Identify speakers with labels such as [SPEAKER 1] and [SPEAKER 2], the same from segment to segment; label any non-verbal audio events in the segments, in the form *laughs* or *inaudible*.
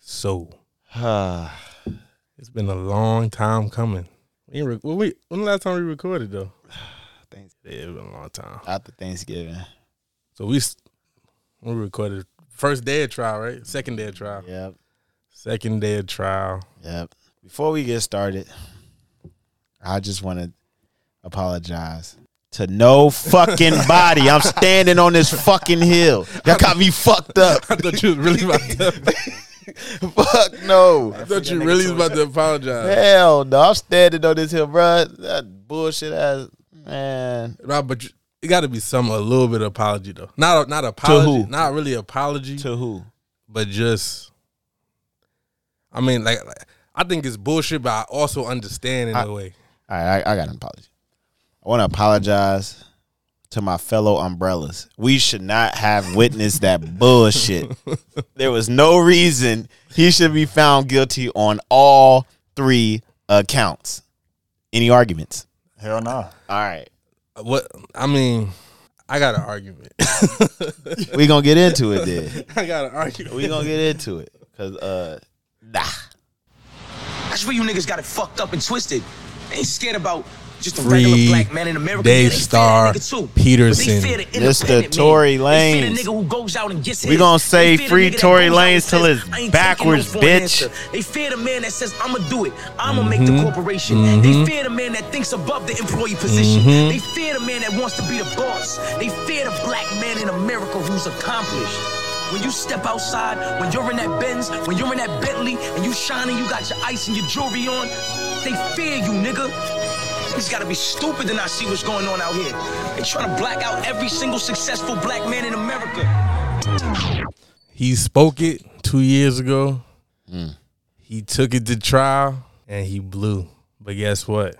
[SPEAKER 1] episode.
[SPEAKER 2] *sighs* Ah,
[SPEAKER 1] It's been a long time coming. We ain't rec- when, we, when the last time we recorded though?
[SPEAKER 2] *sighs* Thanks.
[SPEAKER 1] Yeah, it's been a long time.
[SPEAKER 2] after Thanksgiving.
[SPEAKER 1] So we s- we recorded first day of trial, right? Second day of trial.
[SPEAKER 2] Yep.
[SPEAKER 1] Second day of trial. *laughs*
[SPEAKER 2] Yep. Before we get started, I just want to apologize to no *laughs* fucking body. I'm standing on this fucking hill. Y'all got me fucked *laughs* up.
[SPEAKER 1] I thought you was really about
[SPEAKER 2] *laughs*
[SPEAKER 1] to.
[SPEAKER 2] Fuck no.
[SPEAKER 1] I thought you really was about to apologize.
[SPEAKER 2] Hell no. I'm standing on this hill, bro. That bullshit ass man.
[SPEAKER 1] Nah, but you, it got to be some a little bit of apology though. Not a, not apology.
[SPEAKER 2] who?
[SPEAKER 1] Not really apology.
[SPEAKER 2] who?
[SPEAKER 1] but just I mean like, like, I think it's bullshit, but I also understand in a way.
[SPEAKER 2] All right, I, I got an apology. I want to apologize to my fellow umbrellas. We should not have witnessed that bullshit. There was no reason he should be found guilty on all three accounts. Any arguments?
[SPEAKER 3] Hell no.
[SPEAKER 2] All right,
[SPEAKER 1] What I mean, I got an argument. *laughs*
[SPEAKER 2] we gonna get into it then.
[SPEAKER 1] I got an argument.
[SPEAKER 2] We gonna get into it because uh, nah.
[SPEAKER 4] That's where you niggas got it fucked up and twisted. They ain't scared about just a
[SPEAKER 1] Free
[SPEAKER 4] regular black man in America.
[SPEAKER 1] Dave
[SPEAKER 4] Yeah, they fear that nigga
[SPEAKER 1] Starr
[SPEAKER 4] too.
[SPEAKER 1] Peterson.
[SPEAKER 4] But they fear the
[SPEAKER 2] Mr.
[SPEAKER 4] independent man.
[SPEAKER 2] Tory
[SPEAKER 4] They fear
[SPEAKER 2] Lanez.
[SPEAKER 4] the nigga who goes out and gets
[SPEAKER 2] We
[SPEAKER 4] his.
[SPEAKER 2] gonna
[SPEAKER 4] They
[SPEAKER 2] say
[SPEAKER 4] fear the
[SPEAKER 2] free
[SPEAKER 4] nigga that
[SPEAKER 2] Tory
[SPEAKER 4] goes out and
[SPEAKER 2] Lanez till
[SPEAKER 4] says,
[SPEAKER 2] it's
[SPEAKER 4] "I ain't taking
[SPEAKER 2] backwards,
[SPEAKER 4] for an
[SPEAKER 2] bitch."
[SPEAKER 4] answer." They fear the man that says, I'ma do it. I'ma make
[SPEAKER 2] Mm-hmm.
[SPEAKER 4] the corporation. They fear the man that thinks above the employee position.
[SPEAKER 2] Mm-hmm.
[SPEAKER 4] They fear the man that wants to be the boss. They fear the black man in America who's accomplished. When you step outside, when you're in that Benz, when you're in that Bentley, and you shining, you got your ice and your jewelry on, they fear you, nigga. It's gotta be stupid to not see what's going on out here. They trying to black out every single successful black man in America.
[SPEAKER 1] He spoke it two years ago. He took it to trial and he blew. But guess what?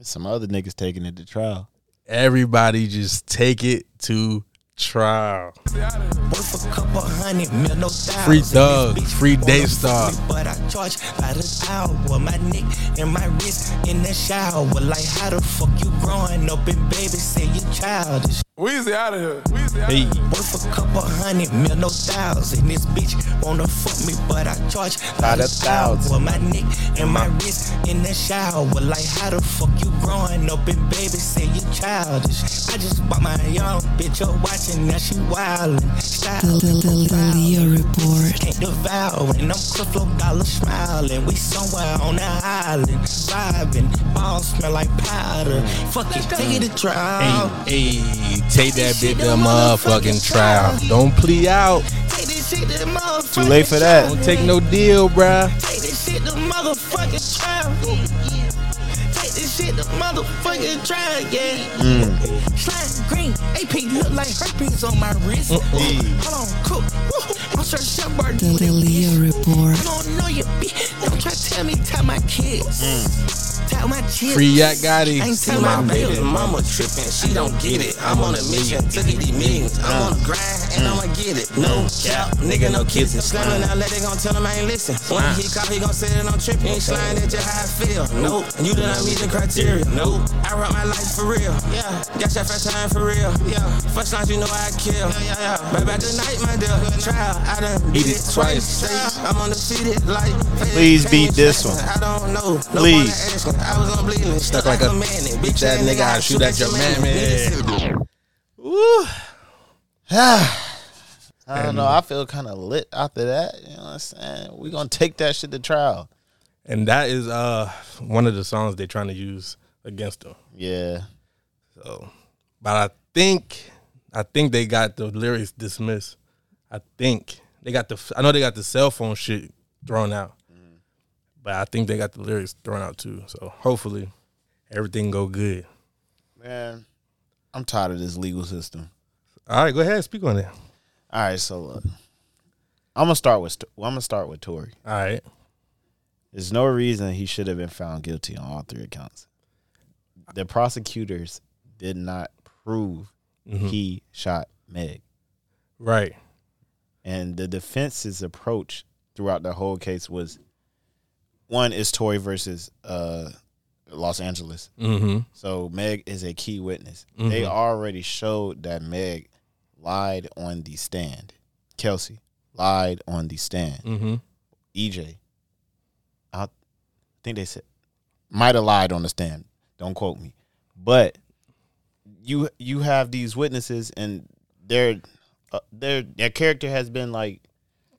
[SPEAKER 2] Some other niggas taking it to trial. *sighs*
[SPEAKER 1] Everybody just take it to trial. Free
[SPEAKER 5] Free
[SPEAKER 1] Thug, Free Daystar.
[SPEAKER 5] But I charge by the hour. My neck and my wrist in the shower. Like, how the fuck you growing up and baby say you childish?
[SPEAKER 3] Weezy out of here. Weezy out
[SPEAKER 1] Hey,
[SPEAKER 5] Worth a couple hundred mil, no thousand. This bitch wanna fuck me, but I charge by
[SPEAKER 2] the
[SPEAKER 5] the hour.
[SPEAKER 2] thousand.
[SPEAKER 5] My neck and my wrist in the shower. Like, how the fuck you growing up and baby say you childish? I just bought my young bitch up watching, now she wildin'. Style,
[SPEAKER 6] Leo report.
[SPEAKER 5] can't devour and I'm crystal dollar smiling. We somewhere on an island, vibing. Ball smell like powder. Fuck it, take it to trial.
[SPEAKER 1] hey, take that bit to the motherfucking trial. Don't plea out.
[SPEAKER 5] Take this shit to the motherfucking
[SPEAKER 2] Too late for that.
[SPEAKER 1] Don't take no deal, bruh.
[SPEAKER 5] Take this shit to motherfucking trial. Take this shit to motherfucking trial, yeah.
[SPEAKER 2] Mm.
[SPEAKER 5] Slime green, AP look like herpes on my wrist. Hold on, cook. Woo. I'm Sir Shepard.
[SPEAKER 6] Leo
[SPEAKER 5] I
[SPEAKER 6] report.
[SPEAKER 5] don't know you, bitch. Don't try to tell me tell my kids. Tell my kids.
[SPEAKER 1] Free Yacht Gotti.
[SPEAKER 5] I ain't tell my, baby.
[SPEAKER 7] Mama tripping, she don't get it. I'm on a mission, took it these millions. I'm on a grind and I'ma get it. No cap, nigga, no Mm. kissing. Slamming Mm. out, let they gon' tell him I ain't listen. When he hit cop, he gon' say that I'm tripping. Ain't sliding at your how I feel. Nope, you did not meet the criteria. Nope, I rock my life for real. Yeah, got your first time for real. Yeah, first time you know I kill. Yeah, yeah, yeah. Baby, good night, my dear. Trial, I done beat it twice. I'm undefeated like.
[SPEAKER 2] Please beat this one.
[SPEAKER 7] I don't know. No one
[SPEAKER 2] Please.
[SPEAKER 7] asking. I was on bleeding. Stuck
[SPEAKER 1] like a-
[SPEAKER 7] Bitch,
[SPEAKER 1] that nigga, I shoot at your man, man.
[SPEAKER 2] I don't know. I feel kind of lit after that. You know what I'm saying? We gonna take that shit to trial.
[SPEAKER 1] And that is uh one of the songs they're trying to use against them.
[SPEAKER 2] Yeah.
[SPEAKER 1] So, but I think I think they got the lyrics dismissed. I think they got the I know they got the cell phone shit thrown out, but I think they got the lyrics thrown out too. So hopefully everything go good.
[SPEAKER 2] Man, I'm tired of this legal system.
[SPEAKER 1] All right, go ahead speak on it.
[SPEAKER 2] All right, so look, I'm gonna start with Sto- well, I'm gonna start with Tory.
[SPEAKER 1] All right,
[SPEAKER 2] There's no reason he should have been found guilty on all three accounts. The prosecutors did not prove
[SPEAKER 1] Mm-hmm.
[SPEAKER 2] he shot Meg,
[SPEAKER 1] right.
[SPEAKER 2] and the defense's approach throughout the whole case was one is Tory versus uh, Los Angeles.
[SPEAKER 1] Mm-hmm.
[SPEAKER 2] So Meg is a key witness. They already showed that Meg lied on the stand. Kelsey lied on the stand.
[SPEAKER 1] Mm-hmm.
[SPEAKER 2] EJ. I think they said might have lied on the stand. Don't quote me, but you you have these witnesses and their uh, their their character has been like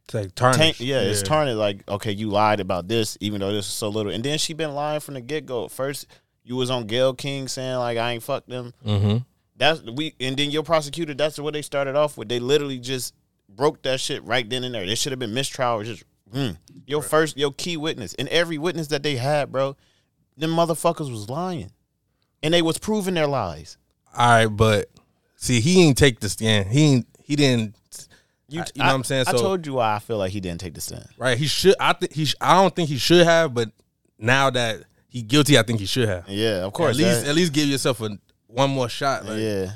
[SPEAKER 1] It's like tarnished.
[SPEAKER 2] taint, yeah, it's tarnished. Like, okay, you lied about this, even though this is so little. And then she been lying from the get go. First, you was on Gail King saying like I ain't fucked them.
[SPEAKER 1] Mm-hmm.
[SPEAKER 2] That's we. And then your prosecutor. That's what they started off with. They literally just broke that shit right then and there. There should have been mistrial. Or just mm. your first, your key witness, and every witness that they had, bro, them motherfuckers was lying, and they was proving their lies.
[SPEAKER 1] All right, but see, he ain't take the stand. He ain't, he didn't.
[SPEAKER 2] You,
[SPEAKER 1] I- you know what I'm saying?
[SPEAKER 2] I
[SPEAKER 1] So-
[SPEAKER 2] told you why I feel like he didn't take the stand.
[SPEAKER 1] Right? He should. I think he. Sh- I don't think he should have. But now that he guilty, I think he should have.
[SPEAKER 2] Yeah, of course.
[SPEAKER 1] At least,
[SPEAKER 2] that-
[SPEAKER 1] at least give yourself a one more shot. Like,
[SPEAKER 2] yeah.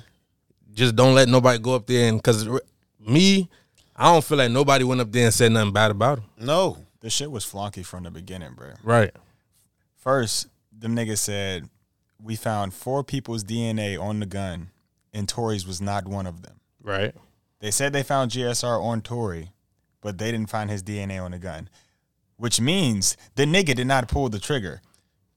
[SPEAKER 1] Just don't let nobody go up there and because me, I don't feel like nobody went up there and said nothing bad about him.
[SPEAKER 2] No.
[SPEAKER 8] This shit was flunky from the beginning, bro.
[SPEAKER 1] Right.
[SPEAKER 8] First, them niggas said we found four people's DNA on the gun, and Tori's was not one of them.
[SPEAKER 1] Right.
[SPEAKER 8] They said they found GSR on Tory, but they didn't find his DNA on the gun, which means the nigga did not pull the trigger.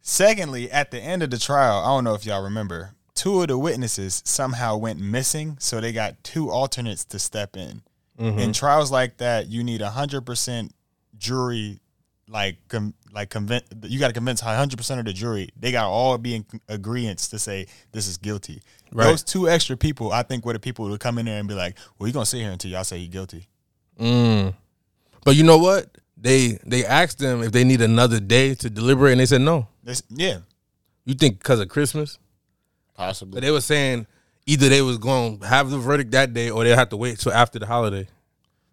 [SPEAKER 8] Secondly, at the end of the trial, I don't know if y'all remember, two of the witnesses somehow went missing, so they got two alternates to step in. In trials like that, you need 100% jury like com- like convince you got to convince 100% of the jury they got to all be in agreements to say this is guilty
[SPEAKER 1] Right.
[SPEAKER 8] those two extra people i think were the people who come in there and be like well you gonna sit here until y'all say he guilty
[SPEAKER 1] But you know what? They they asked them if they need another day to deliberate, and they said no.
[SPEAKER 8] this, yeah
[SPEAKER 1] You think because of Christmas?
[SPEAKER 2] Possibly.
[SPEAKER 1] But they were saying either they was going to have the verdict that day, or they have to wait till after the holiday.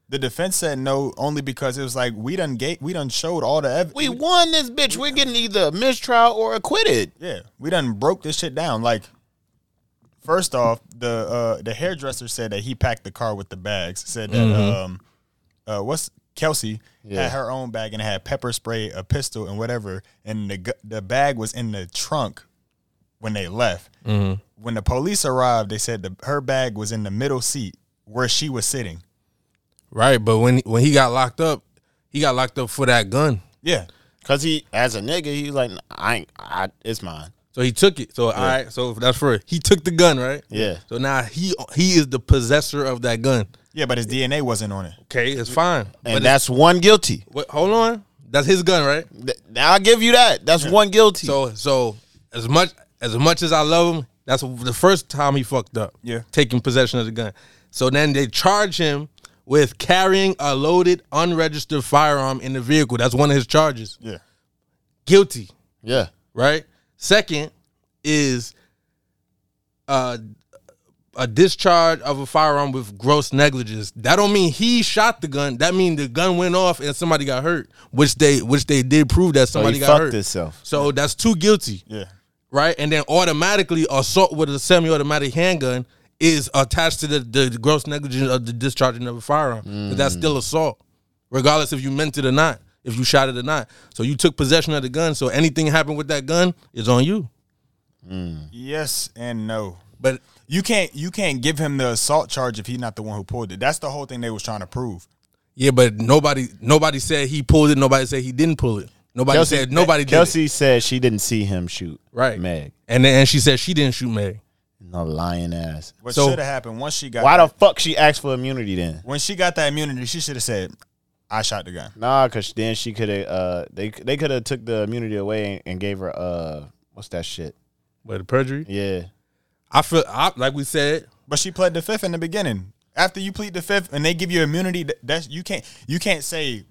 [SPEAKER 8] the defense said no only because it was like we done gate we done showed all the evidence
[SPEAKER 2] We won this bitch. We're getting either a mistrial or acquitted.
[SPEAKER 8] yeah we done broke this shit down like first off the uh the hairdresser said that he packed the car with the bags said that um uh what's Kelsey
[SPEAKER 2] Yeah.
[SPEAKER 8] had her own bag and had pepper spray, a pistol, and whatever. And the gu- the bag was in the trunk when they left. When the police arrived, they said the, her bag was in the middle seat where she was sitting.
[SPEAKER 1] Right, but when when he got locked up, he got locked up for that gun.
[SPEAKER 8] Yeah,
[SPEAKER 2] Cause he, as a nigga, he was like, I, ain't, I, it's mine.
[SPEAKER 1] So he took it. So all right, so that's for it. He took the gun, right?
[SPEAKER 2] Yeah.
[SPEAKER 1] So now he he is the possessor of that gun.
[SPEAKER 8] yeah, but his DNA wasn't on it.
[SPEAKER 1] Okay, it's fine.
[SPEAKER 2] And
[SPEAKER 1] but
[SPEAKER 2] that's one guilty.
[SPEAKER 1] it's- wait, hold on. That's his gun, right?
[SPEAKER 2] Th- Now I give you that. That's one guilty.
[SPEAKER 1] So so as much as much as I love him, that's the first time he fucked up.
[SPEAKER 8] Yeah.
[SPEAKER 1] Taking possession of the gun. So then they charge him with carrying a loaded unregistered firearm in the vehicle. That's one of his charges.
[SPEAKER 8] Yeah,
[SPEAKER 1] Guilty.
[SPEAKER 2] yeah.
[SPEAKER 1] right? Second is uh, a discharge of a firearm with gross negligence. That don't mean he shot the gun. That mean the gun went off and somebody got hurt, which they which they did prove that
[SPEAKER 2] So
[SPEAKER 1] somebody
[SPEAKER 2] he
[SPEAKER 1] got
[SPEAKER 2] fucked
[SPEAKER 1] hurt.
[SPEAKER 2] himself.
[SPEAKER 1] So that's two guilty,
[SPEAKER 8] yeah.
[SPEAKER 1] right? And then automatically assault with a semi-automatic handgun is attached to the, the gross negligence of the discharging of a firearm. But
[SPEAKER 2] Mm.
[SPEAKER 1] that's still assault, regardless if you meant it or not, if you shot it or not. So you took possession of the gun. So anything happened with that gun is on you.
[SPEAKER 8] Yes and no.
[SPEAKER 1] But
[SPEAKER 8] You can't you can't give him the assault charge if he's not the one who pulled it. That's the whole thing they was trying to prove.
[SPEAKER 1] yeah, but nobody nobody said he pulled it. Nobody said he didn't pull it. Nobody said nobody did it.
[SPEAKER 2] Kelsey said she didn't see him shoot.
[SPEAKER 1] Right.
[SPEAKER 2] Meg.
[SPEAKER 1] And then and she said she didn't shoot Meg.
[SPEAKER 2] No lying ass.
[SPEAKER 8] What
[SPEAKER 1] So-
[SPEAKER 8] should have happened once she got
[SPEAKER 2] Why
[SPEAKER 8] that,
[SPEAKER 2] the fuck she asked for immunity then?
[SPEAKER 8] when she got that immunity, she should have said, "I shot the gun."
[SPEAKER 2] Nah, cause then she could have. Uh, they they could have took the immunity away and, and gave her. Uh, what's that shit?
[SPEAKER 1] But the perjury,
[SPEAKER 2] Yeah.
[SPEAKER 1] I feel I, like we said.
[SPEAKER 8] But she pled the fifth in the beginning. After you plead the fifth and they give you immunity, th- that's you can't you can't say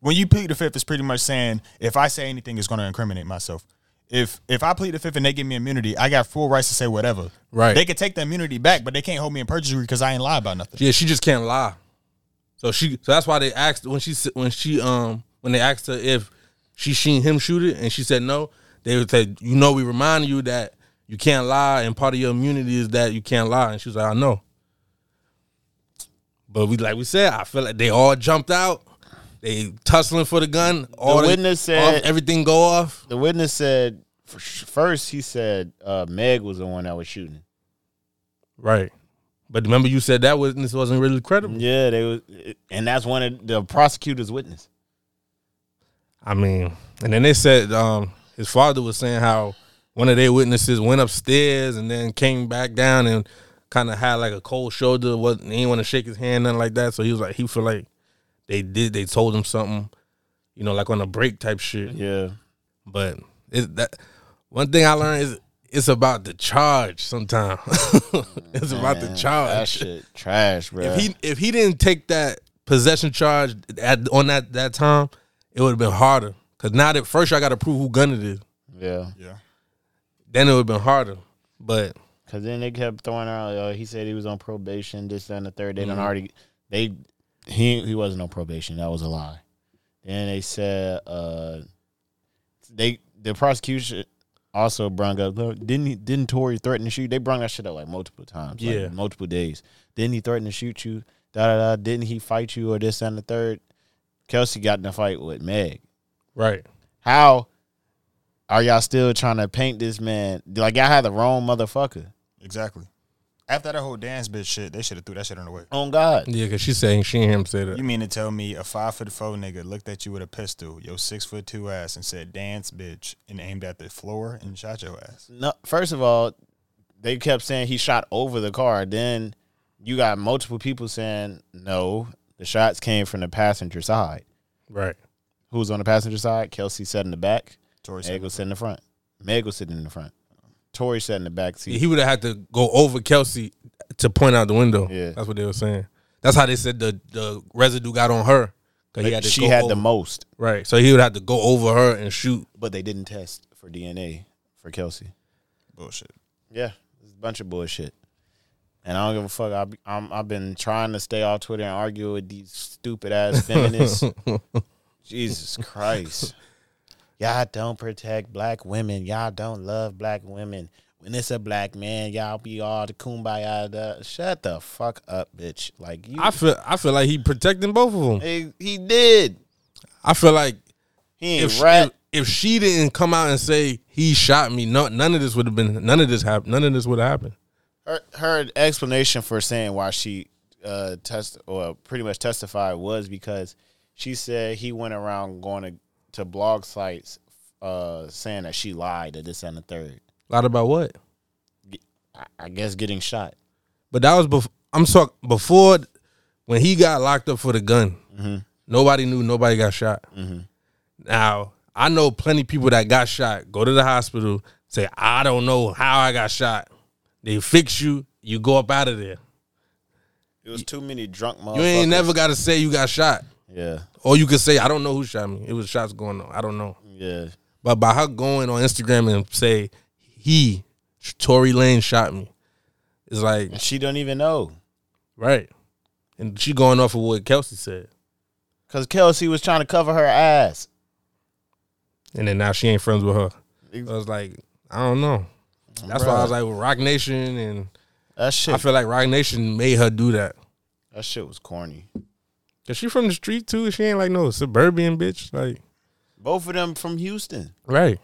[SPEAKER 8] when you plead the fifth it's pretty much saying if I say anything, it's going to incriminate myself. If if I plead the fifth and they give me immunity, I got full rights to say whatever.
[SPEAKER 1] Right.
[SPEAKER 8] They could take the immunity back, but they can't hold me in perjury because I ain't lie about nothing.
[SPEAKER 1] Yeah, she just can't lie. So she so that's why they asked when she s- when she um when they asked her if she seen him shoot it and she said no. They would say, you know, we remind you that you can't lie, and part of your immunity is that you can't lie. And she was like, I know. But we like we said, I feel like they all jumped out. They tussling for the gun. All
[SPEAKER 2] witness
[SPEAKER 1] off-
[SPEAKER 2] said-
[SPEAKER 1] everything go off.
[SPEAKER 2] The witness said f- first he said uh, Meg was the one that was shooting.
[SPEAKER 1] Right. But remember, you said that witness wasn't really credible.
[SPEAKER 2] Yeah, they was, and that's one of the prosecutor's witness.
[SPEAKER 1] I mean, and then they said um, his father was saying how one of their witnesses went upstairs and then came back down and kind of had like a cold shoulder. wasn't He didn't want to shake his hand, nothing like that. So he was like, he feel like they did, they told him something, you know, like on a break type shit.
[SPEAKER 2] Yeah.
[SPEAKER 1] But it, that one thing I learned is it's about the charge. Sometimes *laughs* it's about the
[SPEAKER 2] Man, That
[SPEAKER 1] charge.
[SPEAKER 2] shit trash, bro.
[SPEAKER 1] If he if he didn't take that possession charge at on that that time, it would have been harder. Cause now that first I got to prove who gun it is,
[SPEAKER 2] yeah.
[SPEAKER 8] Yeah.
[SPEAKER 1] then it would have been harder. But
[SPEAKER 2] Cause then they kept throwing out. Oh, he said he was on probation. This that, and the third. They done already. They he he wasn't on probation. That was a lie. Then they said uh they the prosecution also brung up. "Look, Didn't he, didn't Tory threaten to shoot? They brung that shit up like multiple times. like,
[SPEAKER 1] Yeah.
[SPEAKER 2] multiple days. Didn't he threaten to shoot you? Da da da. Didn't he fight you or this that, and the third? Kelsey got in a fight with Meg
[SPEAKER 1] right,
[SPEAKER 2] how are y'all still trying to paint this man like y'all had the wrong motherfucker
[SPEAKER 8] Exactly. After that whole dance bitch shit, they should have threw that shit on the way.
[SPEAKER 2] on God?
[SPEAKER 1] yeah, cause she's saying she and him say
[SPEAKER 8] You
[SPEAKER 1] that.
[SPEAKER 8] mean to tell me a five foot four nigga looked at you with a pistol, your six foot two ass, and said dance bitch, and aimed at the floor and shot your ass?
[SPEAKER 2] No, first of all, they kept saying he shot over the car. Then you got multiple people saying no, the shots came from the passenger side.
[SPEAKER 1] Right,
[SPEAKER 2] Who was on the passenger side? Kelsey sat in the back.
[SPEAKER 8] Tory
[SPEAKER 2] Meg
[SPEAKER 8] said,
[SPEAKER 2] was sitting in the front. Meg was sitting in the front. Tori sat in the back seat.
[SPEAKER 1] he would have had to go over Kelsey to point out the window.
[SPEAKER 2] Yeah.
[SPEAKER 1] that's what they were saying. That's how they said the the residue got on her. Cause he had to
[SPEAKER 2] she
[SPEAKER 1] go
[SPEAKER 2] had
[SPEAKER 1] over-
[SPEAKER 2] the most,
[SPEAKER 1] right, so he would have to go over her and shoot.
[SPEAKER 2] but they didn't test for DNA for Kelsey.
[SPEAKER 8] bullshit.
[SPEAKER 2] Yeah, it's a bunch of bullshit. And I don't give a fuck. I be, I'm, I've been trying to stay off Twitter and argue with these
[SPEAKER 1] *laughs*
[SPEAKER 2] stupid ass feminists. Jesus Christ. Y'all don't protect black women. Y'all don't love black women. When it's a black man, y'all be all the kumbaya. Da. Shut the fuck up, bitch. Like you,
[SPEAKER 1] I feel I feel like he protecting both of them.
[SPEAKER 2] he, he did.
[SPEAKER 1] I feel like
[SPEAKER 2] He
[SPEAKER 1] if
[SPEAKER 2] ain't
[SPEAKER 1] she,
[SPEAKER 2] rat.
[SPEAKER 1] if, if she didn't come out and say he shot me, no, none of this would have been none of this happened. None of this would have happened.
[SPEAKER 2] her her explanation for saying why she uh test or pretty much testified was because she said he went around going to, to blog sites uh saying that she lied that this and the third.
[SPEAKER 1] Lied about what?
[SPEAKER 2] I, I guess getting shot.
[SPEAKER 1] But that was before. I'm sorry. Before when he got locked up for the gun, nobody knew. Nobody got shot. Now I know plenty people that got shot. Go to the hospital. Say I don't know how I got shot. They fix you. You go up out of there.
[SPEAKER 2] It was too many drunk motherfuckers.
[SPEAKER 1] You ain't never got to say you got shot.
[SPEAKER 2] Yeah.
[SPEAKER 1] Or you could say I don't know who shot me. It was shots going on. I don't know.
[SPEAKER 2] Yeah.
[SPEAKER 1] But by her going on Instagram and say he, Tory Lane shot me, it's like
[SPEAKER 2] And she don't even know.
[SPEAKER 1] right, and she going off of what Kelsey said,
[SPEAKER 2] Cause Kelsey was trying to cover her ass.
[SPEAKER 1] and then now she ain't friends with her. So I was like, I don't know. That's why I was like with Rock Nation, and
[SPEAKER 2] That
[SPEAKER 1] I
[SPEAKER 2] shit
[SPEAKER 1] feel like Rock Nation made her do that.
[SPEAKER 2] that shit was corny.
[SPEAKER 1] Cause she from the street too. She ain't like no suburban bitch. Like
[SPEAKER 2] Both of them from Houston.
[SPEAKER 1] right,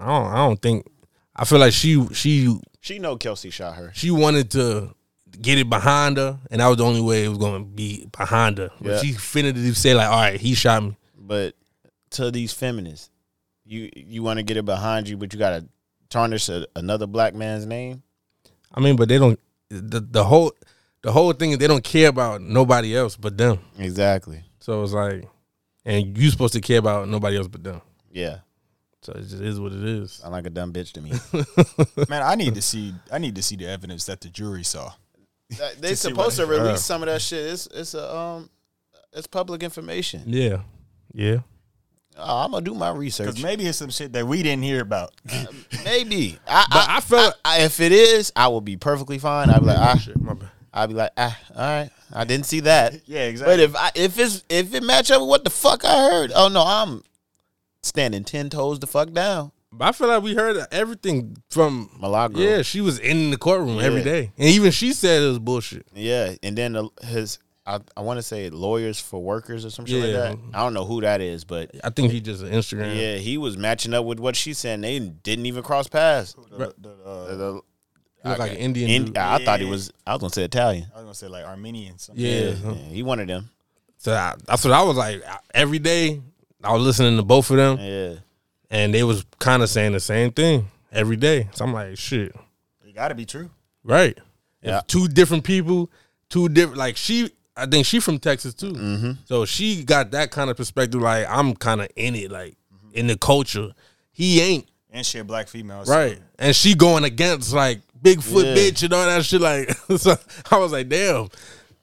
[SPEAKER 1] I don't. I don't think. I feel like she she
[SPEAKER 2] She know Kelsey shot her.
[SPEAKER 1] she wanted to get it behind her, and that was the only way it was going to be behind her. But
[SPEAKER 2] Yeah.
[SPEAKER 1] she definitively say like, "All right, he shot me."
[SPEAKER 2] but to these feminists, you you want to get it behind you, but you gotta tarnish a, another black man's name.
[SPEAKER 1] I mean, but they don't. The, the whole the whole thing is they don't care about nobody else but them.
[SPEAKER 2] Exactly.
[SPEAKER 1] So it's like, and you supposed to care about nobody else but them.
[SPEAKER 2] Yeah,
[SPEAKER 1] So it just is what it is.
[SPEAKER 2] sound like a dumb bitch to me.
[SPEAKER 8] Man, I need to see. I need to see the evidence that the jury saw.
[SPEAKER 2] That- they
[SPEAKER 8] To see
[SPEAKER 2] supposed to
[SPEAKER 8] what-
[SPEAKER 2] release some of that shit. It's it's a um, it's public information.
[SPEAKER 1] Yeah, yeah.
[SPEAKER 2] Oh, I'm gonna do my research.
[SPEAKER 8] Because maybe it's some shit that we didn't
[SPEAKER 2] *laughs*
[SPEAKER 8] hear about.
[SPEAKER 2] Maybe. I,
[SPEAKER 1] But
[SPEAKER 2] I,
[SPEAKER 1] I felt-
[SPEAKER 2] I- if it is, I will be perfectly fine. I'll be like, ah,
[SPEAKER 1] Shit, my bad.
[SPEAKER 2] I'll be like, ah, all right. I didn't see that.
[SPEAKER 8] yeah, exactly.
[SPEAKER 2] But if I, if it's if it match up with what the fuck I heard, oh no, I'm standing ten toes the fuck down.
[SPEAKER 1] But I feel like we heard everything from
[SPEAKER 2] Milagro.
[SPEAKER 1] Yeah, she was in the courtroom every
[SPEAKER 2] Yeah.
[SPEAKER 1] day, and even she said it was bullshit.
[SPEAKER 2] Yeah, and then the, his I, I want to say lawyers for workers or some shit
[SPEAKER 1] Yeah.
[SPEAKER 2] like that. I don't know who that is, but
[SPEAKER 1] I think he just an Instagram.
[SPEAKER 2] yeah, he was matching up with what she's saying. They didn't even cross paths.
[SPEAKER 8] The- the, uh,
[SPEAKER 2] The- the-
[SPEAKER 1] he was like an Indian.
[SPEAKER 2] in-
[SPEAKER 1] dude.
[SPEAKER 2] I thought he was. I was gonna say Italian.
[SPEAKER 8] I was gonna say like Armenian. Something.
[SPEAKER 1] yeah.
[SPEAKER 2] Yeah, he one of them.
[SPEAKER 1] So I, that's what I was like I- every day. I was listening to both of them,
[SPEAKER 2] Yeah.
[SPEAKER 1] and they was kind of saying the same thing every day. So I'm like, shit,
[SPEAKER 8] It got to be true.
[SPEAKER 1] right?
[SPEAKER 2] Yeah.
[SPEAKER 1] If two different people, two different. Like she, I think she from Texas too.
[SPEAKER 2] Mm-hmm.
[SPEAKER 1] So she got that kind of perspective. Like I'm kind of in it, like in the culture. He ain't
[SPEAKER 8] And shit, black females.
[SPEAKER 1] right, and she going against like Bigfoot
[SPEAKER 2] Yeah.
[SPEAKER 1] bitch and all that shit. Like *laughs* so I was like, damn,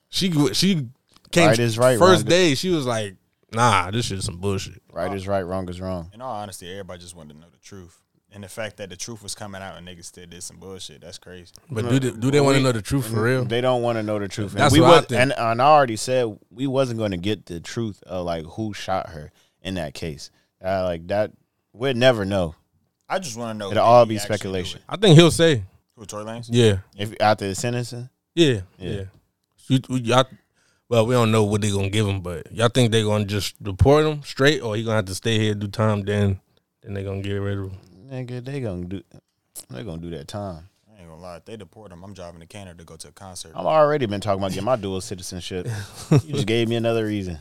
[SPEAKER 1] she she came
[SPEAKER 2] Right is right,
[SPEAKER 1] first
[SPEAKER 2] wrong-
[SPEAKER 1] day. She was like, nah, this shit is some bullshit.
[SPEAKER 2] Right is right, wrong is wrong.
[SPEAKER 8] In all honesty, everybody just wanted to know the truth. And the fact that the truth was coming out and niggas still did some bullshit, that's crazy.
[SPEAKER 1] But do they, do they want to know the truth for real?
[SPEAKER 2] They don't want to know the truth. And
[SPEAKER 1] That's
[SPEAKER 2] we
[SPEAKER 1] what I
[SPEAKER 2] was,
[SPEAKER 1] think.
[SPEAKER 2] and, and I already said we wasn't going to get the truth of like who shot her in that case. Uh, like that, we'd never know.
[SPEAKER 8] I just want to know.
[SPEAKER 2] It'll
[SPEAKER 8] did
[SPEAKER 2] all
[SPEAKER 8] he
[SPEAKER 2] be
[SPEAKER 8] actually do
[SPEAKER 2] speculation.
[SPEAKER 8] it?
[SPEAKER 1] I think he'll say,
[SPEAKER 8] Who, Tory Lanez?
[SPEAKER 1] yeah,
[SPEAKER 2] If after the sentencing,
[SPEAKER 1] yeah,
[SPEAKER 2] Yeah.
[SPEAKER 1] yeah. You- you- y'all, well, we don't know what they gonna give him, but y'all think they gonna just deport him straight, or he gonna have to stay here do time? Then, then they gonna get rid of him.
[SPEAKER 2] nigga, they gonna do, they gonna do that time.
[SPEAKER 8] I ain't gonna lie. If they deport him, I'm driving to Canada to go to a concert.
[SPEAKER 2] I'm already been talking about getting my dual citizenship. you just gave me another reason.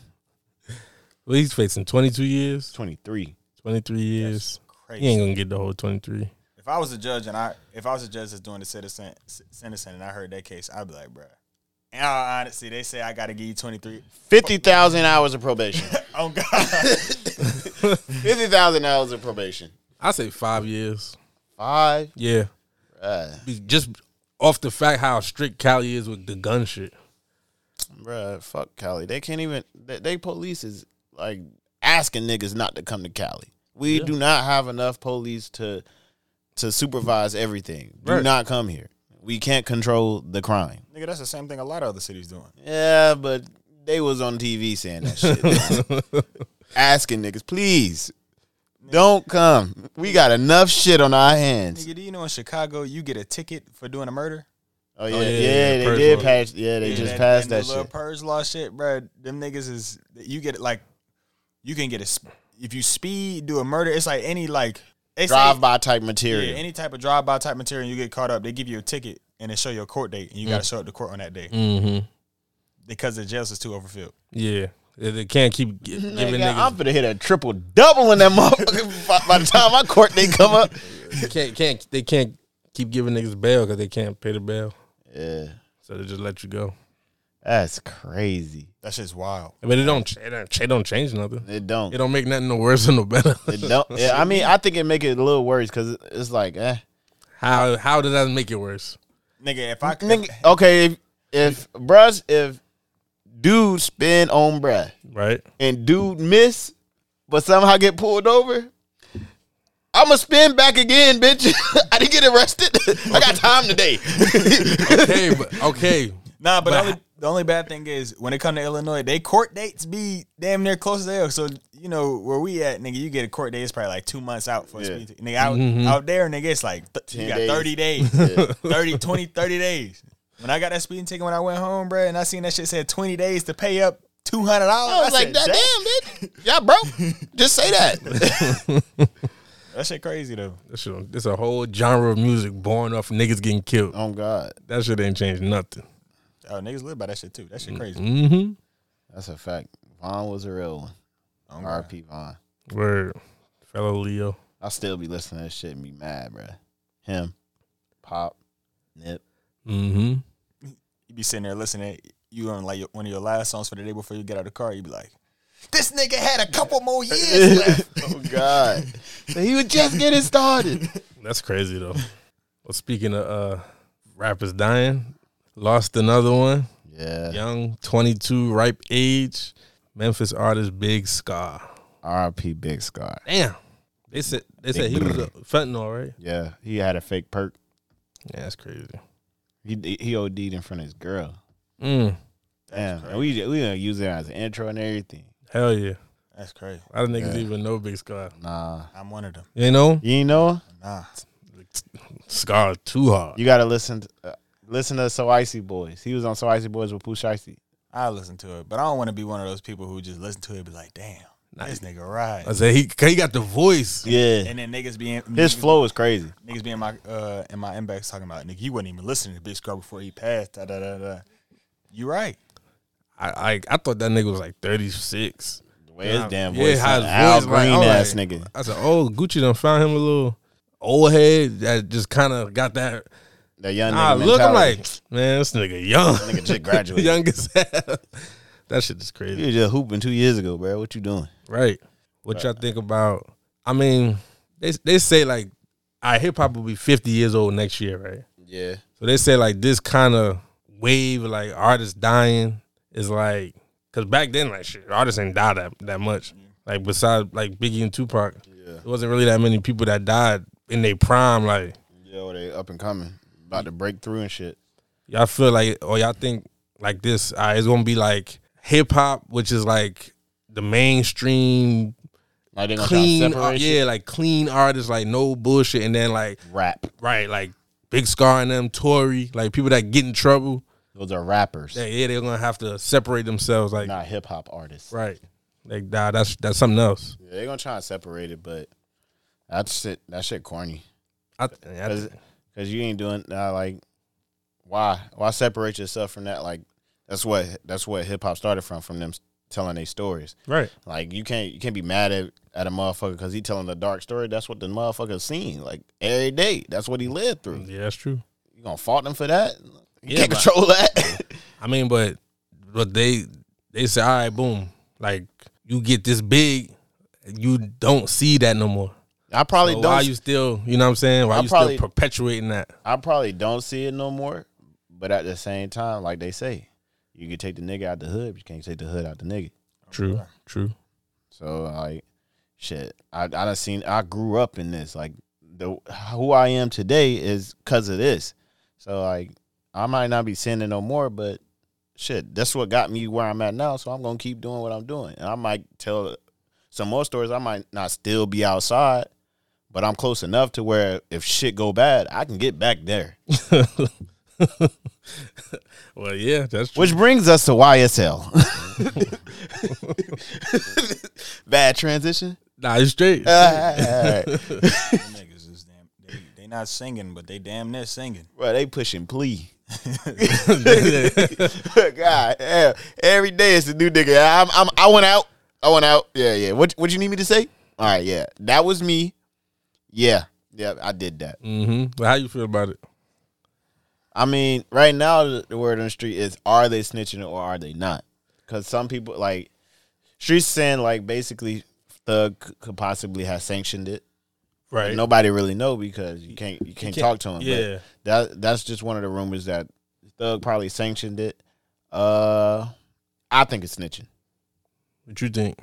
[SPEAKER 1] Well, he's facing twenty two years,
[SPEAKER 2] Twenty three.
[SPEAKER 1] twenty three years.
[SPEAKER 8] Crazy.
[SPEAKER 1] He ain't gonna get the whole twenty three.
[SPEAKER 8] If I was a judge and I, if I was a judge that's doing the citizen c- sentencing and I heard that case, I'd be like, bruh. In all honesty, they say I got to give you 23.
[SPEAKER 2] Fifty thousand hours of probation.
[SPEAKER 8] Oh *laughs* God,
[SPEAKER 2] Fifty thousand hours of probation.
[SPEAKER 1] I say five years.
[SPEAKER 2] Five.
[SPEAKER 1] Yeah,
[SPEAKER 2] Uh,
[SPEAKER 1] Be- just off the fact how strict Cali is with the gun shit.
[SPEAKER 2] Bruh, fuck Cali. They can't even. They, they police is like asking niggas not to come to Cali. We do not have enough police to to supervise everything. Do
[SPEAKER 1] Right.
[SPEAKER 2] not come here. We can't control the crime.
[SPEAKER 8] nigga, that's the same thing a lot of other cities doing.
[SPEAKER 2] Yeah, but they was on TV saying that shit, *laughs* asking niggas, please don't come. We got enough shit on our hands.
[SPEAKER 8] Nigga, do you know in Chicago you get a ticket for doing a murder?
[SPEAKER 2] Oh yeah,
[SPEAKER 1] yeah,
[SPEAKER 2] yeah,
[SPEAKER 1] yeah,
[SPEAKER 2] they
[SPEAKER 1] purge
[SPEAKER 2] did
[SPEAKER 1] law.
[SPEAKER 2] pass. Yeah, they just passed that,
[SPEAKER 8] little
[SPEAKER 2] shit.
[SPEAKER 8] purge law shit, bro. Them niggas is you get it like you can get a sp- if you speed do a murder. It's like any like they say-
[SPEAKER 2] Drive by type
[SPEAKER 8] yeah,
[SPEAKER 2] material.
[SPEAKER 8] any type of drive by type material. You get caught up, they give you a ticket and they show you a court date, and you gotta show up to court on that day
[SPEAKER 1] Mm-hmm.
[SPEAKER 8] because the jails is too overfilled.
[SPEAKER 1] Yeah, they they can't keep
[SPEAKER 2] *laughs*
[SPEAKER 1] gi- giving
[SPEAKER 2] Nigga, I'm
[SPEAKER 1] niggas.
[SPEAKER 2] gonna hit a triple double in that motherfucker *laughs* by, by the time my court they come up.
[SPEAKER 1] Can't, can't they can't keep giving niggas bail because they can't pay the bail,
[SPEAKER 2] Yeah,
[SPEAKER 1] so they just let you go.
[SPEAKER 2] that's crazy.
[SPEAKER 8] That shit's wild.
[SPEAKER 1] But it don't, it don't, it don't change nothing.
[SPEAKER 2] It don't.
[SPEAKER 1] It
[SPEAKER 2] It
[SPEAKER 1] don't make nothing no worse or no better. *laughs*
[SPEAKER 2] don't. *laughs* yeah, I mean, I think it make it a little worse because it's like, eh.
[SPEAKER 1] How how does that make it worse?
[SPEAKER 8] Nigga, if I could,
[SPEAKER 2] Nigga, okay, if, if bruh, if dude spin on bruh
[SPEAKER 1] Right?
[SPEAKER 2] and dude miss, but somehow get pulled over. I'ma spin back again, bitch. *laughs* I didn't get arrested. *laughs* I got time today. *laughs*
[SPEAKER 1] Okay, *laughs* but okay.
[SPEAKER 8] *laughs* nah, but, only, the only bad thing is when it come to Illinois, they court dates be damn near close as hell. So you know where we at, nigga. You get a court date, it's probably like two months out for a
[SPEAKER 2] Yeah.
[SPEAKER 8] speed ticket. Nigga, out, out there, nigga, it's like th-
[SPEAKER 2] 10
[SPEAKER 8] you got
[SPEAKER 2] days.
[SPEAKER 8] thirty days, *laughs* 30, 20, 30 days. When I got that speeding ticket when I went home, bruh, and I seen that shit said twenty days to pay up two hundred dollars.
[SPEAKER 2] I was like,
[SPEAKER 8] said,
[SPEAKER 2] "God damn, bitch. Yeah, bro. Just say that. *laughs*
[SPEAKER 8] that shit crazy though.
[SPEAKER 1] This shit- this a whole genre of music born off niggas getting killed.
[SPEAKER 2] Oh God,
[SPEAKER 1] That shit ain't changed nothing.
[SPEAKER 8] Oh, niggas live by that shit too. That shit crazy.
[SPEAKER 1] Mm-hmm.
[SPEAKER 2] that's a fact. Vaughn was a real one.
[SPEAKER 8] Oh, God.
[SPEAKER 2] R.P. Vaughn.
[SPEAKER 1] Word. Fellow Leo.
[SPEAKER 2] I still be listening to that shit and be mad, bruh. Him, Pop, Nip.
[SPEAKER 1] Mm-hmm.
[SPEAKER 8] you be sitting there listening. You on like your- one of your last songs for the day before you get out of the car. You be like, "This nigga had a couple more
[SPEAKER 2] *laughs*
[SPEAKER 8] years left."
[SPEAKER 2] oh God, he was just getting started.
[SPEAKER 1] That's crazy though. well, speaking of uh rappers dying, lost another one.
[SPEAKER 2] Yeah.
[SPEAKER 1] Young, 22, ripe age. Memphis artist Big Scar.
[SPEAKER 2] R.I.P. Big Scar.
[SPEAKER 1] Damn. They said they said he was a fentanyl, right?
[SPEAKER 2] Yeah, he had a fake perk.
[SPEAKER 1] Yeah, that's crazy.
[SPEAKER 2] He he OD'd in front of his girl.
[SPEAKER 1] Mm.
[SPEAKER 2] Damn, and we we gonna use it as an intro and everything.
[SPEAKER 1] Hell yeah.
[SPEAKER 8] That's crazy.
[SPEAKER 1] A lot of niggas even know Big Scar.
[SPEAKER 2] Nah,
[SPEAKER 8] I'm one of them.
[SPEAKER 1] You know?
[SPEAKER 2] you ain't know. him?
[SPEAKER 8] Nah,
[SPEAKER 1] Scar too hard.
[SPEAKER 2] You gotta listen. To, uh, listen to So Icy Boys. He was on So Icy Boys with Pooh Shiesty.
[SPEAKER 8] I listen to it, but I don't want to be one of those people who just listen to it and be like, "Damn, this nigga right."
[SPEAKER 1] I said he he got the voice.
[SPEAKER 2] Yeah,
[SPEAKER 8] And then niggas being
[SPEAKER 2] his flow is crazy.
[SPEAKER 8] niggas being my uh in my inbox talking about nigga, you wasn't even listening to Big Scrub before he passed. Da, da, da, da. You right?
[SPEAKER 1] I, I I thought that nigga was like thirty six.
[SPEAKER 2] Where's damn
[SPEAKER 1] Yeah,
[SPEAKER 2] voice?
[SPEAKER 1] how his
[SPEAKER 2] Al
[SPEAKER 1] voice, like,
[SPEAKER 2] Green
[SPEAKER 1] I'm
[SPEAKER 2] ass
[SPEAKER 1] like-
[SPEAKER 2] nigga.
[SPEAKER 1] I said, oh, Gucci done found him a little old head that just kind of got that.
[SPEAKER 2] That young nigga.
[SPEAKER 1] I look, I'm
[SPEAKER 2] mentality.
[SPEAKER 1] like, man, this nigga young.
[SPEAKER 2] nigga
[SPEAKER 1] *laughs*
[SPEAKER 2] just graduated.
[SPEAKER 1] young as hell. That shit is crazy.
[SPEAKER 2] you was just hooping two years ago, bro. What you doing?
[SPEAKER 1] Right. What y'all think about? I mean, they they say like, I hip hop will be fifty years old next year, right?
[SPEAKER 2] Yeah.
[SPEAKER 1] So they say like this kind of wave, of, like artists dying, is like because back then like shit, artists ain't die that that much. Like besides like Biggie and Tupac, it wasn't really that many people that died in their prime. Like
[SPEAKER 2] Yo, they up and coming, about to break through and shit.
[SPEAKER 1] y'all feel like or y'all think like this uh, it's gonna be like hip hop which is like the mainstream
[SPEAKER 2] Like they gonna try
[SPEAKER 1] clean uh,
[SPEAKER 2] to separate
[SPEAKER 1] yeah like clean artists like no bullshit and then like
[SPEAKER 2] shit? Rap.
[SPEAKER 1] right like big scar and them tory like people that get in trouble
[SPEAKER 2] Those are rappers,
[SPEAKER 1] yeah, yeah they're gonna have to separate themselves like
[SPEAKER 2] not hip hop artists.
[SPEAKER 1] right like nah that's that's something else
[SPEAKER 2] Yeah, they gonna try and separate it, but that shit, that shit, corny.
[SPEAKER 1] I, I-
[SPEAKER 2] Cause, 'cause you ain't doing nah, like why why separate yourself from that like that's what that's what hip hop started from from them s- telling their stories
[SPEAKER 1] right
[SPEAKER 2] like you can't you can't be mad at at a motherfucker because he telling a dark story that's what the motherfucker's seen like every day that's what he lived through
[SPEAKER 1] yeah that's true
[SPEAKER 2] you gonna fault him for that you
[SPEAKER 1] Yeah,
[SPEAKER 2] can't
[SPEAKER 1] but-
[SPEAKER 2] control *laughs* that
[SPEAKER 1] I mean, but but they they say, all right, boom, like you get this big, you don't see that no more.
[SPEAKER 2] I probably
[SPEAKER 1] But
[SPEAKER 2] don't
[SPEAKER 1] why you still, you know what I'm saying? Why
[SPEAKER 2] I
[SPEAKER 1] you
[SPEAKER 2] probably-
[SPEAKER 1] still perpetuating that?
[SPEAKER 2] I probably don't see it no more but at the same time like they say you can take the nigga out the hood but you can't take the hood out the nigga
[SPEAKER 1] True, true.
[SPEAKER 2] So like, shit, I I done seen. I grew up in this. Like the who I am today is because of this. So like, I might not be seeing it no more, but shit, that's what got me where I'm at now. So I'm gonna keep doing what I'm doing, and I might tell some more stories. I might not still be outside. But I'm close enough to where if shit go bad, I can get back there.
[SPEAKER 1] Well, yeah, that's true.
[SPEAKER 2] Which brings us to YSL. *laughs* bad transition.
[SPEAKER 1] Nah, you straight.
[SPEAKER 2] *laughs* All right.
[SPEAKER 8] Them niggas is damn. They, they not singing, but they damn near singing.
[SPEAKER 2] Bro, they pushing plea. *laughs*
[SPEAKER 1] *laughs*
[SPEAKER 2] God, yeah. every day it's a new nigga. I'm, I'm, I went out. I went out. Yeah, yeah. What, what you need me to say? All right, yeah. That was me. Yeah, yeah. I did that.
[SPEAKER 1] hmm But how you feel about it?
[SPEAKER 2] I mean, right now the- the word on the street is: Are they snitching or are they not? Because some people like streets saying like basically Thug c- could possibly have sanctioned it.
[SPEAKER 1] Right.
[SPEAKER 2] Nobody really know because you can't you can't,
[SPEAKER 1] can't-
[SPEAKER 2] talk to him. but
[SPEAKER 1] yeah.
[SPEAKER 2] that that's just one of the rumors that Thug probably sanctioned it. Uh, I think it's snitching.
[SPEAKER 1] What you think?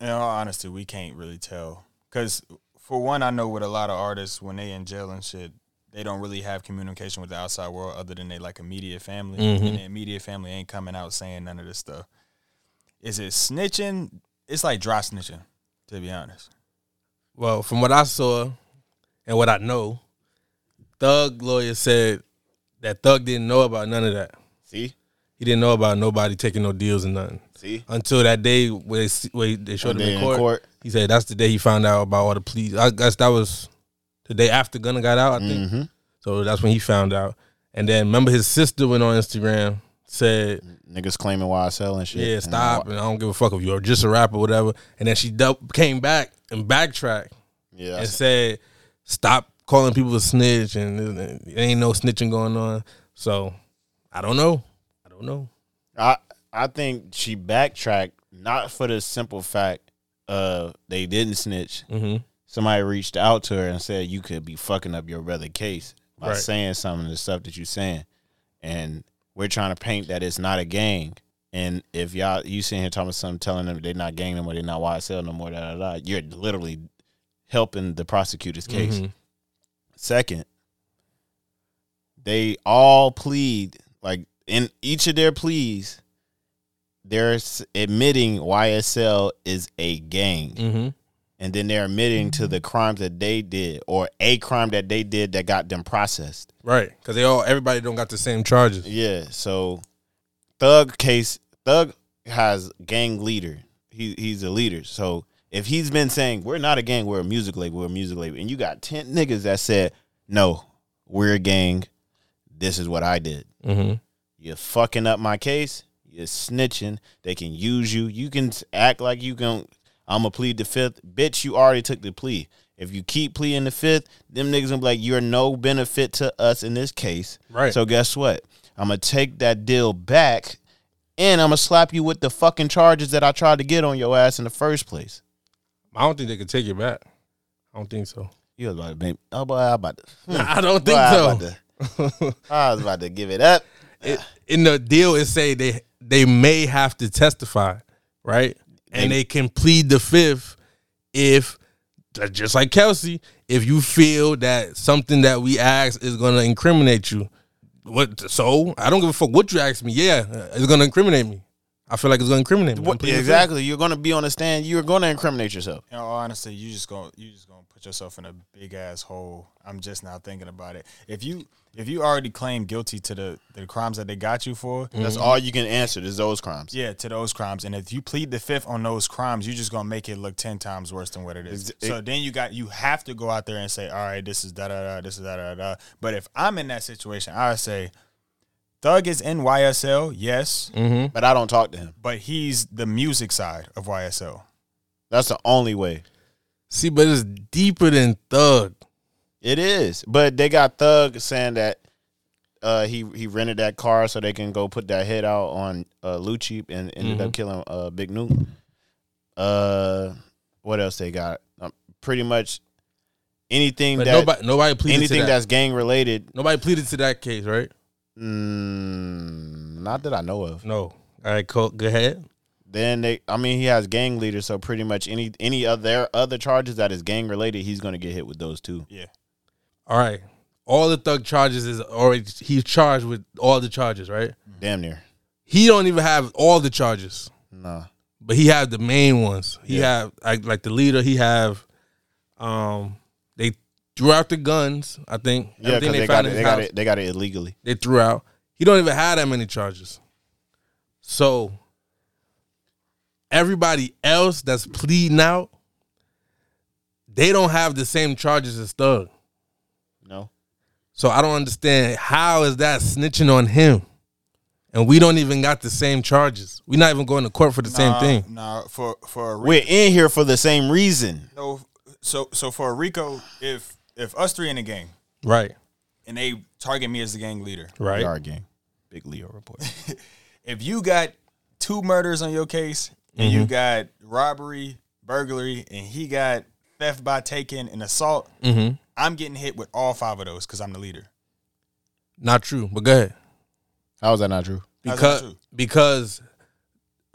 [SPEAKER 8] In all honesty, we can't really tell. Because, for one, I know with a lot of artists, when they in jail and shit, they don't really have communication with the outside world other than they like immediate family. And the immediate family ain't coming out saying none of this stuff. Is it snitching? It's like dry snitching, to be honest.
[SPEAKER 1] Well, from what I saw and what I know, Thug lawyer said that Thug didn't know about none of that.
[SPEAKER 2] See,
[SPEAKER 1] He didn't know about nobody taking no deals and nothing.
[SPEAKER 2] see,
[SPEAKER 1] until that day where they, where they showed
[SPEAKER 2] When
[SPEAKER 1] him
[SPEAKER 2] they
[SPEAKER 1] in
[SPEAKER 2] in
[SPEAKER 1] court,
[SPEAKER 2] court.
[SPEAKER 1] He said that's the day he found out about all the pleas. I guess that was the day after Gunna got out, I think.
[SPEAKER 2] Mm-hmm.
[SPEAKER 1] So that's when he found out. And then remember his sister went on Instagram said,
[SPEAKER 2] niggas claiming YSL and shit.
[SPEAKER 1] "Yeah,
[SPEAKER 2] And
[SPEAKER 1] stop,
[SPEAKER 2] why-
[SPEAKER 1] and I don't give a fuck if you're just a rapper, whatever." And then she dou- came back and backtracked
[SPEAKER 2] Yeah,
[SPEAKER 1] and
[SPEAKER 2] that's-
[SPEAKER 1] said, "Stop calling people a snitch, and it it ain't no snitching going on." So I don't know. I don't know.
[SPEAKER 2] I I think she backtracked not for the simple fact of they didn't snitch.
[SPEAKER 1] Mhm.
[SPEAKER 2] Somebody reached out to her and said you could be fucking up your brother case by
[SPEAKER 1] Right.
[SPEAKER 2] saying some of the stuff that you're saying, and we're trying to paint that it's not a gang. And if y'all you sitting here talking about something, telling them they're not gang no more, they're not YSL no more, da da da, you're literally helping the prosecutor's case.
[SPEAKER 1] Mhm.
[SPEAKER 2] Second, they all plead like in each of their pleas, they're s- admitting YSL is a gang,
[SPEAKER 1] Mhm.
[SPEAKER 2] and then they're admitting to the crimes that they did or a crime that they did that got them processed.
[SPEAKER 1] Right, because they all everybody don't got the same charges.
[SPEAKER 2] Yeah, so Thug case Thug has gang leader. He he's a leader. So if he's been saying we're not a gang, we're a music label, we're a music label, and you got ten niggas that said no, we're a gang. This is what I did.
[SPEAKER 1] Mm-hmm.
[SPEAKER 2] You're fucking up my case. You're snitching. They can use you. You can s- act like you can. I'm gonna plead the fifth, bitch. You already took the plea. If you keep pleading the fifth, them niggas gonna be like, you're no benefit to us in this case.
[SPEAKER 1] Right.
[SPEAKER 2] So guess what? I'm gonna take that deal back, and I'm gonna slap you with the fucking charges that I tried to get on your ass in the first place.
[SPEAKER 1] I don't think they could take it back. I don't think so.
[SPEAKER 2] You was about to, make, oh boy, I about to, hmm,
[SPEAKER 1] *laughs* I don't
[SPEAKER 2] boy,
[SPEAKER 1] think
[SPEAKER 2] I
[SPEAKER 1] so.
[SPEAKER 2] about to- I was about to give
[SPEAKER 1] *laughs*
[SPEAKER 2] it up.
[SPEAKER 1] it, in the deal it say they they may have to testify, right? And they can plead the fifth if just like Kelsey, if you feel that something that we ask is going to incriminate you. What so? I don't give a fuck what you ask me. Yeah, it's going to incriminate me. I feel like it's going to incriminate me. I'm
[SPEAKER 2] What,
[SPEAKER 1] pleading the fifth.
[SPEAKER 2] exactly. You're going to be on the stand. You're going to incriminate yourself.
[SPEAKER 8] In all honesty, you just gonna you just gonna put yourself in a big ass hole. I'm just now thinking about it. If you if you already claim guilty to the the crimes that they got you for,
[SPEAKER 2] That's
[SPEAKER 1] Mm-hmm.
[SPEAKER 2] all you can answer is those crimes.
[SPEAKER 8] yeah, to those crimes, and if you plead the fifth on those crimes, you just gonna make it look ten times worse than what it is.
[SPEAKER 2] Ex-
[SPEAKER 8] so then you got you have to go out there and say, all right, this is da da da, this is da da da. But if I'm in that situation, I would say, Thug is in YSL, yes,
[SPEAKER 2] But I don't talk to him.
[SPEAKER 8] but he's the music side of YSL.
[SPEAKER 2] That's the only way.
[SPEAKER 1] See, but it's deeper than thug.
[SPEAKER 2] It is. But they got Thug saying that uh, he he rented that car so they can go put that head out on uh, Lucci and ended
[SPEAKER 1] Mm-hmm.
[SPEAKER 2] up killing uh, Big Nuke. Uh, what else they got? Um, pretty much anything
[SPEAKER 1] But
[SPEAKER 2] that
[SPEAKER 1] nobody nobody pleaded
[SPEAKER 2] anything
[SPEAKER 1] to that.
[SPEAKER 2] that's gang related.
[SPEAKER 1] nobody pleaded to that case, right?
[SPEAKER 2] Mm, not that I know of.
[SPEAKER 1] No. All right, Colt, go ahead.
[SPEAKER 2] Then they, I mean, he has gang leaders, so pretty much any any of their other charges that is gang related, he's gonna get hit with those too.
[SPEAKER 8] Yeah,
[SPEAKER 1] All right. All the thug charges is already he's charged with all the charges, right?
[SPEAKER 2] Damn near,
[SPEAKER 1] He don't even have all the charges,
[SPEAKER 2] nah.
[SPEAKER 1] but he have the main ones. He have like like the leader. He have um they threw out the guns. I think
[SPEAKER 2] Yeah,
[SPEAKER 1] Everything
[SPEAKER 2] because they, got
[SPEAKER 1] in
[SPEAKER 2] it,
[SPEAKER 1] his
[SPEAKER 2] they got
[SPEAKER 1] house,
[SPEAKER 2] it, they got it illegally.
[SPEAKER 1] They threw out. He don't even have that many charges. So everybody else that's pleading out, they don't have the same charges as thug.
[SPEAKER 2] No,
[SPEAKER 1] So I don't understand how is that snitching on him, and we don't even got the same charges. We're not even going to court for the same thing.
[SPEAKER 8] Uh, Nah, for for a reason.
[SPEAKER 2] we're in here for the same reason.
[SPEAKER 8] No, so so for Rico, if if us three in a gang
[SPEAKER 1] Right.
[SPEAKER 8] and they target me as the gang leader,
[SPEAKER 1] Right.
[SPEAKER 2] We are gang, big Leo report.
[SPEAKER 8] if you got two murders on your case and you got robbery, burglary, and he got theft by taking and assault, I'm getting hit with all five of those because I'm the leader.
[SPEAKER 1] Not true, but go ahead.
[SPEAKER 2] *laughs* How is that not true?
[SPEAKER 8] How's that
[SPEAKER 1] Because
[SPEAKER 8] true?
[SPEAKER 1] because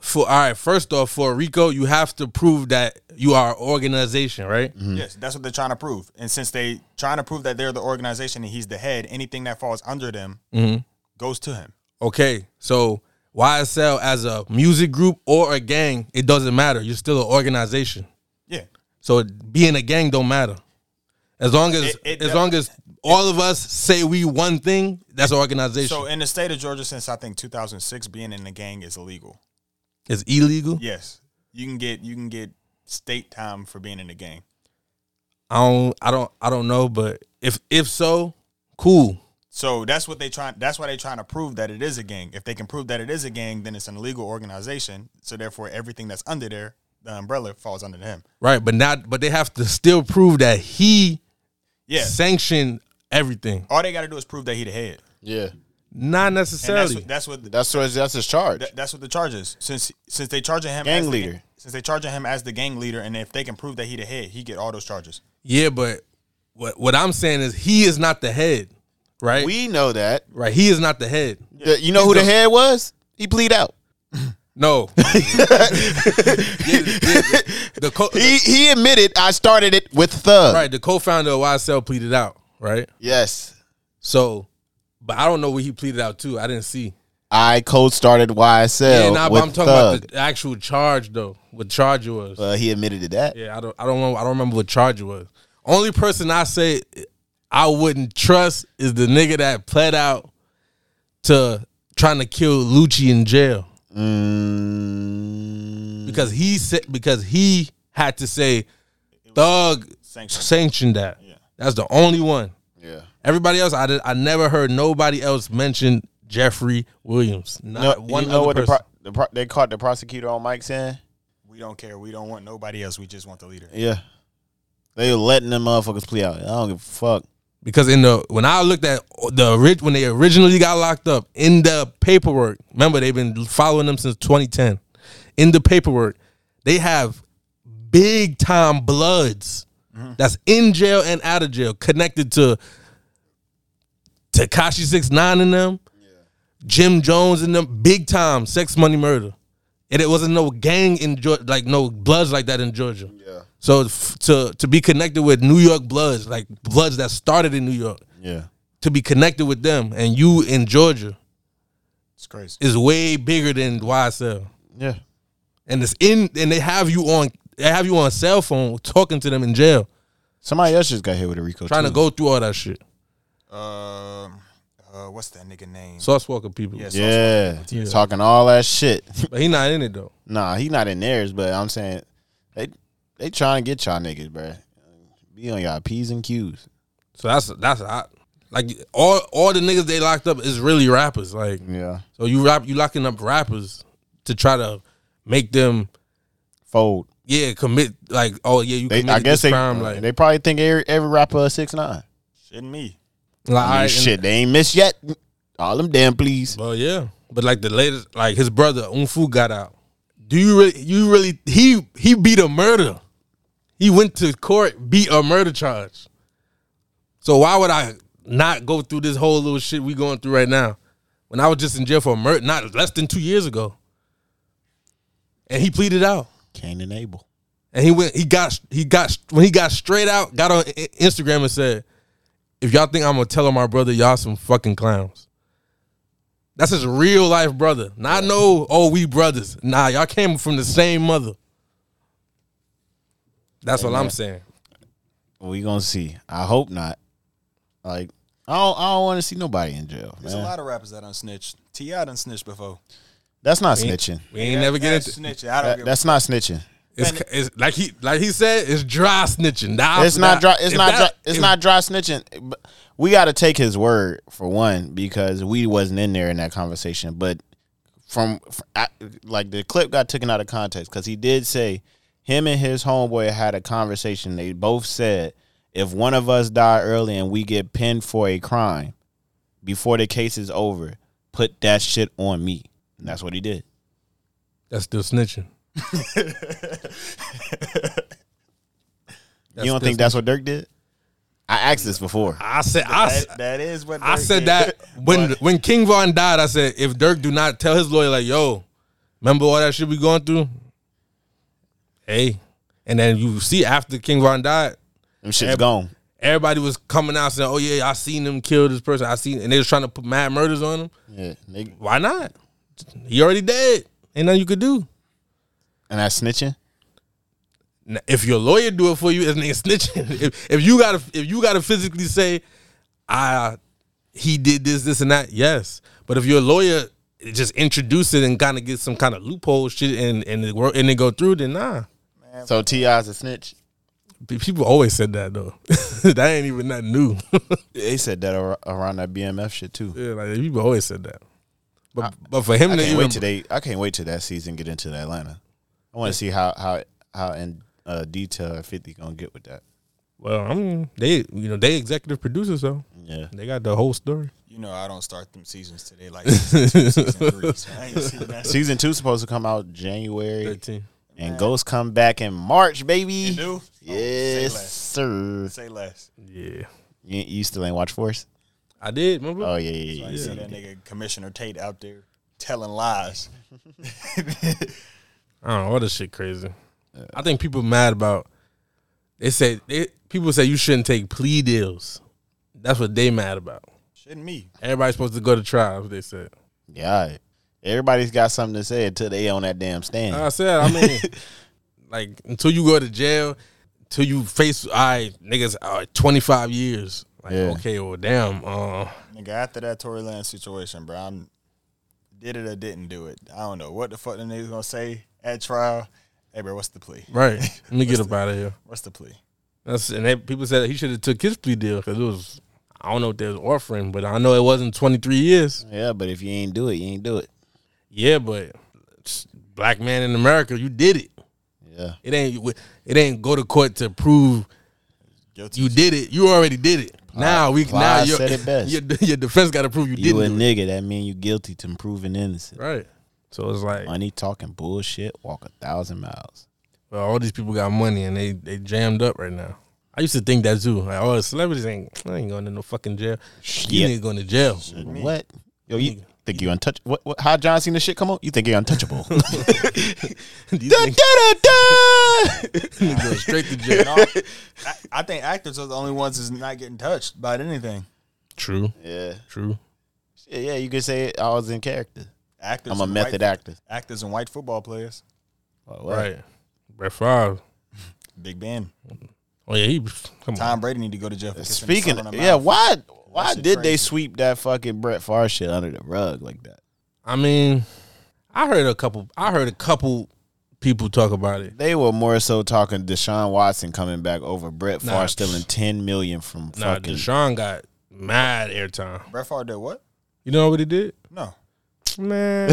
[SPEAKER 1] for all right, first off, for Rico, you have to prove that you are an organization, right?
[SPEAKER 8] Yes, that's what they're trying to prove. And since they trying to prove that they're the organization and he's the head, anything that falls under them goes to him.
[SPEAKER 1] Okay. So YSL as a music group or a gang, it doesn't matter. You're still an organization.
[SPEAKER 8] Yeah.
[SPEAKER 1] So being a gang don't matter. As long as
[SPEAKER 8] It- it
[SPEAKER 1] as
[SPEAKER 8] do-
[SPEAKER 1] long as all of us say we one thing, that's an organization.
[SPEAKER 8] So in the state of Georgia, since I think 2006, being in the gang is illegal.
[SPEAKER 1] it's illegal.
[SPEAKER 8] Yes, you can get you can get state time for being in the gang.
[SPEAKER 1] I don't I don't I don't know, but if if so, cool.
[SPEAKER 8] So that's what they trying. That's why they trying to prove that it is a gang. If they can prove that it is a gang, then it's an illegal organization. So therefore, everything that's under there, the umbrella falls under him.
[SPEAKER 1] Right, but not but they have to still prove that he
[SPEAKER 8] Yeah.
[SPEAKER 1] sanctioned everything.
[SPEAKER 8] All they got to do is prove that he the head.
[SPEAKER 2] Yeah,
[SPEAKER 1] Not
[SPEAKER 8] And that's
[SPEAKER 1] necessarily.
[SPEAKER 8] what, that's what the,
[SPEAKER 2] that's what that's his charge.
[SPEAKER 8] that- that's what the charge is. Since since they charging him
[SPEAKER 2] Gang
[SPEAKER 8] as the-
[SPEAKER 2] leader.
[SPEAKER 8] since they charging him as the gang leader, and if they can prove that he the head, he get all those charges.
[SPEAKER 1] yeah, but what what I'm saying is he is not the head. Right?
[SPEAKER 2] we know that.
[SPEAKER 1] right. He is not the head.
[SPEAKER 2] Th- You know who the head was? He plead out.
[SPEAKER 8] *laughs*
[SPEAKER 1] No. *laughs* Yeah, yeah, the co-
[SPEAKER 2] He he admitted I started it with Thug.
[SPEAKER 1] Right, the co-founder of YSL pleaded out, right?
[SPEAKER 2] Yes,
[SPEAKER 1] So, but I don't know what he pleaded out to. I didn't see.
[SPEAKER 2] I co-started YSL
[SPEAKER 1] yeah, nah,
[SPEAKER 2] with
[SPEAKER 1] but I'm talking
[SPEAKER 2] Thug.
[SPEAKER 1] about the actual charge though. What charge it was?
[SPEAKER 2] uh, he admitted to that.
[SPEAKER 1] yeah, I don't, I don't, know, I don't remember what charge it was. Only person I say I wouldn't trust is the nigga that pled out to trying to kill Lucci in jail
[SPEAKER 2] Mm,
[SPEAKER 1] because he said because he had to say Thug
[SPEAKER 8] Sanctioned.
[SPEAKER 1] sanctioned that. That's the only one.
[SPEAKER 2] yeah.
[SPEAKER 1] Everybody else, I did, I never heard nobody else mention Jeffrey Williams. Not
[SPEAKER 2] No,
[SPEAKER 1] one
[SPEAKER 2] you know
[SPEAKER 1] other
[SPEAKER 2] what the,
[SPEAKER 1] person.
[SPEAKER 2] pro- the pro- they caught the prosecutor on Mike saying?
[SPEAKER 8] We don't care. We don't want nobody else. We just want the leader.
[SPEAKER 2] Yeah, they letting them motherfuckers play out. I don't give a fuck.
[SPEAKER 1] because in the when I looked at the orig- when they originally got locked up in the paperwork, remember they've been following them since 2010. In the paperwork, they have big time bloods that's in jail and out of jail connected to Takashi Six Nine and them, Jim Jones and them, big time sex money murder. And it wasn't no gang in Georgia, like no bloods like that in Georgia. Yeah. So f- to to be connected with New York bloods, like bloods that started in New York,
[SPEAKER 2] Yeah,
[SPEAKER 1] to be connected with them and you in Georgia
[SPEAKER 8] It's crazy.
[SPEAKER 1] is way bigger than YSL.
[SPEAKER 2] yeah.
[SPEAKER 1] And it's in and they have you on they have you on cell phone talking to them in jail,
[SPEAKER 2] Somebody else just got hit with a Rico.
[SPEAKER 1] trying to
[SPEAKER 2] too.
[SPEAKER 1] go through all that shit.
[SPEAKER 8] Um, uh, what's that nigga name?
[SPEAKER 1] Sauce Walker people.
[SPEAKER 8] Yes.
[SPEAKER 2] Yeah.
[SPEAKER 1] Yeah.
[SPEAKER 2] talking all that shit. *laughs*
[SPEAKER 1] But he not in it though.
[SPEAKER 2] nah, he not in theirs, but I'm saying they they trying to get y'all niggas, bruh. Be on y'all p's and q's.
[SPEAKER 1] So that's that's I, like all all the niggas they locked up is really rappers. Like
[SPEAKER 2] Yeah,
[SPEAKER 1] so you rap you locking up rappers to try to make them
[SPEAKER 2] fold.
[SPEAKER 1] yeah commit like oh yeah you
[SPEAKER 2] They,
[SPEAKER 1] committed
[SPEAKER 2] I guess
[SPEAKER 1] this
[SPEAKER 2] they Mm.
[SPEAKER 1] crime like,
[SPEAKER 2] they probably think every, every rapper is six nine.
[SPEAKER 8] Shouldn't me.
[SPEAKER 1] like, all right,
[SPEAKER 2] shit, they ain't missed yet. All them damn please.
[SPEAKER 1] Well, yeah, but like the latest, like his brother Unfu got out. Do you really? You really? He he beat a murder. He went to court, beat a murder charge. So why would I not go through this whole little shit we going through right now? When I was just in jail for a murder, not less than two years ago, and he pleaded out,
[SPEAKER 2] Cain and Abel.
[SPEAKER 1] and he went. He got he got when he got straight out, got on I- Instagram and said, "If y'all think I'm gonna tell on my brother, y'all some fucking clowns." That's his real life brother. Not no, oh, we brothers. Nah, y'all came from the same mother. That's what I'm saying.
[SPEAKER 2] We gonna see. I hope not. Like I don't, I don't want to see nobody in jail.
[SPEAKER 8] There's
[SPEAKER 2] man.
[SPEAKER 8] a lot of rappers that done snitched. Ti done snitched before.
[SPEAKER 2] That's not
[SPEAKER 1] We ain't-
[SPEAKER 2] snitching.
[SPEAKER 1] We ain't never get
[SPEAKER 8] That's
[SPEAKER 1] into
[SPEAKER 8] snitching. I don't
[SPEAKER 2] That-
[SPEAKER 8] give a
[SPEAKER 2] that's not snitching.
[SPEAKER 1] it's, it's like he like he said, it's dry snitching. Nah,
[SPEAKER 2] It's not dry. It's
[SPEAKER 1] if
[SPEAKER 2] not.
[SPEAKER 1] that-
[SPEAKER 2] dry, it's
[SPEAKER 1] if-
[SPEAKER 2] not dry snitching. But We got to take his word for one because we wasn't in there in that conversation. But from, f I like the clip got taken out of context because he did say him and his homeboy had a conversation. They both said if one of us die early and we get pinned for a crime before the case is over, put that shit on me. And that's what he did.
[SPEAKER 1] That's still snitching.
[SPEAKER 2] you don't think that's what Dirk did? I asked this before.
[SPEAKER 1] I said I, s-
[SPEAKER 8] that, that is what
[SPEAKER 1] I
[SPEAKER 8] Drake
[SPEAKER 1] said
[SPEAKER 8] did.
[SPEAKER 1] that when when King Von died, I said if Dirk do not tell his lawyer like, yo, remember all that shit we going through? Hey. And then you see after King Von died,
[SPEAKER 2] Them shit's gone.
[SPEAKER 1] everybody was coming out saying, "Oh yeah, I seen him kill this person. I seen," and they was trying to put mad murders on him.
[SPEAKER 2] Yeah, nigga.
[SPEAKER 1] Why not? He already dead. Ain't nothing you could do.
[SPEAKER 2] and that's snitching.
[SPEAKER 1] Now, if your lawyer do it for you, it's nigga snitching. *laughs* if, if you gotta, if you gotta physically say, "I, he did this, this, and that," yes. But if your lawyer just introduce it and kind of get some kind of loophole shit and and it wor- and they go through, then nah.
[SPEAKER 2] So Ti's a snitch.
[SPEAKER 1] Pe- People always said that though. *laughs* that ain't even nothing new. *laughs*
[SPEAKER 2] They said that ar- around that BMF shit too.
[SPEAKER 1] yeah, like people always said that. But but for him
[SPEAKER 2] I
[SPEAKER 1] to
[SPEAKER 2] can't
[SPEAKER 1] even
[SPEAKER 2] wait today. I can't wait till that season get into Atlanta. I want to see how how how in uh, detail Fifty gonna get with that.
[SPEAKER 1] *laughs* Well, I mean, they you know they executive producers though.
[SPEAKER 2] Yeah,
[SPEAKER 1] They got the whole story.
[SPEAKER 8] You know, I don't start them seasons
[SPEAKER 1] *laughs*
[SPEAKER 8] today like season two, season three. So I ain't seen that. *laughs*
[SPEAKER 2] season two supposed to come out January,
[SPEAKER 1] Thirteen.
[SPEAKER 2] and Ghost come back in March, baby.
[SPEAKER 8] You do? Oh,
[SPEAKER 2] Yes,
[SPEAKER 8] less.
[SPEAKER 2] sir.
[SPEAKER 8] Say less.
[SPEAKER 1] Yeah,
[SPEAKER 2] You, you still ain't watch Force?
[SPEAKER 1] I did. Remember?
[SPEAKER 2] Oh yeah, yeah,
[SPEAKER 8] I
[SPEAKER 2] yeah.
[SPEAKER 8] see that nigga Commissioner Tate out there telling lies.
[SPEAKER 1] I don't know. All this shit crazy. I think people mad about. They say they, people say you shouldn't take plea deals. That's what they mad about.
[SPEAKER 8] Shouldn't me.
[SPEAKER 1] Everybody's supposed to go to trial. They said.
[SPEAKER 2] yeah. all right. Everybody's got something to say until they on that damn stand.
[SPEAKER 1] Like I said, I *laughs* mean, like until you go to jail, till you face I niggas uh, twenty five years. Like
[SPEAKER 2] Yeah.
[SPEAKER 1] okay, well damn. Uh,
[SPEAKER 8] Nigga, after that Tory Lanez situation, bro, I'm did it or didn't do it. I don't know what the fuck the niggas gonna say at trial. Hey, bro, what's the plea?
[SPEAKER 1] right. Let me get up out of here.
[SPEAKER 2] *laughs*
[SPEAKER 8] What's the plea?
[SPEAKER 1] That's and they, people said he should have took his plea deal because it was I I don't know if there's orphan, but I know it wasn't 23 years.
[SPEAKER 2] Yeah, but if you ain't do it, you ain't do it.
[SPEAKER 1] Yeah, but it's black man in America, you did it.
[SPEAKER 2] Yeah.
[SPEAKER 1] It ain't it ain't go to court to prove
[SPEAKER 8] Guilty.
[SPEAKER 1] you did it. You already did it. now we
[SPEAKER 2] Ply
[SPEAKER 1] now your,
[SPEAKER 2] said it
[SPEAKER 1] *laughs*
[SPEAKER 2] best.
[SPEAKER 1] your your defense got to prove you,
[SPEAKER 2] You a
[SPEAKER 1] didn't. do it.
[SPEAKER 2] nigga, that mean you guilty to proving innocent.
[SPEAKER 1] Right. So it's like
[SPEAKER 2] Money talking bullshit, walk a thousand miles.
[SPEAKER 1] well, all these people got money and they they jammed up right now. I used to think that too. Like, oh, celebrities ain't I ain't going to no fucking jail. You
[SPEAKER 2] Yeah.
[SPEAKER 1] ain't going to jail.
[SPEAKER 2] What? Yo, you think you untouchable? What, what, how John Cena shit come on? You think
[SPEAKER 1] *laughs*
[SPEAKER 2] you're untouchable? *laughs*
[SPEAKER 1] *laughs*
[SPEAKER 2] da,
[SPEAKER 1] These
[SPEAKER 2] da,
[SPEAKER 1] niggas *laughs*
[SPEAKER 2] da, da.
[SPEAKER 1] go straight to
[SPEAKER 2] *laughs*
[SPEAKER 1] jail.
[SPEAKER 8] No, I, I think actors are the only ones that's not getting touched by anything.
[SPEAKER 1] True.
[SPEAKER 2] yeah.
[SPEAKER 1] True.
[SPEAKER 2] Yeah, yeah, you could say it. I was in character.
[SPEAKER 8] Actors,
[SPEAKER 2] I'm a
[SPEAKER 8] and
[SPEAKER 2] method
[SPEAKER 8] white,
[SPEAKER 2] actor.
[SPEAKER 8] Actors and white football players.
[SPEAKER 2] Oh, what?
[SPEAKER 1] Right. Brett Favre.
[SPEAKER 8] Big Ben,
[SPEAKER 1] Oh yeah, he come on.
[SPEAKER 8] Tom Brady need to go to jail. For kissing
[SPEAKER 2] Speaking,
[SPEAKER 8] the sun on the
[SPEAKER 2] yeah,
[SPEAKER 8] mouth.
[SPEAKER 2] why why
[SPEAKER 8] shit
[SPEAKER 2] did they
[SPEAKER 8] crazy.
[SPEAKER 2] sweep that fucking Brett Favre shit under the rug like that?
[SPEAKER 1] I mean, I heard a couple. I heard a couple people talk about it.
[SPEAKER 2] They were more so talking Deshaun Watson coming back over Brett
[SPEAKER 1] Nah,
[SPEAKER 2] Favre stealing ten million from
[SPEAKER 1] Nah,
[SPEAKER 2] fucking.
[SPEAKER 1] Deshaun got mad airtime.
[SPEAKER 8] Brett Favre did what?
[SPEAKER 1] You know what he did?
[SPEAKER 8] No,
[SPEAKER 1] Man.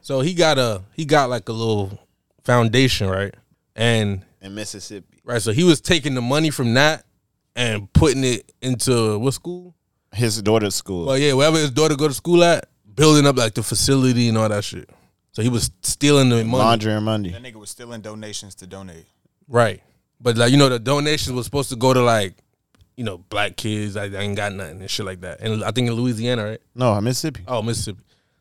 [SPEAKER 1] so he got a he got like a little foundation, right? And
[SPEAKER 2] in Mississippi.
[SPEAKER 1] right, so he was taking the money from that and putting it into what school?
[SPEAKER 2] His daughter's school.
[SPEAKER 1] Well, yeah, wherever his daughter go to school at, building up like the facility and all that shit. So he was stealing the money,
[SPEAKER 2] Laundry and Monday.
[SPEAKER 8] that nigga was stealing donations to donate.
[SPEAKER 1] right? But like you know, the donations was supposed to go to like you know black kids. I, I ain't got nothing and shit like that. And I think in Louisiana, right?
[SPEAKER 2] No, Mississippi.
[SPEAKER 1] Oh, Mississippi.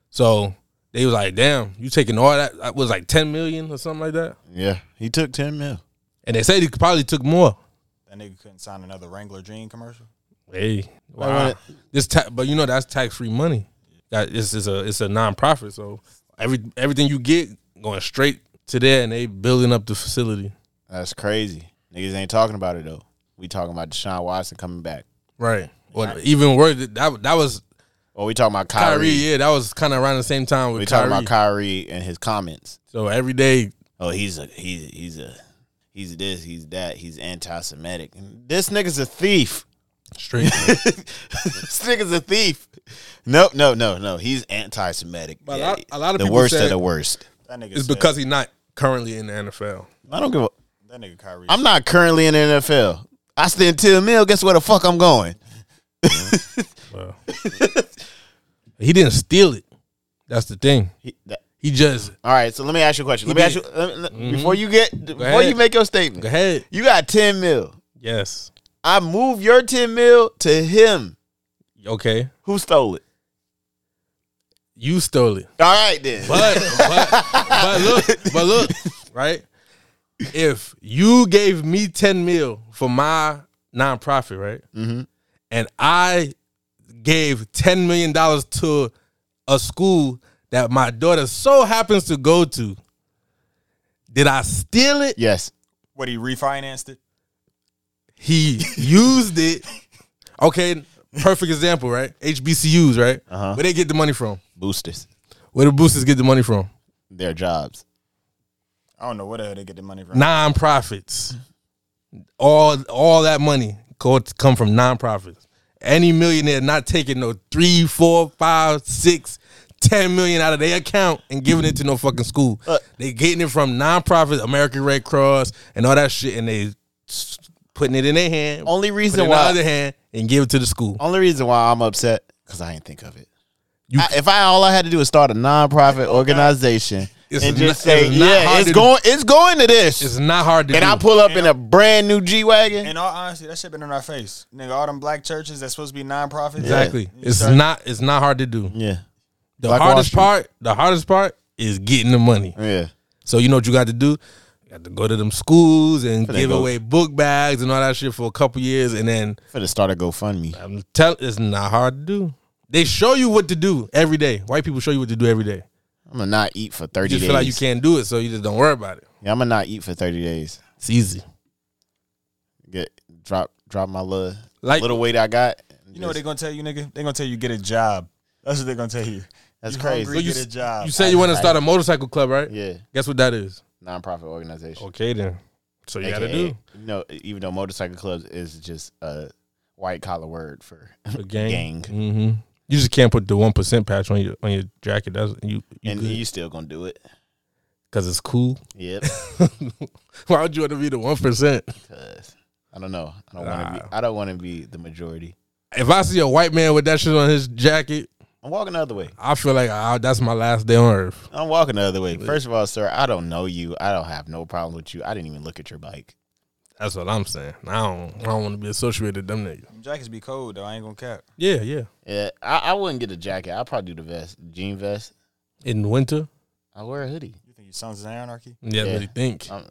[SPEAKER 1] So they was like, damn, you taking all that? That was like ten million or something like that.
[SPEAKER 2] Yeah, he took ten mil.
[SPEAKER 1] And they said he probably took more.
[SPEAKER 8] That nigga couldn't sign another Wrangler Dream commercial.
[SPEAKER 1] Hey, wow.
[SPEAKER 2] wanna-
[SPEAKER 1] This ta- but you know that's tax free money. That this is a it's a nonprofit, so every everything you get going straight to there, and they building up the facility.
[SPEAKER 2] That's crazy. Niggas ain't talking about it though. We talking about Deshaun Watson coming back,
[SPEAKER 1] Right. Or even worse, that that was
[SPEAKER 2] or we talking about Kyrie.
[SPEAKER 1] Kyrie. Yeah, that was kind of around the same time with
[SPEAKER 2] We
[SPEAKER 1] Kyrie.
[SPEAKER 2] talking about Kyrie and his comments.
[SPEAKER 1] so every day,
[SPEAKER 2] Oh, he's a he's he's a he's this, he's that, he's anti-Semitic. This nigga's a thief. *laughs*
[SPEAKER 1] *laughs* straight.
[SPEAKER 2] this nigga's a thief. No, no, no, no. He's anti-Semitic.
[SPEAKER 1] But a lot- a lot of
[SPEAKER 2] the
[SPEAKER 1] people
[SPEAKER 2] worst
[SPEAKER 1] said-
[SPEAKER 2] of the worst.
[SPEAKER 8] That nigga.
[SPEAKER 1] it's
[SPEAKER 8] said-
[SPEAKER 1] because he's not currently in the NFL.
[SPEAKER 2] I don't give. a
[SPEAKER 8] that nigga Kyrie.
[SPEAKER 2] I'm not currently in the NFL. I spend ten mil. Guess where the fuck I'm going?
[SPEAKER 1] Well, he didn't steal it. That's the thing.
[SPEAKER 2] He- that-
[SPEAKER 1] He just
[SPEAKER 2] all right. So let me ask you a question. Let me
[SPEAKER 1] He
[SPEAKER 2] ask you
[SPEAKER 1] did.
[SPEAKER 2] let me- let- before you get before
[SPEAKER 1] ahead.
[SPEAKER 2] you make your statement.
[SPEAKER 1] go ahead.
[SPEAKER 2] You got ten mil.
[SPEAKER 1] Yes.
[SPEAKER 2] I move your ten mil to him
[SPEAKER 1] Okay.
[SPEAKER 2] who stole it.
[SPEAKER 1] You stole it.
[SPEAKER 2] All right then.
[SPEAKER 1] But but, but look, but look, right? If you gave me 10 mil for my nonprofit, right? And I gave 10 million dollars to a school that my daughter so happens to go to, did I steal it?
[SPEAKER 2] Yes.
[SPEAKER 8] what he refinanced it.
[SPEAKER 1] he used it. Okay, perfect example, right? HBCUs, right?
[SPEAKER 2] Uh-huh.
[SPEAKER 1] Where they get the money from?
[SPEAKER 2] Boosters.
[SPEAKER 1] Where the boosters get the money from?
[SPEAKER 2] Their jobs.
[SPEAKER 8] I don't know where the hell they get the money from.
[SPEAKER 1] Nonprofits. All all that money go- come from nonprofits. Any millionaire not taking no three, four, five, six, ten million out of their account and giving it to no fucking school.
[SPEAKER 2] Look.
[SPEAKER 1] They getting it from nonprofits, American Red Cross, and all that shit, and they s- putting it in their hand.
[SPEAKER 2] Only
[SPEAKER 1] put it
[SPEAKER 2] reason
[SPEAKER 1] in the
[SPEAKER 2] why
[SPEAKER 1] other hand and give it to the school.
[SPEAKER 2] only reason why I'm upset because I didn't think of it.
[SPEAKER 1] You-
[SPEAKER 2] I- if I all I had to do is start a nonprofit organization
[SPEAKER 1] It's
[SPEAKER 2] and
[SPEAKER 1] not-
[SPEAKER 2] just say
[SPEAKER 1] it's not hard
[SPEAKER 2] yeah, it's
[SPEAKER 1] to do."
[SPEAKER 2] going it's going to this,
[SPEAKER 1] It's not hard to
[SPEAKER 2] and
[SPEAKER 1] do.
[SPEAKER 2] I pull up in a brand new G wagon.
[SPEAKER 8] In all honesty, that shit been in our face, nigga. All them black churches that's supposed to be nonprofits.
[SPEAKER 1] Exactly. It's not. It's not hard to do.
[SPEAKER 2] Yeah,
[SPEAKER 1] The
[SPEAKER 2] Like Wall
[SPEAKER 1] hardest
[SPEAKER 2] Street.
[SPEAKER 1] part. The hardest part is getting the money.
[SPEAKER 2] yeah.
[SPEAKER 1] So you know what you got to do. You got to go to them schools and
[SPEAKER 2] Finna
[SPEAKER 1] give
[SPEAKER 2] go-
[SPEAKER 1] away book bags and all that shit for a couple years, and then
[SPEAKER 2] For the start a GoFundMe.
[SPEAKER 1] I'm tell it's not hard to do. They show you what to do every day. White people show you what to do every day.
[SPEAKER 2] I'm gonna not eat for
[SPEAKER 1] You
[SPEAKER 2] thirty
[SPEAKER 1] just
[SPEAKER 2] days.
[SPEAKER 1] feel like you can't do it, so you just don't worry about it.
[SPEAKER 2] Yeah, I'm gonna not eat for thirty days.
[SPEAKER 1] It's easy.
[SPEAKER 2] Get drop drop my little
[SPEAKER 1] Like
[SPEAKER 2] little weight I got.
[SPEAKER 8] You know what they gonna tell you, nigga? They gonna tell you get a job. That's what they gonna tell you.
[SPEAKER 2] That's
[SPEAKER 8] you
[SPEAKER 2] crazy.
[SPEAKER 8] Hungry,
[SPEAKER 1] you
[SPEAKER 8] get
[SPEAKER 1] s-
[SPEAKER 8] a job.
[SPEAKER 1] you say, you want to start a motorcycle club, right?
[SPEAKER 2] yeah,
[SPEAKER 1] Guess what that is?
[SPEAKER 2] nonprofit organization.
[SPEAKER 1] Okay then. So Oh, you got to
[SPEAKER 2] AKA,
[SPEAKER 1] do.
[SPEAKER 2] No, even though motorcycle clubs is just a white collar word for
[SPEAKER 1] A gang.
[SPEAKER 2] gang.
[SPEAKER 1] hmm You just can't put the one percent patch on your on your jacket. That's you
[SPEAKER 2] and
[SPEAKER 1] because
[SPEAKER 2] you still gonna do it.
[SPEAKER 1] it's cool. *laughs*
[SPEAKER 2] Yep.
[SPEAKER 1] Why would you want to be the one percent?
[SPEAKER 2] Cause I don't know. I don't want to be. I don't want to be the majority.
[SPEAKER 1] If I see a white man with that shit on his jacket,
[SPEAKER 2] I'm walking the other way.
[SPEAKER 1] I feel like ah, that's my last day on earth.
[SPEAKER 2] I'm walking the other way. First of all, sir, I don't know you. I don't have no problem with you. I didn't even look at your bike.
[SPEAKER 1] That's what I'm saying. I don't. I don't want to be associated with them niggas.
[SPEAKER 8] Them Jackets be cold though. I ain't gonna cap.
[SPEAKER 1] Yeah, yeah.
[SPEAKER 2] Yeah, I, I wouldn't get a jacket. I'd probably do the vest, jean vest.
[SPEAKER 1] In winter,
[SPEAKER 2] I wear a hoodie.
[SPEAKER 8] You think your son's an anarchy?
[SPEAKER 1] yeah,
[SPEAKER 2] Yeah. Uh,
[SPEAKER 1] really think.
[SPEAKER 2] I'm,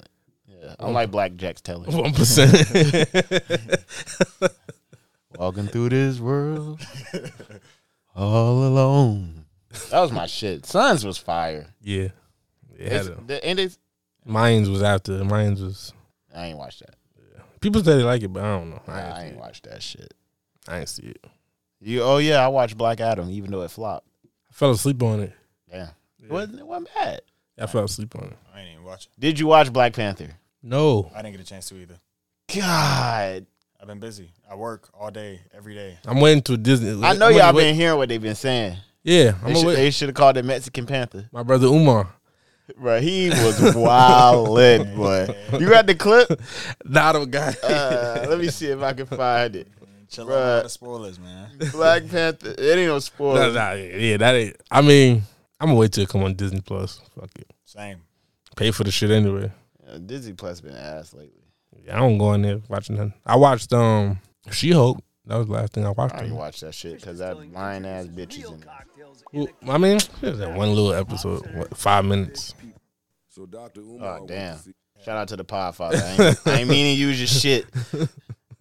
[SPEAKER 2] yeah, I'm like Black Jack's Teller.
[SPEAKER 1] *laughs* One percent.
[SPEAKER 2] *laughs* Walking through this world all alone. That was my shit. Sons was fire.
[SPEAKER 1] Yeah. It had
[SPEAKER 2] It's-
[SPEAKER 1] a-
[SPEAKER 2] the- and it's,
[SPEAKER 1] Mines was after. Mines was.
[SPEAKER 2] I ain't watched that.
[SPEAKER 1] People say they like it, but I don't know. I ain't,
[SPEAKER 2] I, ain't
[SPEAKER 1] see
[SPEAKER 2] watched that shit.
[SPEAKER 1] it. I ain't see it.
[SPEAKER 2] You? Oh yeah, I watched Black Adam, even though it flopped.
[SPEAKER 1] I fell asleep on it.
[SPEAKER 2] Damn, It, wasn't, it wasn't bad.
[SPEAKER 1] I fell asleep on it.
[SPEAKER 8] I ain't even watching.
[SPEAKER 2] Did you watch Black Panther?
[SPEAKER 1] No,
[SPEAKER 8] I didn't get a chance to either.
[SPEAKER 2] God,
[SPEAKER 8] I've been busy. I work all day, every day.
[SPEAKER 1] I'm waiting to Disney.
[SPEAKER 2] I know
[SPEAKER 1] I'm
[SPEAKER 2] y'all
[SPEAKER 1] wait-
[SPEAKER 2] been hearing what they've been saying.
[SPEAKER 1] Yeah, I'm
[SPEAKER 2] They
[SPEAKER 1] gonna
[SPEAKER 2] should,
[SPEAKER 1] wait.
[SPEAKER 2] they should have called it Mexican Panther,
[SPEAKER 1] My brother Umar.
[SPEAKER 2] bro. *laughs* He was wild, boy. You got the *laughs* clip?
[SPEAKER 1] Nah, the guy.
[SPEAKER 2] Uh, let me see if I can find it.
[SPEAKER 8] Chill
[SPEAKER 2] Bruh.
[SPEAKER 8] out all the spoilers, *laughs* man.
[SPEAKER 2] Black Panther. It ain't no
[SPEAKER 1] nah, *laughs*
[SPEAKER 2] spoiler.
[SPEAKER 1] nah, yeah, yeah, that ain't. I mean, I'm gonna wait till it come on Disney Plus. Fuck it.
[SPEAKER 8] Same.
[SPEAKER 1] Pay for the shit anyway.
[SPEAKER 2] Uh, Disney Plus been ass lately.
[SPEAKER 1] I don't go in there watching nothing. I watched um She Hulk. That was the last thing I
[SPEAKER 2] I
[SPEAKER 1] watched.
[SPEAKER 9] Mm-hmm.
[SPEAKER 2] already
[SPEAKER 1] on
[SPEAKER 2] watched that shit because that lying ass bitch is in there.
[SPEAKER 1] there. I mean, it was that one little episode, what, five minutes.
[SPEAKER 3] So Dr. Umar
[SPEAKER 2] Oh
[SPEAKER 3] went
[SPEAKER 2] damn!
[SPEAKER 3] to see-
[SPEAKER 2] Shout out to the Podfather. I ain't, I ain't mean to use your
[SPEAKER 9] *laughs*
[SPEAKER 2] shit.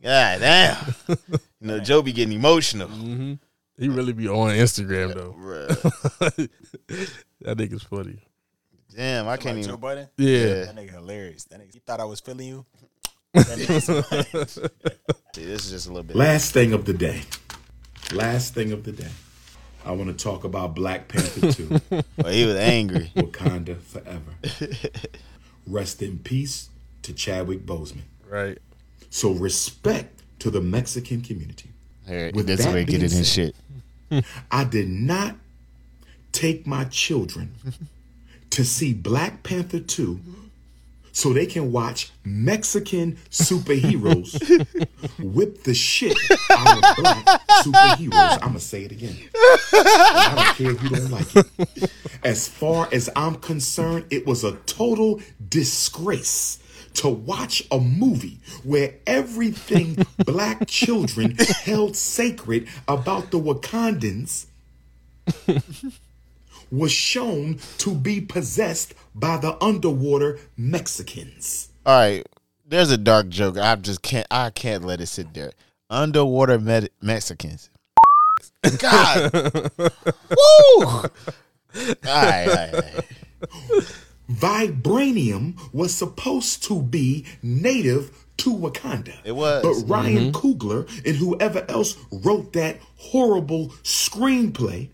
[SPEAKER 2] God damn! You know Joe be getting emotional.
[SPEAKER 9] Mm-hmm.
[SPEAKER 1] He really be on Instagram though. *laughs*
[SPEAKER 2] Bruh.
[SPEAKER 1] that nigga's funny.
[SPEAKER 2] Damn, I can't
[SPEAKER 8] Like Joe
[SPEAKER 2] even.
[SPEAKER 8] Budden.
[SPEAKER 1] Yeah.
[SPEAKER 8] That nigga hilarious. That nigga. He thought I was feeling you.
[SPEAKER 2] See, this is just a little bit.
[SPEAKER 9] Last thing of the day. Last thing of the day. I want to talk about Black Panther 2
[SPEAKER 2] But he was
[SPEAKER 9] *laughs*
[SPEAKER 2] angry.
[SPEAKER 9] Wakanda Forever. Rest in peace to Chadwick Boseman.
[SPEAKER 1] Right.
[SPEAKER 9] So, respect to the Mexican community.
[SPEAKER 2] Here,
[SPEAKER 9] With
[SPEAKER 2] this
[SPEAKER 9] that
[SPEAKER 2] way, get
[SPEAKER 9] being
[SPEAKER 2] in his
[SPEAKER 9] said-
[SPEAKER 2] shit.
[SPEAKER 9] I did not take my children to see Black Panther 2 so they can watch Mexican superheroes whip the shit out of black superheroes. I'm going to say it again. And I don't care if you don't like it. As far as I'm concerned, it was a total disgrace. To watch a movie where everything black children held sacred about the Wakandans was shown to be possessed by the underwater Mexicans.
[SPEAKER 2] All right, there's a dark joke. I just can't. I can't let it sit there. Underwater med- Mexicans. God.
[SPEAKER 1] *laughs*
[SPEAKER 2] Woo. All right, all right, all right.
[SPEAKER 9] Vibranium was supposed to be native to Wakanda.
[SPEAKER 2] It was.
[SPEAKER 9] But Ryan Coogler and whoever else wrote that horrible screenplay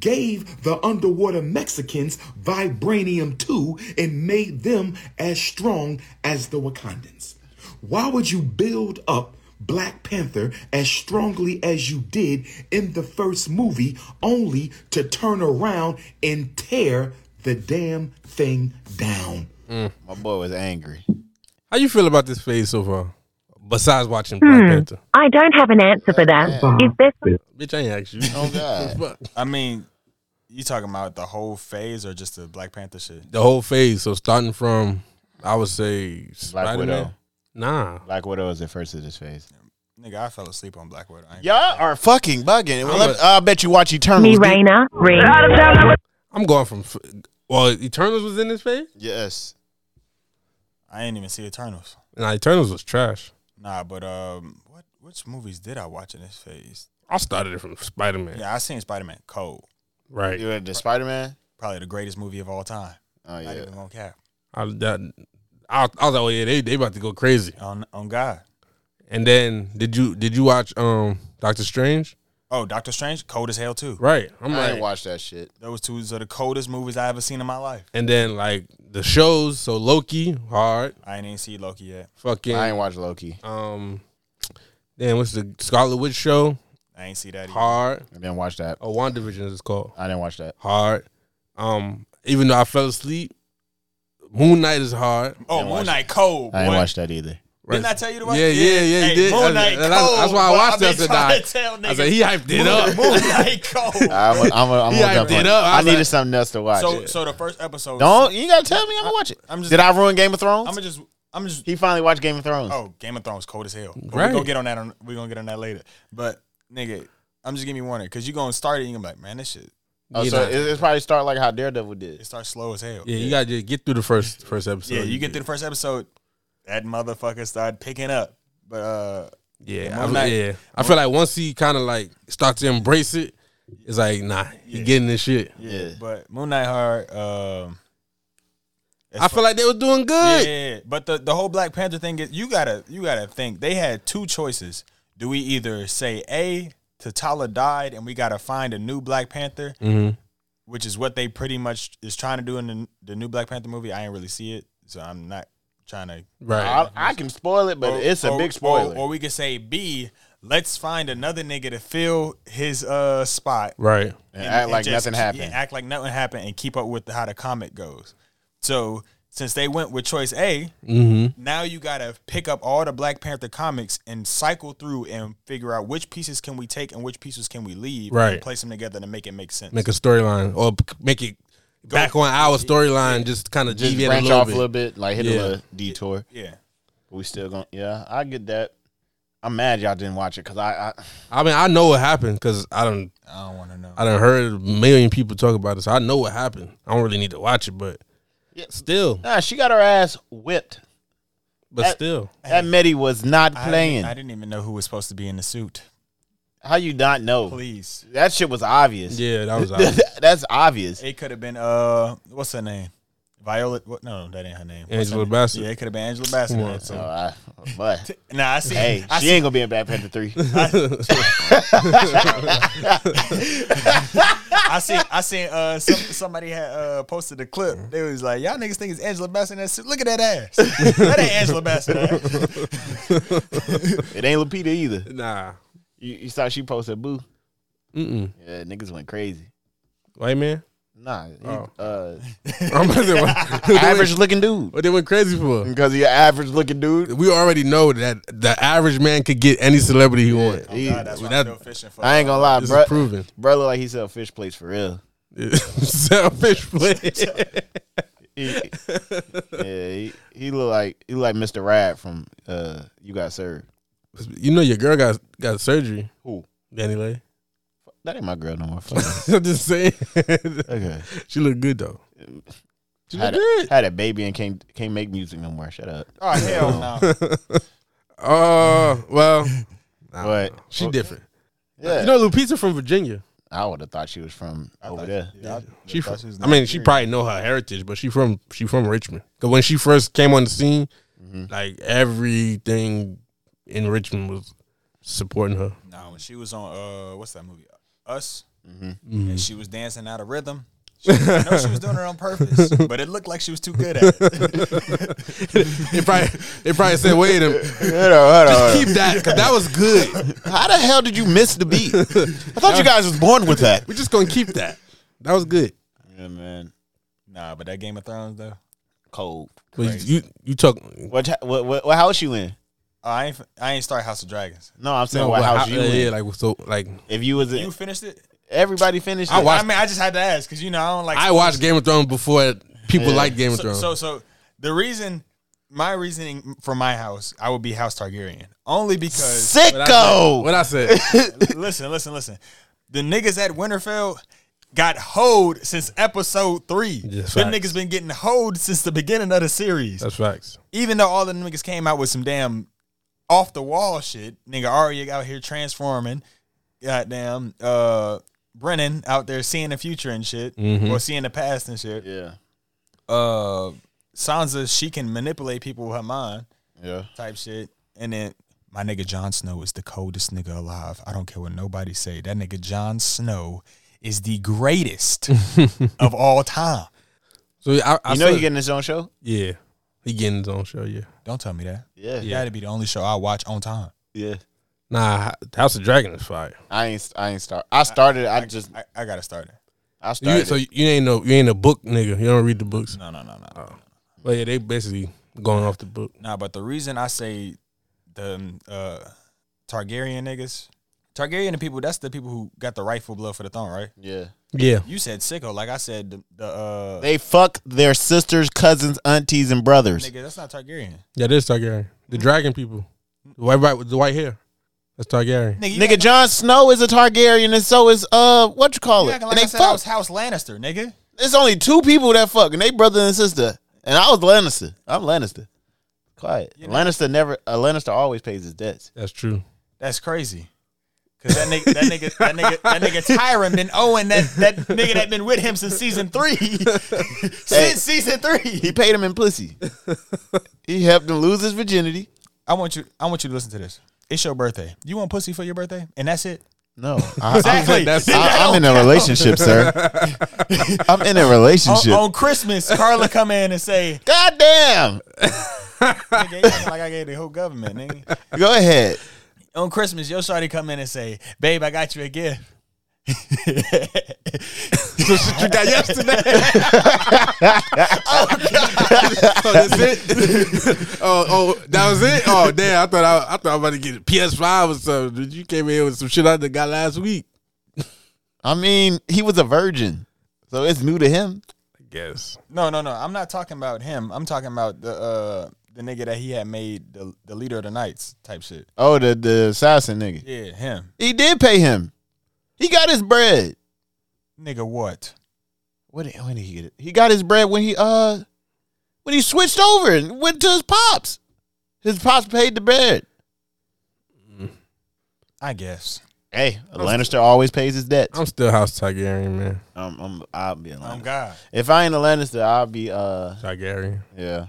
[SPEAKER 9] gave the underwater Mexicans vibranium too and made them as strong as the Wakandans. Why would you build up Black Panther as strongly as you did in the first movie only to turn around and tear the damn thing down?
[SPEAKER 2] My boy was angry.
[SPEAKER 1] How you feel about this phase so far? Besides watching Black Panther,
[SPEAKER 10] I don't have an answer for that. Is this
[SPEAKER 1] bitch, I ain't asked you. *laughs*
[SPEAKER 2] Oh God.
[SPEAKER 1] Fuck.
[SPEAKER 8] I mean, you talking about the whole phase or just the Black Panther shit?
[SPEAKER 1] the whole phase. So starting from, I would say
[SPEAKER 2] Black
[SPEAKER 1] Spider
[SPEAKER 2] Widow.
[SPEAKER 1] Man. Nah,
[SPEAKER 2] Black Widow was the first of this phase.
[SPEAKER 8] Nigga, I fell asleep on Black Widow. I ain't
[SPEAKER 2] Y'all are fucking bugging. Well,
[SPEAKER 1] I'm
[SPEAKER 2] let- I bet you watch Eternals.
[SPEAKER 10] me,
[SPEAKER 2] dude.
[SPEAKER 10] Raina? Ring.
[SPEAKER 1] I'm going from. f- Well, Eternals was in this phase.
[SPEAKER 2] Yes.
[SPEAKER 8] I ain't even see Eternals.
[SPEAKER 1] Nah, Eternals was trash.
[SPEAKER 8] Nah, but um, what which movies did I watch in this phase?
[SPEAKER 1] I started it from Spider Man.
[SPEAKER 8] Yeah, I seen Spider Man. Cold,
[SPEAKER 1] Right.
[SPEAKER 2] You were the Spider Man?
[SPEAKER 8] probably the greatest movie of all time.
[SPEAKER 2] Oh,
[SPEAKER 8] Not
[SPEAKER 2] yeah.
[SPEAKER 8] even gonna cap.
[SPEAKER 1] I, that, I, I was like, oh yeah, they they about to go crazy.
[SPEAKER 8] On on God.
[SPEAKER 1] And then did you did you watch um Doctor Strange?
[SPEAKER 8] Oh, Doctor Strange, cold as hell too.
[SPEAKER 1] Right. I'm
[SPEAKER 2] I
[SPEAKER 1] like,
[SPEAKER 2] ain't watch that shit.
[SPEAKER 8] Those two are the coldest movies I ever seen in my life.
[SPEAKER 1] and then like the shows. So Loki, hard.
[SPEAKER 8] I ain't even see Loki yet.
[SPEAKER 1] Fucking
[SPEAKER 2] I ain't watch Loki.
[SPEAKER 1] um, Then what's the Scarlet Witch show?
[SPEAKER 8] I ain't see that. Either.
[SPEAKER 1] Hard.
[SPEAKER 2] I didn't watch that.
[SPEAKER 1] Or WandaVision is called.
[SPEAKER 2] I didn't watch that.
[SPEAKER 1] Hard. Um, even though I fell asleep, Moon Knight is hard.
[SPEAKER 8] Oh, Moon Knight Cold.
[SPEAKER 2] I didn't
[SPEAKER 8] boy.
[SPEAKER 2] watch that either.
[SPEAKER 8] Didn't I tell you to watch
[SPEAKER 1] Yeah,
[SPEAKER 8] it?
[SPEAKER 1] yeah, yeah, you
[SPEAKER 8] Hey,
[SPEAKER 1] did. I-
[SPEAKER 8] Moon Knight
[SPEAKER 1] and I-
[SPEAKER 8] Cold.
[SPEAKER 1] that's why I
[SPEAKER 8] boy.
[SPEAKER 1] watched it. I
[SPEAKER 8] I've been
[SPEAKER 1] said,
[SPEAKER 8] trying
[SPEAKER 1] nah.
[SPEAKER 8] to tell
[SPEAKER 1] I
[SPEAKER 8] niggas.
[SPEAKER 1] said he hyped it up. *laughs*
[SPEAKER 8] Moon Knight Cold.
[SPEAKER 2] I'm a, I'm a, I'm
[SPEAKER 1] He
[SPEAKER 2] on that
[SPEAKER 1] hyped
[SPEAKER 2] point.
[SPEAKER 1] it up. I
[SPEAKER 2] I,
[SPEAKER 1] was
[SPEAKER 2] needed
[SPEAKER 1] like-
[SPEAKER 2] something else to watch.
[SPEAKER 8] oh. So, so the first episode.
[SPEAKER 2] Don't you gotta tell me I'm gonna watch it.
[SPEAKER 8] I'm just-
[SPEAKER 2] Did I ruin Game of
[SPEAKER 8] I'm
[SPEAKER 2] Thrones?
[SPEAKER 8] gonna just. I'm just.
[SPEAKER 2] he finally watched Game of Thrones.
[SPEAKER 8] Oh, Game of Thrones cold as hell. But
[SPEAKER 1] Right.
[SPEAKER 8] We gonna get on that. On, we gonna get on that later. But nigga, I'm just giving you warning because you gonna start it. and You gonna be like, man, this shit.
[SPEAKER 2] Oh,
[SPEAKER 1] You
[SPEAKER 2] so
[SPEAKER 1] know.
[SPEAKER 2] it, it's probably start like how Daredevil did.
[SPEAKER 8] It starts slow as hell.
[SPEAKER 1] yeah, you gotta just get through the first first episode.
[SPEAKER 8] yeah, you get through the first episode, that motherfucker started picking up. But uh,
[SPEAKER 1] Yeah,
[SPEAKER 8] Moon
[SPEAKER 1] I, was-
[SPEAKER 8] Knight-
[SPEAKER 1] yeah. I feel like once he kind of like starts to embrace it, it's like nah, he getting this shit.
[SPEAKER 2] Yeah.
[SPEAKER 8] but Moon Knight Heart. Um,
[SPEAKER 1] I feel like they was doing
[SPEAKER 8] yeah,
[SPEAKER 1] good.
[SPEAKER 8] yeah, yeah. but the the whole Black Panther thing is you gotta you gotta think they had two choices. Do we either say a T'Challa died and we gotta find a new Black Panther, which is what they pretty much is trying to do in the, the new Black Panther movie. I ain't really see it, so I'm not trying to.
[SPEAKER 1] Right.
[SPEAKER 2] I, I can spoil it, but
[SPEAKER 8] or-
[SPEAKER 2] it's a
[SPEAKER 8] or-
[SPEAKER 2] big spoiler.
[SPEAKER 8] Or, or we could say B. Let's find another nigga to fill his uh spot
[SPEAKER 1] Right.
[SPEAKER 2] and act like
[SPEAKER 8] just-
[SPEAKER 2] nothing happened.
[SPEAKER 8] yeah, act like nothing happened and keep up with how the comic goes. So since they went with choice A,
[SPEAKER 1] Mm-hmm.
[SPEAKER 8] now you gotta pick up all the Black Panther comics and cycle through and figure out which pieces can we take and which pieces can we leave.
[SPEAKER 1] Right.
[SPEAKER 8] And place them together to make it make sense.
[SPEAKER 1] Make a storyline or p- make it back on our storyline. Just kind of
[SPEAKER 2] just
[SPEAKER 1] deviate a
[SPEAKER 2] branch
[SPEAKER 1] little
[SPEAKER 2] off
[SPEAKER 1] bit.
[SPEAKER 2] a little bit, like hit
[SPEAKER 1] Yeah.
[SPEAKER 2] a little detour.
[SPEAKER 8] yeah.
[SPEAKER 2] We still going yeah, I get that. I'm mad y'all didn't watch it because I, I
[SPEAKER 1] I mean, I know what happened because I don't.
[SPEAKER 8] I don't wanna know.
[SPEAKER 1] I done heard a million people talk about it, so I know what happened. I don't really need to watch it, but still,
[SPEAKER 2] nah, she got her ass whipped.
[SPEAKER 1] but
[SPEAKER 2] that-
[SPEAKER 1] still,
[SPEAKER 2] That Medi was not
[SPEAKER 8] I
[SPEAKER 2] playing.
[SPEAKER 8] Didn't, I didn't even know who was supposed to be in the suit.
[SPEAKER 2] How you not know?
[SPEAKER 8] Please.
[SPEAKER 2] That shit was obvious.
[SPEAKER 1] yeah, that was obvious.
[SPEAKER 2] *laughs* That's obvious.
[SPEAKER 8] It could have been uh what's her name? Violet what no, that ain't her name. What's her
[SPEAKER 1] Angela
[SPEAKER 8] name?
[SPEAKER 1] Bassett.
[SPEAKER 8] Yeah, it could have been Angela Bassett.
[SPEAKER 1] Come on,
[SPEAKER 2] So
[SPEAKER 1] son.
[SPEAKER 2] I, but
[SPEAKER 8] Nah, *laughs* I see.
[SPEAKER 2] hey,
[SPEAKER 8] I
[SPEAKER 2] she ain't gonna be in Black Panther
[SPEAKER 8] *laughs*
[SPEAKER 2] three.
[SPEAKER 8] I seen I seen uh some, somebody had uh posted a clip. They was like, Y'all niggas think it's Angela Bassett in that suit. Look at that ass. *laughs* that ain't Angela Bassett. ass.
[SPEAKER 2] it ain't Lupita either.
[SPEAKER 1] Nah,
[SPEAKER 2] You, you saw she posted boo.
[SPEAKER 1] mm
[SPEAKER 2] Yeah, niggas went crazy.
[SPEAKER 1] white
[SPEAKER 2] *laughs*
[SPEAKER 1] man.
[SPEAKER 2] Nah, he,
[SPEAKER 1] Oh.
[SPEAKER 2] uh,
[SPEAKER 1] I'm about to say, what-
[SPEAKER 2] *laughs* average looking dude.
[SPEAKER 1] What they went crazy for?
[SPEAKER 2] Because he an average looking dude.
[SPEAKER 1] we already know that the average man could get any celebrity he wants.
[SPEAKER 2] He-
[SPEAKER 8] God, that's why
[SPEAKER 1] That-
[SPEAKER 8] I'm still fishing for
[SPEAKER 2] I ain't gonna lie,
[SPEAKER 1] This
[SPEAKER 2] bro.
[SPEAKER 1] is proven. *laughs*
[SPEAKER 2] Bro, look like he sell fish plates for real.
[SPEAKER 1] Selfish play.
[SPEAKER 2] *laughs* He, yeah, he, he look like he look like Mr. Rad from uh, You Got Served.
[SPEAKER 1] you know your girl got got surgery.
[SPEAKER 2] Who?
[SPEAKER 1] Danny Lay.
[SPEAKER 2] That ain't my girl no more. Fuck
[SPEAKER 1] *laughs*
[SPEAKER 2] her.
[SPEAKER 1] I'm just saying.
[SPEAKER 2] okay,
[SPEAKER 1] she look good though. She look
[SPEAKER 2] had a,
[SPEAKER 1] good.
[SPEAKER 2] had a baby and can't can't make music no more. Shut up. *laughs*
[SPEAKER 8] Oh hell no.
[SPEAKER 1] Oh well,
[SPEAKER 2] But
[SPEAKER 1] she different.
[SPEAKER 2] yeah,
[SPEAKER 1] You know Lupita from Virginia.
[SPEAKER 2] I would have thought she was from over there.
[SPEAKER 1] She from, I mean, she probably know her heritage, but she from she from Richmond. Cause when she first came on the scene,
[SPEAKER 2] Mm-hmm.
[SPEAKER 1] like everything in Richmond was supporting her. *laughs*
[SPEAKER 8] No, when she was on uh what's that movie? Us. And she was dancing out of rhythm. She- I know she was doing it on *laughs* purpose, but it looked like she was too good at *laughs* it.
[SPEAKER 1] It probably it probably said, "Wait a
[SPEAKER 2] *laughs*
[SPEAKER 1] minute,
[SPEAKER 2] *laughs* Hold on, hold on.
[SPEAKER 1] keep that because that was good.
[SPEAKER 2] How the hell did you miss the beat? I thought you guys was born with that.
[SPEAKER 1] We're just gonna keep that. That was good."
[SPEAKER 2] Yeah, man.
[SPEAKER 8] Nah, but that Game of Thrones though.
[SPEAKER 2] Cold.
[SPEAKER 1] But you you talk
[SPEAKER 2] What, ti- what, what, what house you in?
[SPEAKER 8] Oh, I ain't I ain't start House of Dragons.
[SPEAKER 2] No, I'm saying
[SPEAKER 1] no,
[SPEAKER 2] what
[SPEAKER 1] how-
[SPEAKER 2] house you
[SPEAKER 1] yeah,
[SPEAKER 2] in.
[SPEAKER 1] yeah, like so like
[SPEAKER 2] if you was in,
[SPEAKER 8] You finished it?
[SPEAKER 2] everybody finished.
[SPEAKER 1] I
[SPEAKER 2] it.
[SPEAKER 1] watched-
[SPEAKER 8] I mean, I just had to ask because you know I don't like
[SPEAKER 1] I watched Game of Thrones before people liked Game of
[SPEAKER 8] so,
[SPEAKER 1] Thrones.
[SPEAKER 8] so so the reason my reasoning for my house, I would be House Targaryen.
[SPEAKER 1] *laughs*
[SPEAKER 8] Only because
[SPEAKER 2] Sicko.
[SPEAKER 1] what I said, *laughs*
[SPEAKER 8] listen, listen, listen. The niggas at Winterfell got hoed since episode three.
[SPEAKER 1] Yes,
[SPEAKER 8] Them
[SPEAKER 1] facts.
[SPEAKER 8] niggas been getting hoed since the beginning of the series.
[SPEAKER 1] that's facts.
[SPEAKER 8] Even though all the niggas came out with some damn off the wall shit. Nigga Arya out here transforming. Goddamn uh Brennan out there seeing the future and shit.
[SPEAKER 1] Mm-hmm.
[SPEAKER 8] Or seeing the past and shit.
[SPEAKER 2] Yeah,
[SPEAKER 8] uh Sansa, she can manipulate people with her mind
[SPEAKER 2] yeah.
[SPEAKER 8] type shit. And then my nigga Jon Snow is the coldest nigga alive. I don't care what nobody say. That nigga Jon Snow is the greatest of all time.
[SPEAKER 1] So I, I
[SPEAKER 2] You know
[SPEAKER 1] said-
[SPEAKER 2] he getting his own show.
[SPEAKER 1] yeah, he getting his own show. Yeah,
[SPEAKER 8] Don't tell me that.
[SPEAKER 2] Yeah,
[SPEAKER 8] That'd be the only show I watch on time.
[SPEAKER 2] yeah.
[SPEAKER 1] Nah, House of Dragon is fire.
[SPEAKER 2] I ain't. I ain't start. I started. I,
[SPEAKER 8] I
[SPEAKER 2] just.
[SPEAKER 8] I, I gotta start it.
[SPEAKER 2] I started.
[SPEAKER 1] You, so you ain't no you ain't a book nigga. You don't read the books.
[SPEAKER 8] No, no, no, no. no.
[SPEAKER 1] But yeah, they basically going off the book.
[SPEAKER 8] Nah, but the reason I say the um, uh, Targaryen niggas, Targaryen the people, that's the people who got the rightful blood for the throne, right?
[SPEAKER 2] yeah.
[SPEAKER 1] Yeah.
[SPEAKER 8] You said sicko, like I said, the, the uh,
[SPEAKER 2] They fuck their sisters, cousins, aunties, and brothers.
[SPEAKER 8] nigga, that's not Targaryen.
[SPEAKER 1] Yeah, this Targaryen. The dragon people. The white right with the white hair. That's Targaryen.
[SPEAKER 8] Nigga, you
[SPEAKER 2] Nigga,
[SPEAKER 8] act-
[SPEAKER 2] Jon Snow is a Targaryen, and so is uh, what you call
[SPEAKER 8] you
[SPEAKER 2] it?
[SPEAKER 8] acting
[SPEAKER 2] and
[SPEAKER 8] like
[SPEAKER 2] they
[SPEAKER 8] I said I
[SPEAKER 2] fuck.
[SPEAKER 8] was House Lannister, nigga.
[SPEAKER 2] There's only two people that fuck, and they brother and sister. And I was Lannister. I'm Lannister. Quiet. Lannister never. Uh, Lannister always pays his debts.
[SPEAKER 1] That's true.
[SPEAKER 8] That's crazy. Cause that nigga, that nigga, that nigga, that nigga Tyron been owing that that nigga that been with him since season three. since
[SPEAKER 2] Hey.
[SPEAKER 8] season three.
[SPEAKER 2] He paid him in
[SPEAKER 8] *laughs*
[SPEAKER 2] pussy. he helped him lose his virginity.
[SPEAKER 8] I want you. I want you to listen to this. It's your birthday. You want pussy for your birthday, and that's it.
[SPEAKER 2] No,
[SPEAKER 8] *laughs*
[SPEAKER 2] I,
[SPEAKER 1] *laughs*
[SPEAKER 8] Exactly.
[SPEAKER 1] that's-
[SPEAKER 2] I, I'm in a relationship,
[SPEAKER 8] *laughs*
[SPEAKER 2] sir. I'm in a
[SPEAKER 8] on,
[SPEAKER 2] relationship.
[SPEAKER 8] on Christmas, Carla come in and say,
[SPEAKER 2] God damn.
[SPEAKER 8] "Nigga, you acting like I gave the whole government." Nigga.
[SPEAKER 2] Go ahead.
[SPEAKER 8] On Christmas, your shawty come in and say, "Babe, I got you a gift."
[SPEAKER 1] you got *laughs* yesterday. oh, that's it. *laughs* oh, oh, that was it. Oh, damn! I thought I, I thought I was about to get a PS5 or something. Dude, you came in here with some shit I done got last week.
[SPEAKER 2] I mean, he was a virgin, so it's new to him.
[SPEAKER 1] Yes.
[SPEAKER 8] No, no, no. I'm not talking about him. I'm talking about the uh, the nigga that he had made the, the leader of the knights type shit.
[SPEAKER 2] Oh, the the assassin nigga.
[SPEAKER 8] Yeah, him.
[SPEAKER 2] He did pay him. He got his bread.
[SPEAKER 8] Nigga, what?
[SPEAKER 2] When did, when did he get it? He got his bread when he uh when he switched over and went to his pops. His pops paid the bread.
[SPEAKER 8] I guess.
[SPEAKER 2] Hey, a Lannister always pays his debts.
[SPEAKER 1] I'm still House Targaryen, man.
[SPEAKER 2] I'm, I'm I'll be a
[SPEAKER 8] Oh
[SPEAKER 2] Lannister.
[SPEAKER 8] God.
[SPEAKER 2] If I ain't a Lannister, I'll be uh
[SPEAKER 1] Targaryen.
[SPEAKER 2] yeah.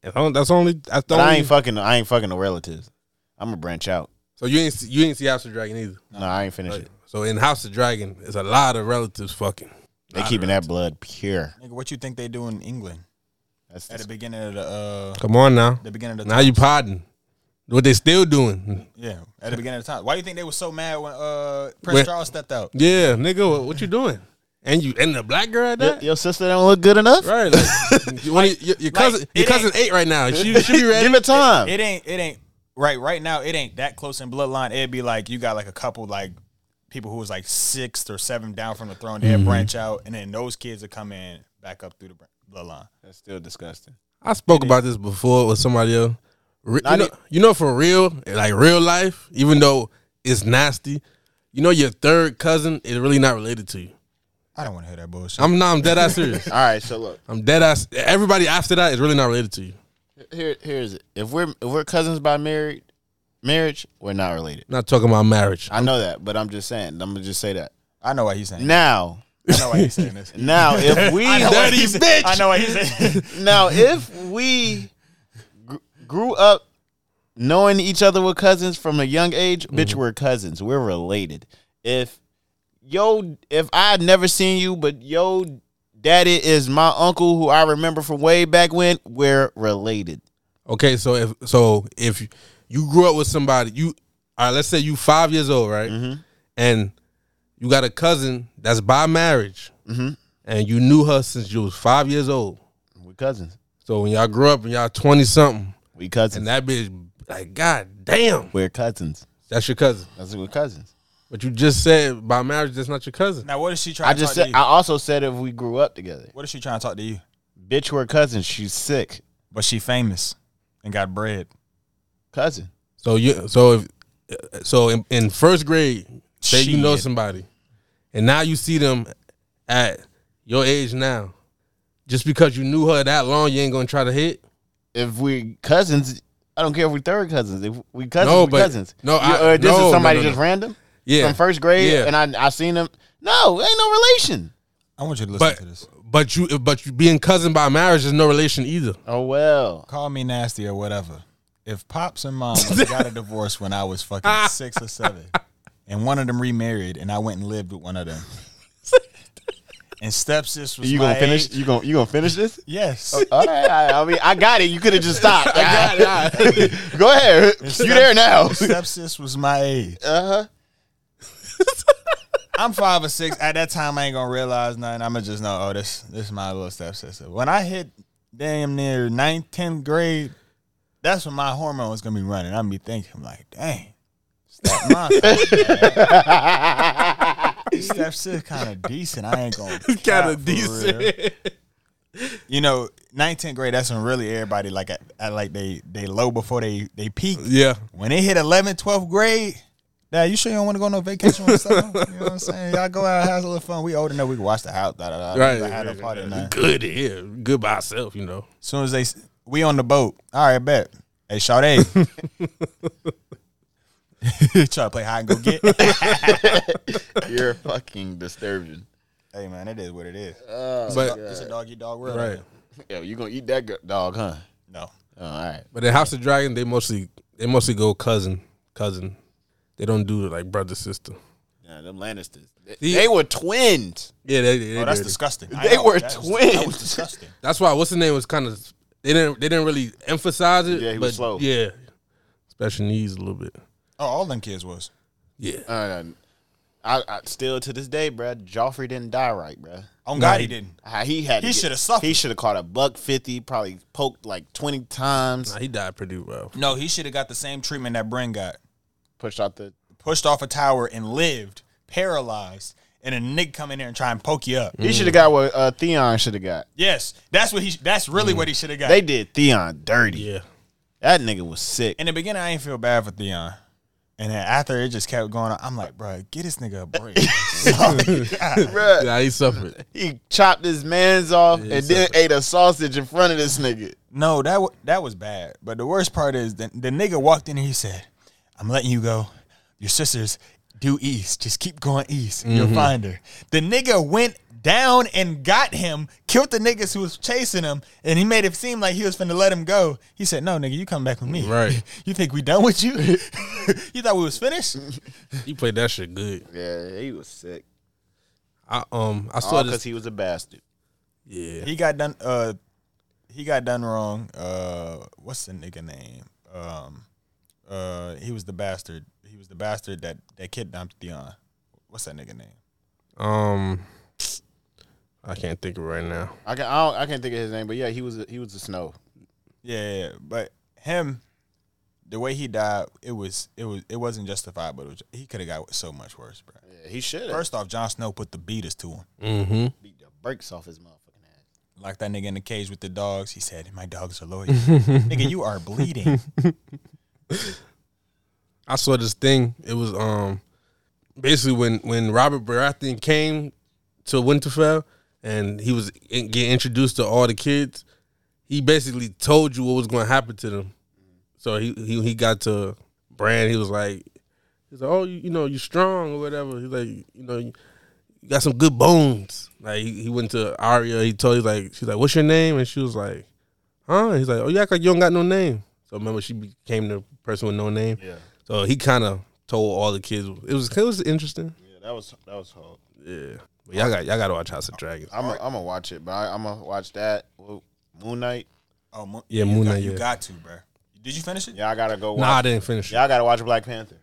[SPEAKER 1] That's only. That's only that's the
[SPEAKER 2] But I
[SPEAKER 1] only-
[SPEAKER 2] ain't fucking I ain't fucking the relatives. I'm gonna branch out.
[SPEAKER 1] so you ain't see, you ain't see House of Dragon either.
[SPEAKER 2] No, I ain't finished it.
[SPEAKER 1] So in House of Dragon, there's a lot of relatives fucking.
[SPEAKER 2] They keeping that blood pure.
[SPEAKER 8] Nigga, what you think they do in England
[SPEAKER 2] That's
[SPEAKER 8] at the
[SPEAKER 2] just,
[SPEAKER 8] beginning of the uh
[SPEAKER 1] Come on now.
[SPEAKER 8] the beginning of the
[SPEAKER 1] Now you podding. What they still doing?
[SPEAKER 8] yeah at the beginning of the time. Why do you think they were so mad when uh Prince
[SPEAKER 1] When-
[SPEAKER 8] Charles stepped out?
[SPEAKER 1] Yeah, nigga, what, what you doing? And you and the black girl at
[SPEAKER 2] your,
[SPEAKER 1] that?
[SPEAKER 2] your sister don't look good enough. *laughs*
[SPEAKER 1] Right, *laughs* like, you- one of your, your cousin,
[SPEAKER 8] like,
[SPEAKER 1] your
[SPEAKER 8] it
[SPEAKER 1] cousin
[SPEAKER 8] ain't-
[SPEAKER 1] eight right now. She *laughs* she be ready.
[SPEAKER 2] Give it time.
[SPEAKER 8] It ain't it ain't right right now. It ain't that close in bloodline. It'd be like you got like a couple like people who was like sixth or seventh down from the throne.
[SPEAKER 1] Mm-hmm.
[SPEAKER 8] They would branch out, and then those kids would come in back up through the br- bloodline.
[SPEAKER 2] That's still disgusting.
[SPEAKER 1] I spoke about this before with somebody else. Re- you,
[SPEAKER 2] Not
[SPEAKER 1] know,
[SPEAKER 2] it-
[SPEAKER 1] you know, for real, like real life, even though it's nasty, you know, your third cousin is really not related to you.
[SPEAKER 8] I don't want to hear that bullshit.
[SPEAKER 1] I'm not. I'm dead ass serious.
[SPEAKER 2] All right, so look.
[SPEAKER 1] I'm dead ass. Everybody after that is really not related to you.
[SPEAKER 2] Here, here's it. If we're if we're cousins by married marriage, we're not related.
[SPEAKER 1] not talking about marriage.
[SPEAKER 2] I know that, but I'm just saying. I'm gonna just say that
[SPEAKER 8] I know why he's saying.
[SPEAKER 2] now.
[SPEAKER 8] I know why he's
[SPEAKER 1] *laughs*
[SPEAKER 8] saying this.
[SPEAKER 2] Now, if we
[SPEAKER 8] *laughs* I know why he's- I know why he's
[SPEAKER 2] *laughs*
[SPEAKER 8] saying.
[SPEAKER 2] now if we gr- grew up knowing each other were cousins from a young age, bitch,
[SPEAKER 8] Mm-hmm.
[SPEAKER 2] we're cousins. We're related. If yo, if I had never seen you, but yo, daddy is my uncle who I remember from way back when, we're related.
[SPEAKER 1] Okay, so if so if you grew up with somebody, you all right, let's say you five years old, right? And you got a cousin that's by marriage, and you knew her since you was five years old.
[SPEAKER 2] We're cousins.
[SPEAKER 1] So when y'all grew up and y'all twenty something,
[SPEAKER 2] We cousins.
[SPEAKER 1] and that bitch like, God damn,
[SPEAKER 2] we're cousins.
[SPEAKER 1] that's your cousin.
[SPEAKER 2] That's we're cousins.
[SPEAKER 1] But you just said by marriage that's not your cousin.
[SPEAKER 8] Now what is she trying?
[SPEAKER 2] I
[SPEAKER 8] to
[SPEAKER 2] just
[SPEAKER 8] talk
[SPEAKER 2] said.
[SPEAKER 8] To
[SPEAKER 2] I
[SPEAKER 8] you?
[SPEAKER 2] also said if we grew up together,
[SPEAKER 8] What is she trying to talk to you?
[SPEAKER 2] bitch, we're cousins. She's sick,
[SPEAKER 8] But she famous and got bread.
[SPEAKER 2] cousin.
[SPEAKER 1] So you so if so in, in first grade, say you know
[SPEAKER 8] Shit.
[SPEAKER 1] somebody, and now you see them at your age now. Just because you knew her that long, you ain't gonna try to hit.
[SPEAKER 2] If we cousins, I don't care if we third cousins. If we cousins,
[SPEAKER 1] No,
[SPEAKER 2] we
[SPEAKER 1] but-
[SPEAKER 2] cousins.
[SPEAKER 1] no,
[SPEAKER 2] You-
[SPEAKER 1] I-
[SPEAKER 2] or this
[SPEAKER 1] no, no,
[SPEAKER 2] is somebody
[SPEAKER 1] no,
[SPEAKER 2] just
[SPEAKER 1] no.
[SPEAKER 2] random
[SPEAKER 1] Yeah,
[SPEAKER 2] from first grade,
[SPEAKER 1] Yeah.
[SPEAKER 2] and I I seen them. No, ain't no relation.
[SPEAKER 8] I want you to listen
[SPEAKER 1] but
[SPEAKER 8] to this.
[SPEAKER 1] but you but you being cousin by marriage is no relation either.
[SPEAKER 2] Oh well,
[SPEAKER 8] Call me nasty or whatever. If pops and
[SPEAKER 2] *laughs*
[SPEAKER 8] mom got a divorce when I was fucking six
[SPEAKER 2] *laughs*
[SPEAKER 8] or seven, and one of them remarried, and I went and lived with one of them, and Stepsis was
[SPEAKER 2] You
[SPEAKER 8] my
[SPEAKER 2] gonna finish? Oh,
[SPEAKER 8] age.
[SPEAKER 2] You gonna you gonna finish this?
[SPEAKER 8] Yes.
[SPEAKER 2] All right, all right. I mean, I got it. You could have just stopped. *laughs* I got it. *laughs* Go ahead. You there
[SPEAKER 8] *laughs*
[SPEAKER 2] now?
[SPEAKER 8] Stepsis was my age.
[SPEAKER 2] Uh-huh.
[SPEAKER 8] *laughs* I'm five or six. At that time, I ain't gonna realize nothing. I'ma just know, oh, this this is my little stepsister. When I hit damn near ninth, tenth grade, that's when my hormone was gonna be running. I'm be thinking like, dang,
[SPEAKER 1] *laughs*
[SPEAKER 8] stepmom, stepsis kind of decent. I
[SPEAKER 1] *laughs*
[SPEAKER 8] ain't gonna
[SPEAKER 1] kind
[SPEAKER 8] cap
[SPEAKER 1] of
[SPEAKER 8] for real.
[SPEAKER 1] decent.
[SPEAKER 8] You know, ninth, tenth grade. That's when really everybody like at, at like they they low before they they peak.
[SPEAKER 1] yeah.
[SPEAKER 8] when they hit 11th, 12th grade, Dad, you sure you don't want to go on no vacation with someone? You know what I'm saying? Y'all go out, have a little fun. We old enough, we can watch the house. Da, da, da.
[SPEAKER 1] Right.
[SPEAKER 8] I had a
[SPEAKER 1] right,
[SPEAKER 8] party
[SPEAKER 1] right.
[SPEAKER 8] night.
[SPEAKER 1] Good here. Good by itself, you know.
[SPEAKER 8] As soon as they, s- we on the boat. All right, bet.
[SPEAKER 1] *laughs*
[SPEAKER 8] Hey, Sade. *laughs* Try to play hide and go get.
[SPEAKER 2] *laughs*
[SPEAKER 8] *laughs*
[SPEAKER 2] You're fucking disturbing.
[SPEAKER 8] hey, man, it is what it is.
[SPEAKER 2] Uh,
[SPEAKER 1] but
[SPEAKER 8] it's a dog eat dog world.
[SPEAKER 1] right.
[SPEAKER 2] Yo, you gonna eat that gu- dog, huh?
[SPEAKER 8] No.
[SPEAKER 2] Oh, all right.
[SPEAKER 1] But in House of Dragon, they mostly they mostly go cousin, cousin. They don't do like brother sister.
[SPEAKER 2] Yeah, them Lannisters. They,
[SPEAKER 1] The-
[SPEAKER 2] they were twins.
[SPEAKER 1] Yeah, they, they,
[SPEAKER 8] Oh, that's
[SPEAKER 1] they-
[SPEAKER 8] disgusting. I
[SPEAKER 2] They
[SPEAKER 8] know,
[SPEAKER 2] were
[SPEAKER 8] that was-
[SPEAKER 2] twins.
[SPEAKER 8] that was disgusting.
[SPEAKER 1] That's why what's the name was kind of they didn't they didn't really emphasize it.
[SPEAKER 2] Yeah, he
[SPEAKER 1] but
[SPEAKER 2] was slow.
[SPEAKER 1] Yeah, special needs a little bit.
[SPEAKER 8] Oh, all them kids was.
[SPEAKER 1] Yeah,
[SPEAKER 2] Uh, I, I still to this day, bruh, Joffrey didn't die right, bruh.
[SPEAKER 8] On God, he didn't.
[SPEAKER 2] Uh, He had
[SPEAKER 8] He shoulda suffered.
[SPEAKER 2] He should have caught a buck fifty, probably poked like twenty times,
[SPEAKER 1] nah, he died pretty well.
[SPEAKER 8] No, he should have got the same treatment that Bren got.
[SPEAKER 2] pushed out the.
[SPEAKER 8] pushed off a tower and lived paralyzed, and a nigga come in there and try and poke you up.
[SPEAKER 2] He should have got what uh, Theon should have got.
[SPEAKER 8] Yes, that's what he. That's really what he should have got.
[SPEAKER 2] They did Theon dirty.
[SPEAKER 1] Yeah,
[SPEAKER 2] That nigga was sick.
[SPEAKER 8] in the beginning, I ain't feel bad for Theon, and then after it just kept going. on, I'm like, bro, get this nigga a break.
[SPEAKER 2] *laughs* Bruh,
[SPEAKER 1] yeah, he suffered.
[SPEAKER 2] he chopped his man's off and then ate a sausage in front of this nigga.
[SPEAKER 8] no, that wa that was bad. But the worst part is the, the nigga walked in and he said, "I'm letting you go. Your sisters due east. Just keep going east. You'll find her." The nigga went. Down and got him, killed the niggas who was chasing him, and he made it seem like he was finna let him go. He said, "No, nigga, you come back with me."
[SPEAKER 1] Right.
[SPEAKER 8] *laughs* You think we done with you? *laughs* you thought we was finished?
[SPEAKER 1] He played that shit good.
[SPEAKER 2] Yeah, he was sick.
[SPEAKER 1] I um I saw
[SPEAKER 2] All because
[SPEAKER 1] this.
[SPEAKER 2] he was a bastard.
[SPEAKER 1] yeah,
[SPEAKER 8] He got done. Uh, he got done wrong. Uh, what's the nigga name? Um, uh, he was the bastard. He was the bastard that that kidnapped Dion. What's that nigga name?
[SPEAKER 1] um, I can't think of it right now.
[SPEAKER 2] I can I, don't, I can't think of his name, but yeah, he was a, he was a snow.
[SPEAKER 8] Yeah, yeah, yeah. but him, the way he died, it was it was it wasn't justified, but it was, he could have got so much worse, bro.
[SPEAKER 2] Yeah, he should have
[SPEAKER 8] First off, Jon Snow put the beaters to him.
[SPEAKER 1] Mm-hmm.
[SPEAKER 2] beat the brakes off his motherfucking ass.
[SPEAKER 8] Locked that nigga in the cage with the dogs. He said, "My dogs
[SPEAKER 1] *laughs*
[SPEAKER 8] are loyal." nigga, you are bleeding.
[SPEAKER 1] I saw this thing. It was um basically when when Robert Baratheon came to Winterfell and he was in, getting introduced to all the kids. He basically told you what was going to happen to them. So he he he got to Bran. He was like, he's like, oh, you, you know, you strong or whatever. He's like, you know, you got some good bones. Like he, he went to Arya. He told he's like, she's like, what's your name? And she was like, huh? He's like, oh, you act like you don't got no name. So remember, she became the person with no name.
[SPEAKER 2] Yeah.
[SPEAKER 1] So he kind of told all the kids. It was it was interesting.
[SPEAKER 2] Yeah, that was that was hard.
[SPEAKER 1] Yeah, but y'all got y'all got to watch House of Dragons.
[SPEAKER 2] I'm gonna watch it, but I, I'm gonna watch that Wo- Moon Knight.
[SPEAKER 8] Oh, Mo-
[SPEAKER 1] Yeah,
[SPEAKER 8] you
[SPEAKER 1] Moon
[SPEAKER 8] got-
[SPEAKER 1] Knight,
[SPEAKER 8] You
[SPEAKER 1] yeah.
[SPEAKER 8] got to, bro. Did you finish it?
[SPEAKER 2] Yeah, I gotta go. Watch.
[SPEAKER 1] Nah, I didn't finish. it.
[SPEAKER 2] Y'all gotta watch Black Panther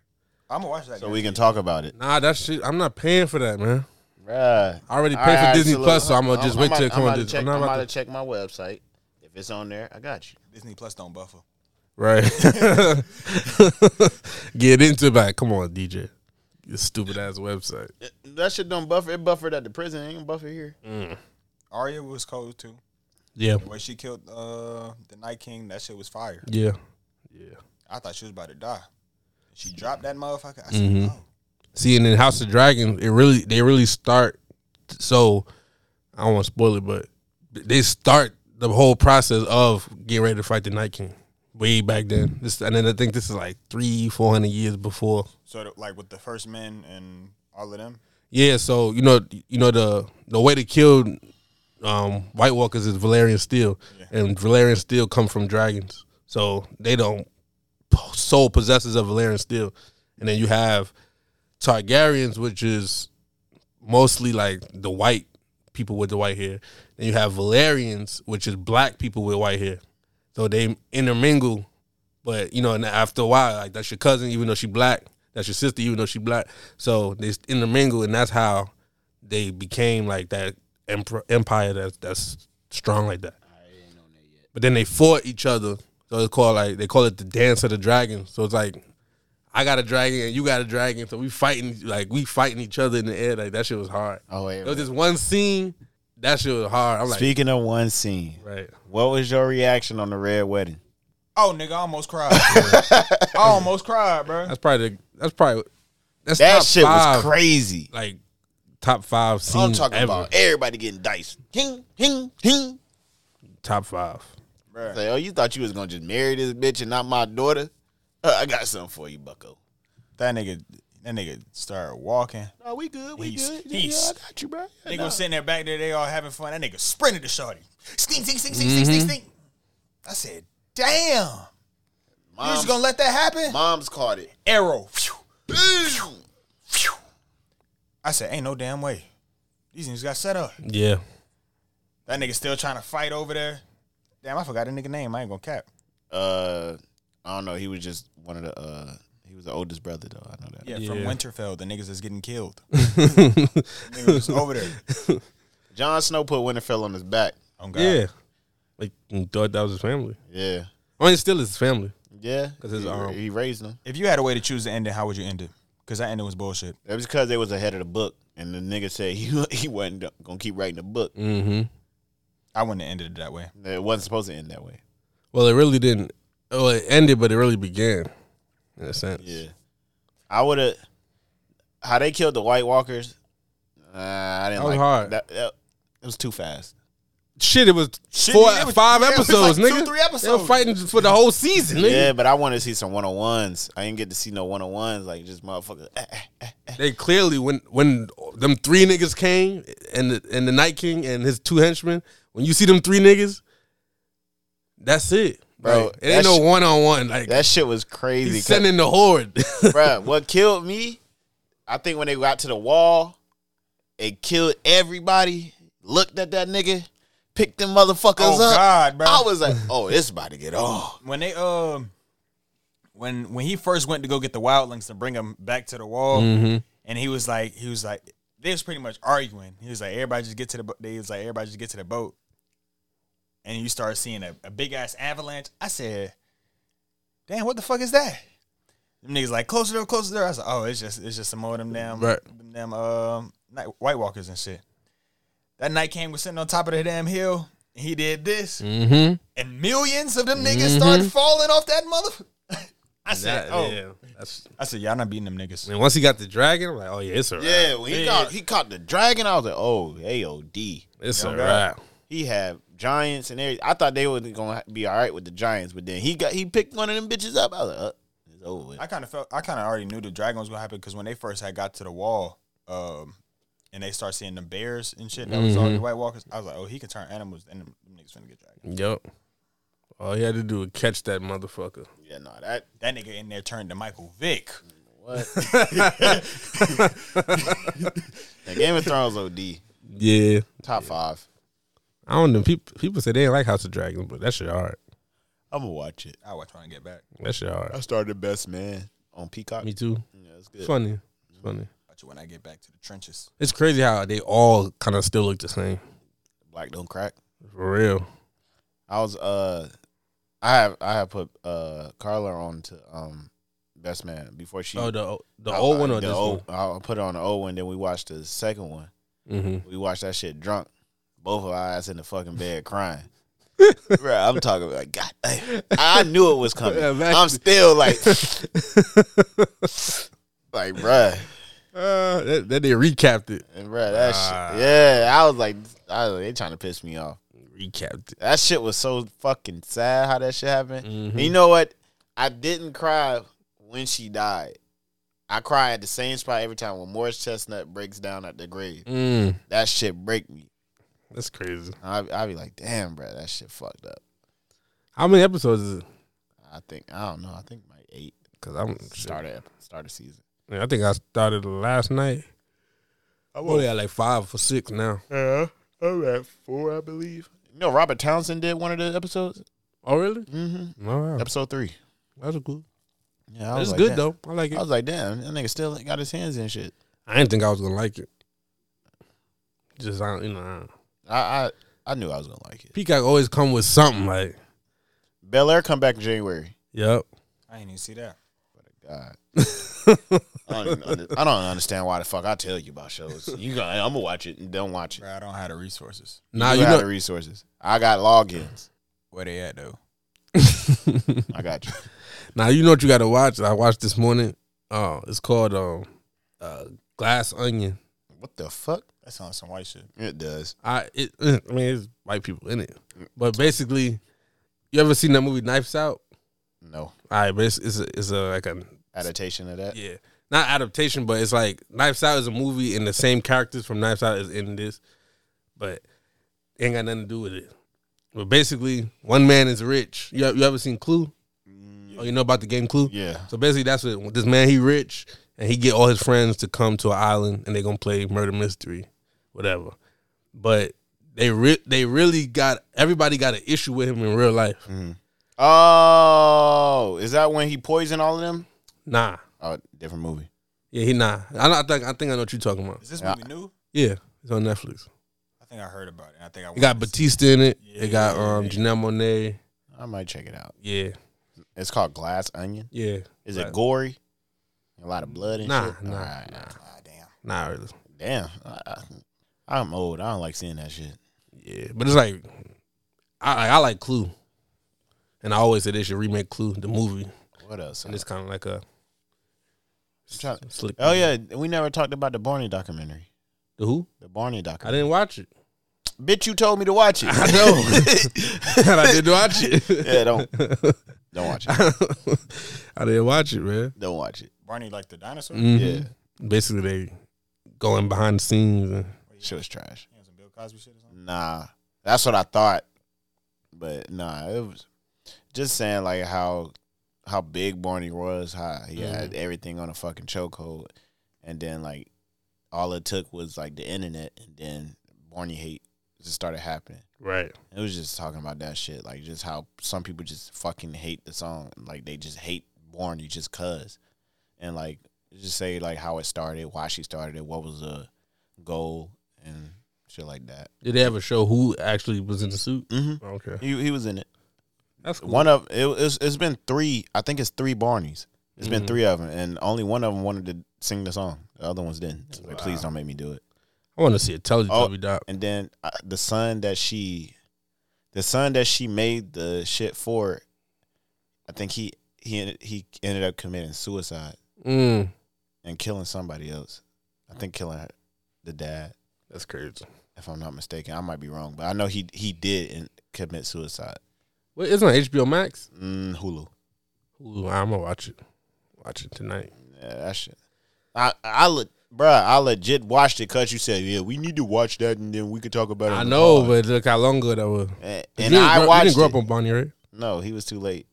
[SPEAKER 8] I'm gonna watch that.
[SPEAKER 2] so
[SPEAKER 8] guy.
[SPEAKER 2] we can talk about it.
[SPEAKER 1] Nah, that shit. I'm not paying for that, man.
[SPEAKER 2] Bruh.
[SPEAKER 1] I already
[SPEAKER 2] All
[SPEAKER 1] paid for
[SPEAKER 2] all
[SPEAKER 1] Disney
[SPEAKER 2] look,
[SPEAKER 1] Plus, so I'ma just wait
[SPEAKER 2] I'm
[SPEAKER 1] till
[SPEAKER 2] about-
[SPEAKER 1] it come on
[SPEAKER 2] I'm about
[SPEAKER 1] Disney.
[SPEAKER 2] to check.
[SPEAKER 1] I'm not
[SPEAKER 2] I'm
[SPEAKER 1] about
[SPEAKER 2] about to
[SPEAKER 1] to-
[SPEAKER 2] check my website. If it's on there, I got you.
[SPEAKER 8] Disney Plus don't buffer.
[SPEAKER 1] Right. *laughs* Get into that. Come on, DJ. Your stupid ass website.
[SPEAKER 2] That shit don't buffer. It buffered at the prison. It ain't buffer here.
[SPEAKER 1] Mm.
[SPEAKER 8] Arya was cold too.
[SPEAKER 1] Yeah.
[SPEAKER 8] The way she killed uh, the Night King, that shit was fire.
[SPEAKER 1] Yeah. Yeah.
[SPEAKER 8] I thought she was about to die. She dropped that motherfucker. I said, oh.
[SPEAKER 1] See, and in House of Dragons, it really they really start. So I don't want to spoil it, but they start the whole process of getting ready to fight the Night King way back then. This and then I think this is like three, four hundred years before.
[SPEAKER 8] So that, like with the first men and all of them.
[SPEAKER 1] Yeah, so you know, you know the the way to kill um, White Walkers is Valerian steel, and Valerian steel come from dragons, so they don't sole possessors of Valerian steel, and then you have Targaryens, which is mostly like the white people with the white hair. Then you have Valerians, which is black people with white hair. So they intermingle, but you know, and after a while, like that's your cousin, even though she black. That's your sister, even though she black. So they intermingle, and that's how they became like that emp- empire that's that's strong like that. But then they fought each other, so it's called like they call it the dance of the dragon. So it's like I got a dragon and you got a dragon, so we fighting like we fighting each other in the air. Like that shit was hard.
[SPEAKER 2] Oh, wait,
[SPEAKER 1] There was
[SPEAKER 2] wait.
[SPEAKER 1] this one scene that shit was hard. I'm like,
[SPEAKER 2] Speaking of one scene,
[SPEAKER 1] right,
[SPEAKER 2] what was your reaction on the red wedding?
[SPEAKER 8] Oh, nigga, I almost cried. I almost cried, bro.
[SPEAKER 1] that's probably the, that's probably that's
[SPEAKER 2] That
[SPEAKER 1] top
[SPEAKER 2] shit
[SPEAKER 1] five,
[SPEAKER 2] was crazy.
[SPEAKER 1] Like top five scene
[SPEAKER 2] I'm talking
[SPEAKER 1] ever.
[SPEAKER 2] about everybody getting diced. Hing, hing, hing.
[SPEAKER 1] top five.
[SPEAKER 2] Say, oh, you thought you was gonna just marry this bitch and not my daughter? Uh, I got something for you, Bucko.
[SPEAKER 8] That nigga, that nigga started walking.
[SPEAKER 2] Oh, we good, we
[SPEAKER 8] He's-
[SPEAKER 2] good.
[SPEAKER 8] he's-
[SPEAKER 2] yeah, I got you, bro. Yeah,
[SPEAKER 8] Nigga
[SPEAKER 2] nah.
[SPEAKER 8] was sitting there back there, they all having fun. That nigga sprinted to Shorty. Sting, sting, sting, sting, sting, sting, sting. I said, damn. You
[SPEAKER 2] Mom's-
[SPEAKER 8] just gonna let that happen?
[SPEAKER 2] Mom's caught it.
[SPEAKER 8] Arrow. Phew.
[SPEAKER 2] Boom.
[SPEAKER 8] Phew. I said, ain't no damn way. These niggas got set up.
[SPEAKER 1] Yeah,
[SPEAKER 8] That nigga still trying to fight over there. Damn, I forgot a nigga name. I ain't gonna cap.
[SPEAKER 2] Uh, I don't know. He was just one of the. uh He was the oldest brother, though. I know that.
[SPEAKER 8] Yeah, from
[SPEAKER 1] Yeah.
[SPEAKER 8] Winterfell, the niggas is getting killed. nigga was over *laughs* there.
[SPEAKER 2] Jon Snow put Winterfell on his back.
[SPEAKER 8] Oh, God.
[SPEAKER 1] yeah. Like you thought that was his family.
[SPEAKER 2] Yeah,
[SPEAKER 1] I mean, it's still his family.
[SPEAKER 2] yeah.
[SPEAKER 1] 'Cause his
[SPEAKER 2] he,
[SPEAKER 1] arm.
[SPEAKER 2] he raised him.
[SPEAKER 8] If you had a way to choose the ending, how would you end it? Because that ending was bullshit.
[SPEAKER 2] That was because they was ahead of the book, and the nigga said he *laughs* he wasn't gonna keep writing the book.
[SPEAKER 1] Mm-hmm.
[SPEAKER 8] I wouldn't have ended it that way.
[SPEAKER 2] It wasn't supposed to end that way.
[SPEAKER 1] Well, it really didn't. Well, it ended, but it really began, in a sense.
[SPEAKER 2] Yeah, I would have. How they killed the White Walkers? Uh, I didn't
[SPEAKER 1] That was
[SPEAKER 2] like
[SPEAKER 1] hard.
[SPEAKER 2] That, that- it was too fast.
[SPEAKER 1] Shit, it was
[SPEAKER 8] Shit,
[SPEAKER 1] four,
[SPEAKER 8] it was-
[SPEAKER 1] five
[SPEAKER 8] yeah, it was
[SPEAKER 1] episodes,
[SPEAKER 8] like two,
[SPEAKER 1] nigga.
[SPEAKER 8] three
[SPEAKER 1] They were
[SPEAKER 8] episodes.
[SPEAKER 1] fighting for the whole season, nigga.
[SPEAKER 2] Yeah, but I want to see some one on ones. I didn't get to see no one on ones. Like just motherfucker. eh, eh, eh.
[SPEAKER 1] They clearly when when them three niggas came and the, and the Night King and his two henchmen. When you see them three niggas, that's it,
[SPEAKER 2] Bro,
[SPEAKER 1] Like, it ain't no
[SPEAKER 2] that sh-
[SPEAKER 1] one on one. Like
[SPEAKER 2] That shit was crazy.
[SPEAKER 1] he's
[SPEAKER 2] 'cause-
[SPEAKER 1] sending the horde. *laughs*
[SPEAKER 2] Bruh, what killed me, I think when they got to the wall, it killed everybody, looked at that nigga, picked them motherfuckers
[SPEAKER 8] Oh,
[SPEAKER 2] up.
[SPEAKER 8] God, bruh.
[SPEAKER 2] uh, I was like, oh, it's about to get on.
[SPEAKER 8] when they um when when he first went to go get the wildlings to bring him back to the wall and he was like he was like they was pretty much arguing he was like everybody just get to the boat they was like everybody just get to the boat and you start seeing a, a big ass avalanche i said damn what the fuck is that them niggas like closer there closer there i was like oh it's just it's just some more of them damn
[SPEAKER 1] Right.
[SPEAKER 8] them damn um night, white walkers and shit that night came was sitting on top of the damn hill and he did this
[SPEAKER 1] mm-hmm.
[SPEAKER 8] and millions of them niggas started falling off that mother. I said, oh,
[SPEAKER 1] yeah, that's.
[SPEAKER 8] I said, y'all not beating them niggas.
[SPEAKER 1] I mean, once he got the dragon, I'm like, oh yeah, it's a wrap.
[SPEAKER 2] Yeah, when he caught he caught the dragon, I was like, oh, AOD.
[SPEAKER 1] It's
[SPEAKER 8] Yo,
[SPEAKER 1] a
[SPEAKER 8] God.
[SPEAKER 1] wrap.
[SPEAKER 2] He had giants and everything. I thought they were gonna be all right with the giants, but then he got he picked one of them bitches up. I was like, uh, it's over. With.
[SPEAKER 8] I kind of felt, I kind of already knew the dragon was gonna happen because when they first had got to the wall, um, and they start seeing the bears and shit that was
[SPEAKER 1] Mm-hmm.
[SPEAKER 8] already White Walkers, I was like, oh, he can turn animals, and them, them niggas finna get dragon.
[SPEAKER 1] Yep. All he had to do was catch that motherfucker.
[SPEAKER 2] yeah, no, that
[SPEAKER 8] That nigga in there turned to Michael Vick.
[SPEAKER 2] the Game of Thrones OD
[SPEAKER 1] Yeah.
[SPEAKER 2] top five.
[SPEAKER 1] I don't know. People people say they ain't like House of Dragons, but that shit hard.
[SPEAKER 2] I'm gonna watch it.
[SPEAKER 8] I watch when I get back.
[SPEAKER 1] That shit hard.
[SPEAKER 2] I started Best Man on Peacock.
[SPEAKER 1] Me too.
[SPEAKER 2] Yeah, it's
[SPEAKER 1] It's
[SPEAKER 2] good.
[SPEAKER 1] funny. It's funny.
[SPEAKER 8] Watch it when I get back to the trenches.
[SPEAKER 1] It's crazy how they all kind of still look the same.
[SPEAKER 2] Black don't crack.
[SPEAKER 1] For real.
[SPEAKER 2] I was uh I have I have put uh Carla on to um Best Man before she
[SPEAKER 1] Oh, the the
[SPEAKER 2] I-
[SPEAKER 1] old one
[SPEAKER 2] I-
[SPEAKER 1] or
[SPEAKER 2] the
[SPEAKER 1] this
[SPEAKER 2] old, I put her on the old one, then we watched the second one.
[SPEAKER 1] one? hmm
[SPEAKER 2] We watched that shit drunk. Both of our eyes in the fucking bed
[SPEAKER 1] *laughs*
[SPEAKER 2] crying. Bruh, I'm talking like God damn. I knew it was coming.
[SPEAKER 1] Yeah, man.
[SPEAKER 2] I'm still like *laughs*
[SPEAKER 1] Mm-hmm.
[SPEAKER 2] like bruh.
[SPEAKER 1] *laughs* Uh, that, that they recapped it.
[SPEAKER 2] And bruh, that
[SPEAKER 1] Ah.
[SPEAKER 2] shit. Yeah, I was like I was like, they trying to piss me off.
[SPEAKER 1] Recapped it.
[SPEAKER 2] That shit was so fucking sad how that shit happened. And
[SPEAKER 1] Mm-hmm.
[SPEAKER 2] you know what? I didn't cry when she died. I cry at the same spot every time when Morris Chestnut breaks down at the grave.
[SPEAKER 1] Mm,
[SPEAKER 2] That shit break me.
[SPEAKER 1] that's crazy.
[SPEAKER 2] I I be like, damn, bro, that shit fucked up.
[SPEAKER 1] How many episodes is it?
[SPEAKER 2] I think I don't know. I think my eight
[SPEAKER 1] Because I'm started.
[SPEAKER 2] started started season.
[SPEAKER 1] I think I started last night. I'm only at like five or six now.
[SPEAKER 2] Yeah. I'm at four, I believe. You know, Robert Townsend did one of the episodes.
[SPEAKER 1] Oh really?
[SPEAKER 2] Mm-hmm.
[SPEAKER 1] All right.
[SPEAKER 2] Episode three.
[SPEAKER 1] That's cool.
[SPEAKER 2] Yeah, I
[SPEAKER 1] That's
[SPEAKER 2] like,
[SPEAKER 1] good
[SPEAKER 2] damn.
[SPEAKER 1] though. I like it.
[SPEAKER 2] I was like, damn, that nigga still got his hands in shit.
[SPEAKER 1] I didn't think I was gonna like it. Just I don't, you know. I don't-
[SPEAKER 2] I, I I knew I was gonna like it.
[SPEAKER 1] Peacock always come with something like,
[SPEAKER 2] Bel Air come back in January.
[SPEAKER 1] yep.
[SPEAKER 8] I ain't even see that.
[SPEAKER 2] God. I don't, even under, I don't understand why the fuck I tell you about shows. You gonna, I'm gonna watch it and don't watch it.
[SPEAKER 8] Bro, I don't have the resources.
[SPEAKER 1] Now
[SPEAKER 2] you
[SPEAKER 1] you
[SPEAKER 2] have the
[SPEAKER 1] know.
[SPEAKER 2] resources. I got logins.
[SPEAKER 8] Where they at though?
[SPEAKER 2] I got you.
[SPEAKER 1] *laughs* Now you know what you got to watch. I watched this morning. Oh, it's called um, uh, Glass Onion.
[SPEAKER 2] What the fuck?
[SPEAKER 8] That sounds some white shit.
[SPEAKER 2] It does.
[SPEAKER 1] I it, *laughs* I mean, it's white people in it, but basically, you ever seen that movie Knives Out?
[SPEAKER 2] No
[SPEAKER 1] All right, but it's it's a, it's a like a
[SPEAKER 2] adaptation of that.
[SPEAKER 1] yeah, not adaptation, but it's like Knives Out is a movie, and the same characters from Knives Out is in this, but ain't got nothing to do with it. But basically, one man is rich. You you ever seen Clue? Oh, you know about the game Clue?
[SPEAKER 2] Yeah.
[SPEAKER 1] So basically, that's what this man he rich and he get all his friends to come to an island and they gonna play murder mystery, whatever. But they re- they really got everybody got an issue with him in real life.
[SPEAKER 2] Oh, is that when he poisoned all of them?
[SPEAKER 1] Nah,
[SPEAKER 2] Oh, different movie.
[SPEAKER 1] yeah, he nah. I, know, I think I think I know what you're talking about.
[SPEAKER 8] Is this
[SPEAKER 2] Yeah.
[SPEAKER 8] movie new?
[SPEAKER 1] Yeah, it's on Netflix.
[SPEAKER 8] I think I heard about it. I think I
[SPEAKER 1] It got
[SPEAKER 8] watched it.
[SPEAKER 1] Batista in it. It got um Janelle Monae.
[SPEAKER 2] I might check it out.
[SPEAKER 1] Yeah,
[SPEAKER 2] It's called Glass Onion.
[SPEAKER 1] yeah.
[SPEAKER 2] Is
[SPEAKER 1] Right.
[SPEAKER 2] it gory? A lot of blood and
[SPEAKER 1] Nah,
[SPEAKER 2] shit.
[SPEAKER 1] nah,
[SPEAKER 2] Alright.
[SPEAKER 1] nah.
[SPEAKER 8] Ah, damn.
[SPEAKER 1] Nah, really.
[SPEAKER 2] Damn, I, I- I'm old. I don't like seeing that shit.
[SPEAKER 1] yeah. But it's like I I like Clue, and I always say they should remake Clue the movie,
[SPEAKER 2] What else?
[SPEAKER 1] and it's kind of like a
[SPEAKER 2] I'm trying-
[SPEAKER 1] slick.
[SPEAKER 2] oh yeah, we never talked about the Barney documentary.
[SPEAKER 1] the who?
[SPEAKER 2] The Barney
[SPEAKER 1] I
[SPEAKER 2] documentary.
[SPEAKER 1] didn't watch it.
[SPEAKER 2] Bitch, you told me to watch it.
[SPEAKER 1] *laughs* I know. and I didn't watch it.
[SPEAKER 2] *laughs* yeah, don't don't watch it.
[SPEAKER 1] *laughs* I didn't watch it, man.
[SPEAKER 2] Don't watch it.
[SPEAKER 8] Barney like the dinosaur?
[SPEAKER 1] Mhm.
[SPEAKER 2] Yeah,
[SPEAKER 1] Basically, they going behind the scenes. And,
[SPEAKER 2] shit was trash.
[SPEAKER 8] Yeah, some Bill Cosby shit or something?
[SPEAKER 2] Nah, that's what I thought, but nah, it was just saying like how how big Barney was, how he
[SPEAKER 1] Mm-hmm.
[SPEAKER 2] had everything on a fucking chokehold, and then like all it took was like the internet, and then Barney hate just started happening.
[SPEAKER 1] right.
[SPEAKER 2] It was just talking about that shit, like just how some people just fucking hate the song, like they just hate Born You just cuz, and like just say like how it started, why she started it, what was the goal, and shit like that.
[SPEAKER 1] Did they ever show who actually was in the suit?
[SPEAKER 2] Mhm.
[SPEAKER 1] Okay.
[SPEAKER 2] He he was in it.
[SPEAKER 1] Mm-hmm. That's cool.
[SPEAKER 2] One of it, it's it's been three. I think it's three Barneys. It's been three of them, and only one of them wanted to sing the song. The other ones didn't. It's Like, please don't make me do it.
[SPEAKER 1] I want to see a Teletubby
[SPEAKER 2] Oh.
[SPEAKER 1] doc.
[SPEAKER 2] And then uh, the son that she, the son that she made the shit for, I think he he ended, he ended up committing suicide
[SPEAKER 1] Mm.
[SPEAKER 2] and killing somebody else. I think killing her, the dad,
[SPEAKER 1] That's crazy.
[SPEAKER 2] if I'm not mistaken. I might be wrong, but I know he he did and commit suicide.
[SPEAKER 1] Wait, it's on HBO Max.
[SPEAKER 2] Mm, Hulu.
[SPEAKER 1] Ooh, I'm gonna watch it. Watch it tonight.
[SPEAKER 2] Yeah, that shit. I I le- bruh, I legit watched it because you said, yeah, we need to watch that and then we could talk about it.
[SPEAKER 1] I
[SPEAKER 2] on the
[SPEAKER 1] know,
[SPEAKER 2] pod."
[SPEAKER 1] but look how long ago that was.
[SPEAKER 2] and,
[SPEAKER 1] You
[SPEAKER 2] and
[SPEAKER 1] didn't
[SPEAKER 2] I
[SPEAKER 1] grow-
[SPEAKER 2] watched
[SPEAKER 1] You didn't grow
[SPEAKER 2] it.
[SPEAKER 1] up on Bonnie, right? *laughs*
[SPEAKER 2] No, he was too late.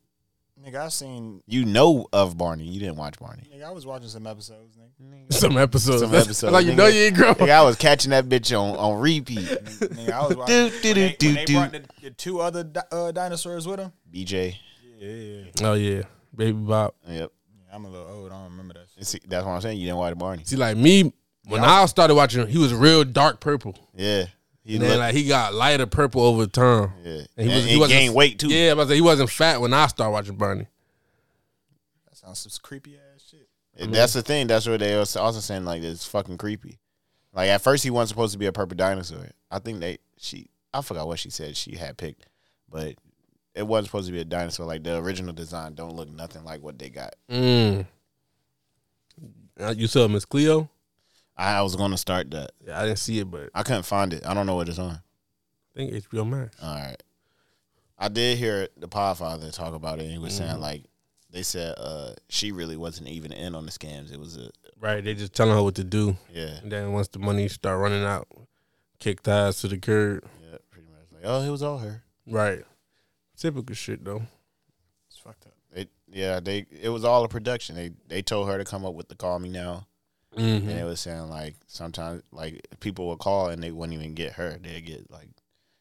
[SPEAKER 8] Nigga, I seen
[SPEAKER 2] You know of Barney. You didn't watch Barney.
[SPEAKER 8] nigga, I was watching some episodes, nigga.
[SPEAKER 1] Some episodes.
[SPEAKER 2] Some
[SPEAKER 1] That's-
[SPEAKER 2] episodes,
[SPEAKER 1] Like you
[SPEAKER 2] nigga.
[SPEAKER 1] know you ain't grow up.
[SPEAKER 2] Like I was catching that bitch on on repeat.
[SPEAKER 8] nigga I was watching
[SPEAKER 2] Do, do,
[SPEAKER 8] when they,
[SPEAKER 2] do,
[SPEAKER 8] when they
[SPEAKER 2] do.
[SPEAKER 8] brought the, the two other di- uh, dinosaurs with them.
[SPEAKER 2] BJ.
[SPEAKER 8] Yeah, yeah, yeah.
[SPEAKER 1] Oh yeah, Baby Bob.
[SPEAKER 2] Yep.
[SPEAKER 8] I'm a little old. I don't remember that shit.
[SPEAKER 2] And see, that's what I'm saying. You didn't watch Barney.
[SPEAKER 1] See, like me, when I started watching him, he was real dark purple.
[SPEAKER 2] Yeah. He
[SPEAKER 1] And then
[SPEAKER 2] looked-
[SPEAKER 1] like he got lighter purple over time.
[SPEAKER 2] yeah. And,
[SPEAKER 1] And he, was,
[SPEAKER 2] and
[SPEAKER 1] he wasn't-
[SPEAKER 2] gained weight too.
[SPEAKER 1] Yeah, but he wasn't fat when I started watching Barney.
[SPEAKER 8] That sounds some creepy ass shit.
[SPEAKER 2] And that's the thing. That's what they was also saying. Like it's fucking creepy. Like at first he wasn't supposed to be a purple dinosaur. I think they she I forgot what she said she had picked, but it wasn't supposed to be a dinosaur. Like the original design don't look nothing like what they got.
[SPEAKER 1] Mm. Uh, You saw Miss Cleo?
[SPEAKER 2] I, I was gonna start that.
[SPEAKER 1] Yeah, I didn't see it, but
[SPEAKER 2] I couldn't find it. I don't know what it's on.
[SPEAKER 1] I think HBO Max.
[SPEAKER 2] All right. I did hear the Podfather talk about it. And he was saying like they said uh she really wasn't even in on the scams. It was a
[SPEAKER 1] Right, they just telling her what to do,
[SPEAKER 2] yeah,
[SPEAKER 1] and then once the money start running out, kick the ass to the curb.
[SPEAKER 2] yeah, pretty much. Like oh, it was all her.
[SPEAKER 1] Right, typical shit though.
[SPEAKER 8] It's fucked up.
[SPEAKER 2] It yeah, they it was all a production. They they told her to come up with the call me now.
[SPEAKER 1] Mm-hmm.
[SPEAKER 2] and it was saying like sometimes like people would call and they wouldn't even get her; they'd get like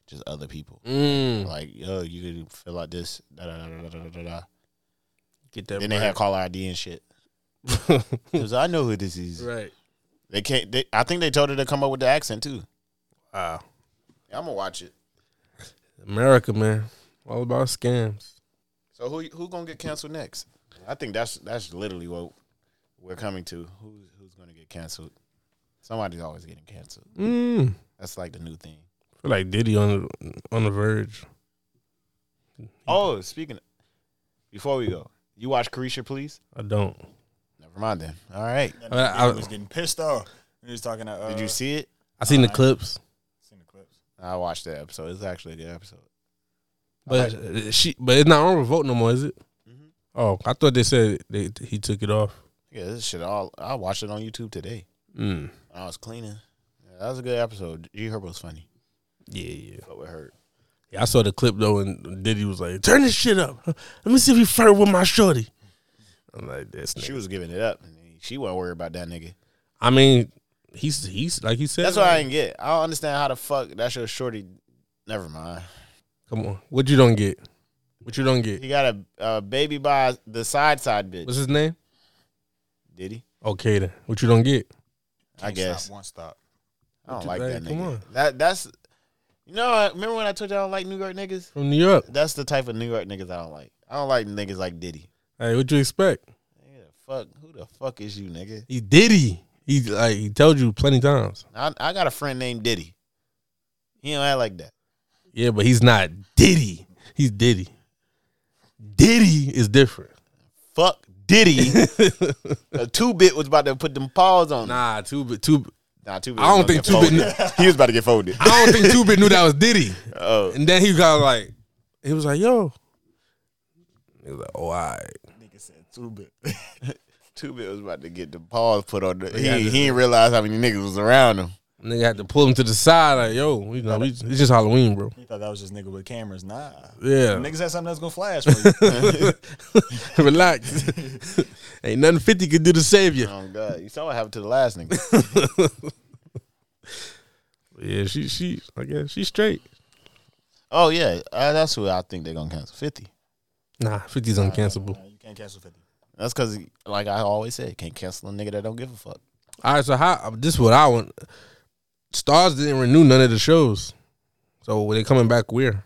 [SPEAKER 2] just other people.
[SPEAKER 1] Mm-hmm.
[SPEAKER 11] Mm.
[SPEAKER 2] Like, yo, you can fill out this. Da, da, da, da, da, da, da, da.
[SPEAKER 1] Get that
[SPEAKER 2] Then they had caller ID and shit.
[SPEAKER 1] right.
[SPEAKER 2] Because I know who this is.
[SPEAKER 1] *laughs* right.
[SPEAKER 2] They can't. They, I think they told her to come up with the accent too.
[SPEAKER 1] Wow.
[SPEAKER 2] I'm gonna watch it.
[SPEAKER 1] America, man. All about scams.
[SPEAKER 2] So who who gonna get canceled next? I think that's that's literally what we're coming to. Who's who's gonna get canceled? Somebody's always getting canceled.
[SPEAKER 1] Mm.
[SPEAKER 2] That's like the new thing.
[SPEAKER 1] Feel like Diddy on the on the verge.
[SPEAKER 2] Oh, speaking. Of, before we go, you watch Carisha, please.
[SPEAKER 1] I don't.
[SPEAKER 2] Never mind then. All right.
[SPEAKER 8] That
[SPEAKER 1] I-
[SPEAKER 8] nigga
[SPEAKER 1] I-
[SPEAKER 8] was getting pissed off. He was talking to. Uh,
[SPEAKER 2] Did you see it?
[SPEAKER 1] I seen the clips,
[SPEAKER 8] Seen the clips.
[SPEAKER 2] I watched that episode. It's actually a good episode.
[SPEAKER 1] but uh, she but it's not on Revolt no more, is it?
[SPEAKER 2] Mm-hmm.
[SPEAKER 1] Oh, I thought they said they, he took it off.
[SPEAKER 2] Yeah, this shit all. I watched it on YouTube today.
[SPEAKER 1] Mm.
[SPEAKER 2] I was cleaning. Yeah, that was a good episode. G Herbo was funny.
[SPEAKER 1] Yeah, yeah.
[SPEAKER 2] But we heard.
[SPEAKER 1] Yeah, I saw the clip though, and Diddy was like, "Turn this shit up. Let me see if he flirt with my shorty." I'm like, "This."
[SPEAKER 2] She
[SPEAKER 1] nigga."
[SPEAKER 2] was giving it up. and She wasn't worried about that nigga.
[SPEAKER 1] I mean, he's he's like he said.
[SPEAKER 2] That's what I
[SPEAKER 1] like,
[SPEAKER 2] didn't get. I don't understand how the fuck that's your shorty. Never mind.
[SPEAKER 1] Come on, what you don't get? What you don't
[SPEAKER 2] He
[SPEAKER 1] get?
[SPEAKER 2] got a, a baby by the side side bitch.
[SPEAKER 1] What's his name?
[SPEAKER 2] Did he?
[SPEAKER 1] Okay, then. What you don't get?
[SPEAKER 2] I
[SPEAKER 8] Can't stop,
[SPEAKER 2] guess.
[SPEAKER 8] won't stop.
[SPEAKER 2] I don't
[SPEAKER 1] Dude,
[SPEAKER 2] like
[SPEAKER 1] hey,
[SPEAKER 2] that
[SPEAKER 1] come
[SPEAKER 2] nigga.
[SPEAKER 1] on.
[SPEAKER 2] That that's. You know, I- remember when I told you I don't like New York niggas?
[SPEAKER 1] From New York.
[SPEAKER 2] That's the type of New York niggas I don't like. I don't like niggas like Diddy.
[SPEAKER 1] Hey, what you expect?
[SPEAKER 2] Nigga, fuck, who the fuck is you, nigga?
[SPEAKER 1] He Diddy. He like he told you plenty times.
[SPEAKER 2] I, I got a friend named Diddy. He don't act like that.
[SPEAKER 1] Yeah, but he's not Diddy. He's Diddy. Diddy is different.
[SPEAKER 2] Fuck Diddy.
[SPEAKER 1] *laughs*
[SPEAKER 2] a two bit was about to put them paws on. him.
[SPEAKER 1] Nah, two bit two.
[SPEAKER 2] Nah, two
[SPEAKER 1] I don't think Two Bit-
[SPEAKER 2] *laughs* he was about to get folded.
[SPEAKER 1] I don't think two bit knew that was Diddy.
[SPEAKER 2] Oh,
[SPEAKER 1] And then he got like, he was like, "Yo," he was like, "Oh, all right.
[SPEAKER 8] Nigga said
[SPEAKER 2] *laughs*
[SPEAKER 8] two bit.
[SPEAKER 2] Two Bit was about to get the paws put on. The, he
[SPEAKER 1] Yeah, I
[SPEAKER 2] he
[SPEAKER 1] just-
[SPEAKER 2] didn't realize how many niggas was around him.
[SPEAKER 1] Nigga had to pull him to the side, like, "Yo, you know, we, it's just Halloween, bro." *laughs*
[SPEAKER 8] He thought that was just nigga with cameras. Nah.
[SPEAKER 1] Yeah,
[SPEAKER 8] Niggas had something that's gonna flash for you.
[SPEAKER 1] relax. *laughs* Ain't nothing fifty could do to save you.
[SPEAKER 2] Oh god, you saw what happened to the last nigga. *laughs*
[SPEAKER 1] Yeah, she, she, I guess she's straight.
[SPEAKER 2] oh yeah, uh, that's who I think they're gonna cancel. Fifty.
[SPEAKER 1] Nah, 50's uncancelable.
[SPEAKER 8] Nah, you can't cancel fifty.
[SPEAKER 2] That's because, like I always say, can't cancel a nigga that don't give a fuck.
[SPEAKER 1] All right, so how? This is what I want. Stars didn't renew none of the shows, so were they coming back where?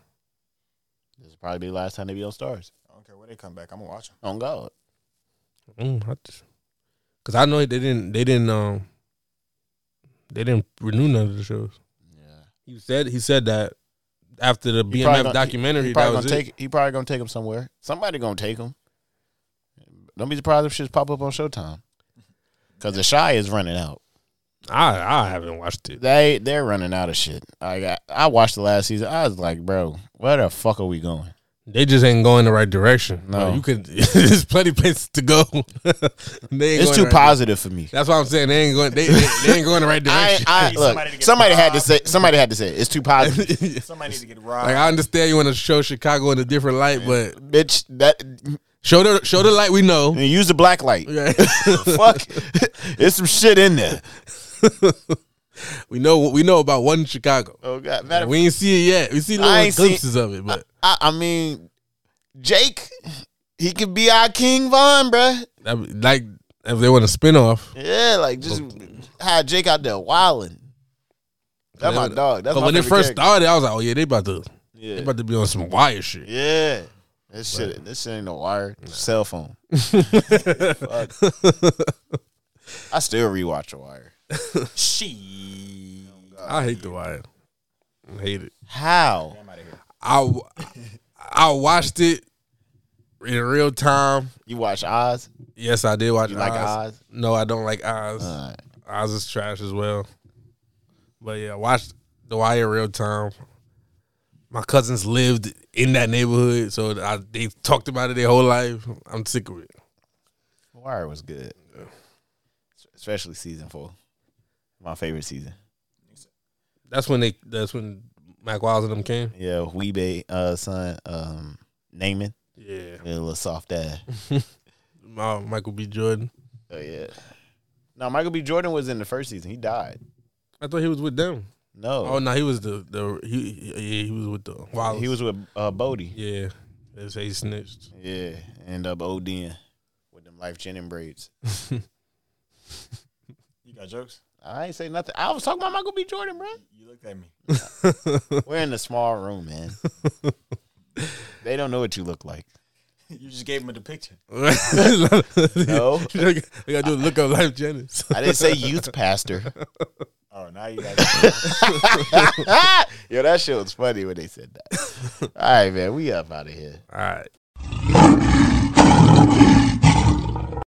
[SPEAKER 2] This will probably be the last time they be on Stars.
[SPEAKER 8] I don't care where they come back. I'm gonna watch them.
[SPEAKER 2] On God,
[SPEAKER 1] Mm, I just, Cause I know they didn't. They didn't. Um, they didn't renew none of the shows. Yeah, he said he said that after the
[SPEAKER 2] He probably
[SPEAKER 1] BMF
[SPEAKER 2] gonna-
[SPEAKER 1] documentary.
[SPEAKER 2] He, he
[SPEAKER 1] that
[SPEAKER 2] probably
[SPEAKER 1] was
[SPEAKER 2] gonna
[SPEAKER 1] it.
[SPEAKER 2] take. He probably gonna take him somewhere. Somebody gonna take him. Don't be surprised if shit's pop up on Showtime. Because the shy is running out.
[SPEAKER 1] I I haven't watched it.
[SPEAKER 2] They they're running out of shit. I got. I watched the last season. I was like, bro, where the fuck are we going?
[SPEAKER 1] They just ain't going the right direction.
[SPEAKER 2] No.
[SPEAKER 1] Like, you could. *laughs* there's plenty places to go. *laughs* they ain't
[SPEAKER 2] It's
[SPEAKER 1] going
[SPEAKER 2] too
[SPEAKER 1] the right-
[SPEAKER 2] positive for me.
[SPEAKER 1] That's what I'm saying. They ain't going. They, they, they ain't going the right
[SPEAKER 2] I,
[SPEAKER 1] direction.
[SPEAKER 2] *laughs* I
[SPEAKER 8] Need
[SPEAKER 2] look.
[SPEAKER 8] somebody to
[SPEAKER 2] Somebody,
[SPEAKER 8] get
[SPEAKER 2] had to
[SPEAKER 8] robbed.
[SPEAKER 2] say. Somebody had to say. it. It's
[SPEAKER 1] *laughs*
[SPEAKER 2] too positive,
[SPEAKER 8] Somebody need to get robbed.
[SPEAKER 1] like I understand you want to show Chicago in a different light, but
[SPEAKER 2] bitch. That
[SPEAKER 1] Show the show the light we know.
[SPEAKER 2] use the black light.
[SPEAKER 1] Okay.
[SPEAKER 2] *laughs* Fuck. There's some shit in there.
[SPEAKER 1] *laughs* we know what we know about one Chicago.
[SPEAKER 2] Oh God. Matter of
[SPEAKER 1] We ain't see it yet. We see
[SPEAKER 2] I
[SPEAKER 1] little
[SPEAKER 2] ain't seen-
[SPEAKER 1] glimpses of it, but
[SPEAKER 2] I, I mean, Jake, he could be our King Von, bruh.
[SPEAKER 1] that be- like if they want a spin off.
[SPEAKER 2] Yeah, like just had Jake out there wilding. That's my dog. That's
[SPEAKER 1] but
[SPEAKER 2] my
[SPEAKER 1] when it
[SPEAKER 2] favorite
[SPEAKER 1] first
[SPEAKER 2] character.
[SPEAKER 1] started, I was like, oh yeah, they about to they
[SPEAKER 2] yeah,
[SPEAKER 1] about to be on some wire shit.
[SPEAKER 2] yeah. This shit, this shit ain't no wire. Cell phone. *laughs* Fuck. I still rewatch The Wire.
[SPEAKER 8] she.
[SPEAKER 1] I hate the wire. I hate it.
[SPEAKER 2] How?
[SPEAKER 1] I w- I watched it in real time.
[SPEAKER 2] You watch Oz?
[SPEAKER 1] Yes, I did watch.
[SPEAKER 2] You like
[SPEAKER 1] Oz.
[SPEAKER 2] Oz?
[SPEAKER 1] No, I don't like Oz.
[SPEAKER 2] All right.
[SPEAKER 1] Oz is trash as well. But yeah, I watched The Wire real time. My cousins lived in that neighborhood, so I, they talked about it their whole life. I'm sick of it.
[SPEAKER 2] The Wire was good, especially season four. My favorite season.
[SPEAKER 1] That's when they. That's when Mac Wiles and them came.
[SPEAKER 2] Yeah, Weebay, uh, son, um, Naaman.
[SPEAKER 1] Yeah,
[SPEAKER 2] *laughs* Yeah, a little soft ass.
[SPEAKER 1] uh, Michael B. Jordan.
[SPEAKER 2] Oh yeah. No, Michael B. Jordan was in the first season. He died.
[SPEAKER 1] I thought he was with them.
[SPEAKER 2] No,
[SPEAKER 1] Oh no, he was the the he he- yeah he was with the Wallace.
[SPEAKER 2] he was with uh, Bodie.
[SPEAKER 1] yeah. They say he
[SPEAKER 2] *laughs*
[SPEAKER 1] snitched. *laughs*
[SPEAKER 2] Yeah, end up ODing with them life chin braids.
[SPEAKER 8] You got jokes?
[SPEAKER 2] I ain't say nothing. I was talking about Michael B. Jordan, bro.
[SPEAKER 8] *laughs* You looked at me.
[SPEAKER 2] We're in a small room, man. they don't know what you look like.
[SPEAKER 8] You just gave him a depiction.
[SPEAKER 1] no,
[SPEAKER 2] No.
[SPEAKER 1] *laughs* I gotta do a look up life Janice.
[SPEAKER 2] I didn't say youth pastor. *laughs*
[SPEAKER 8] Oh, now you got
[SPEAKER 2] Yo, that shit was funny when they said that. All right, man, we up out of here.
[SPEAKER 1] All right.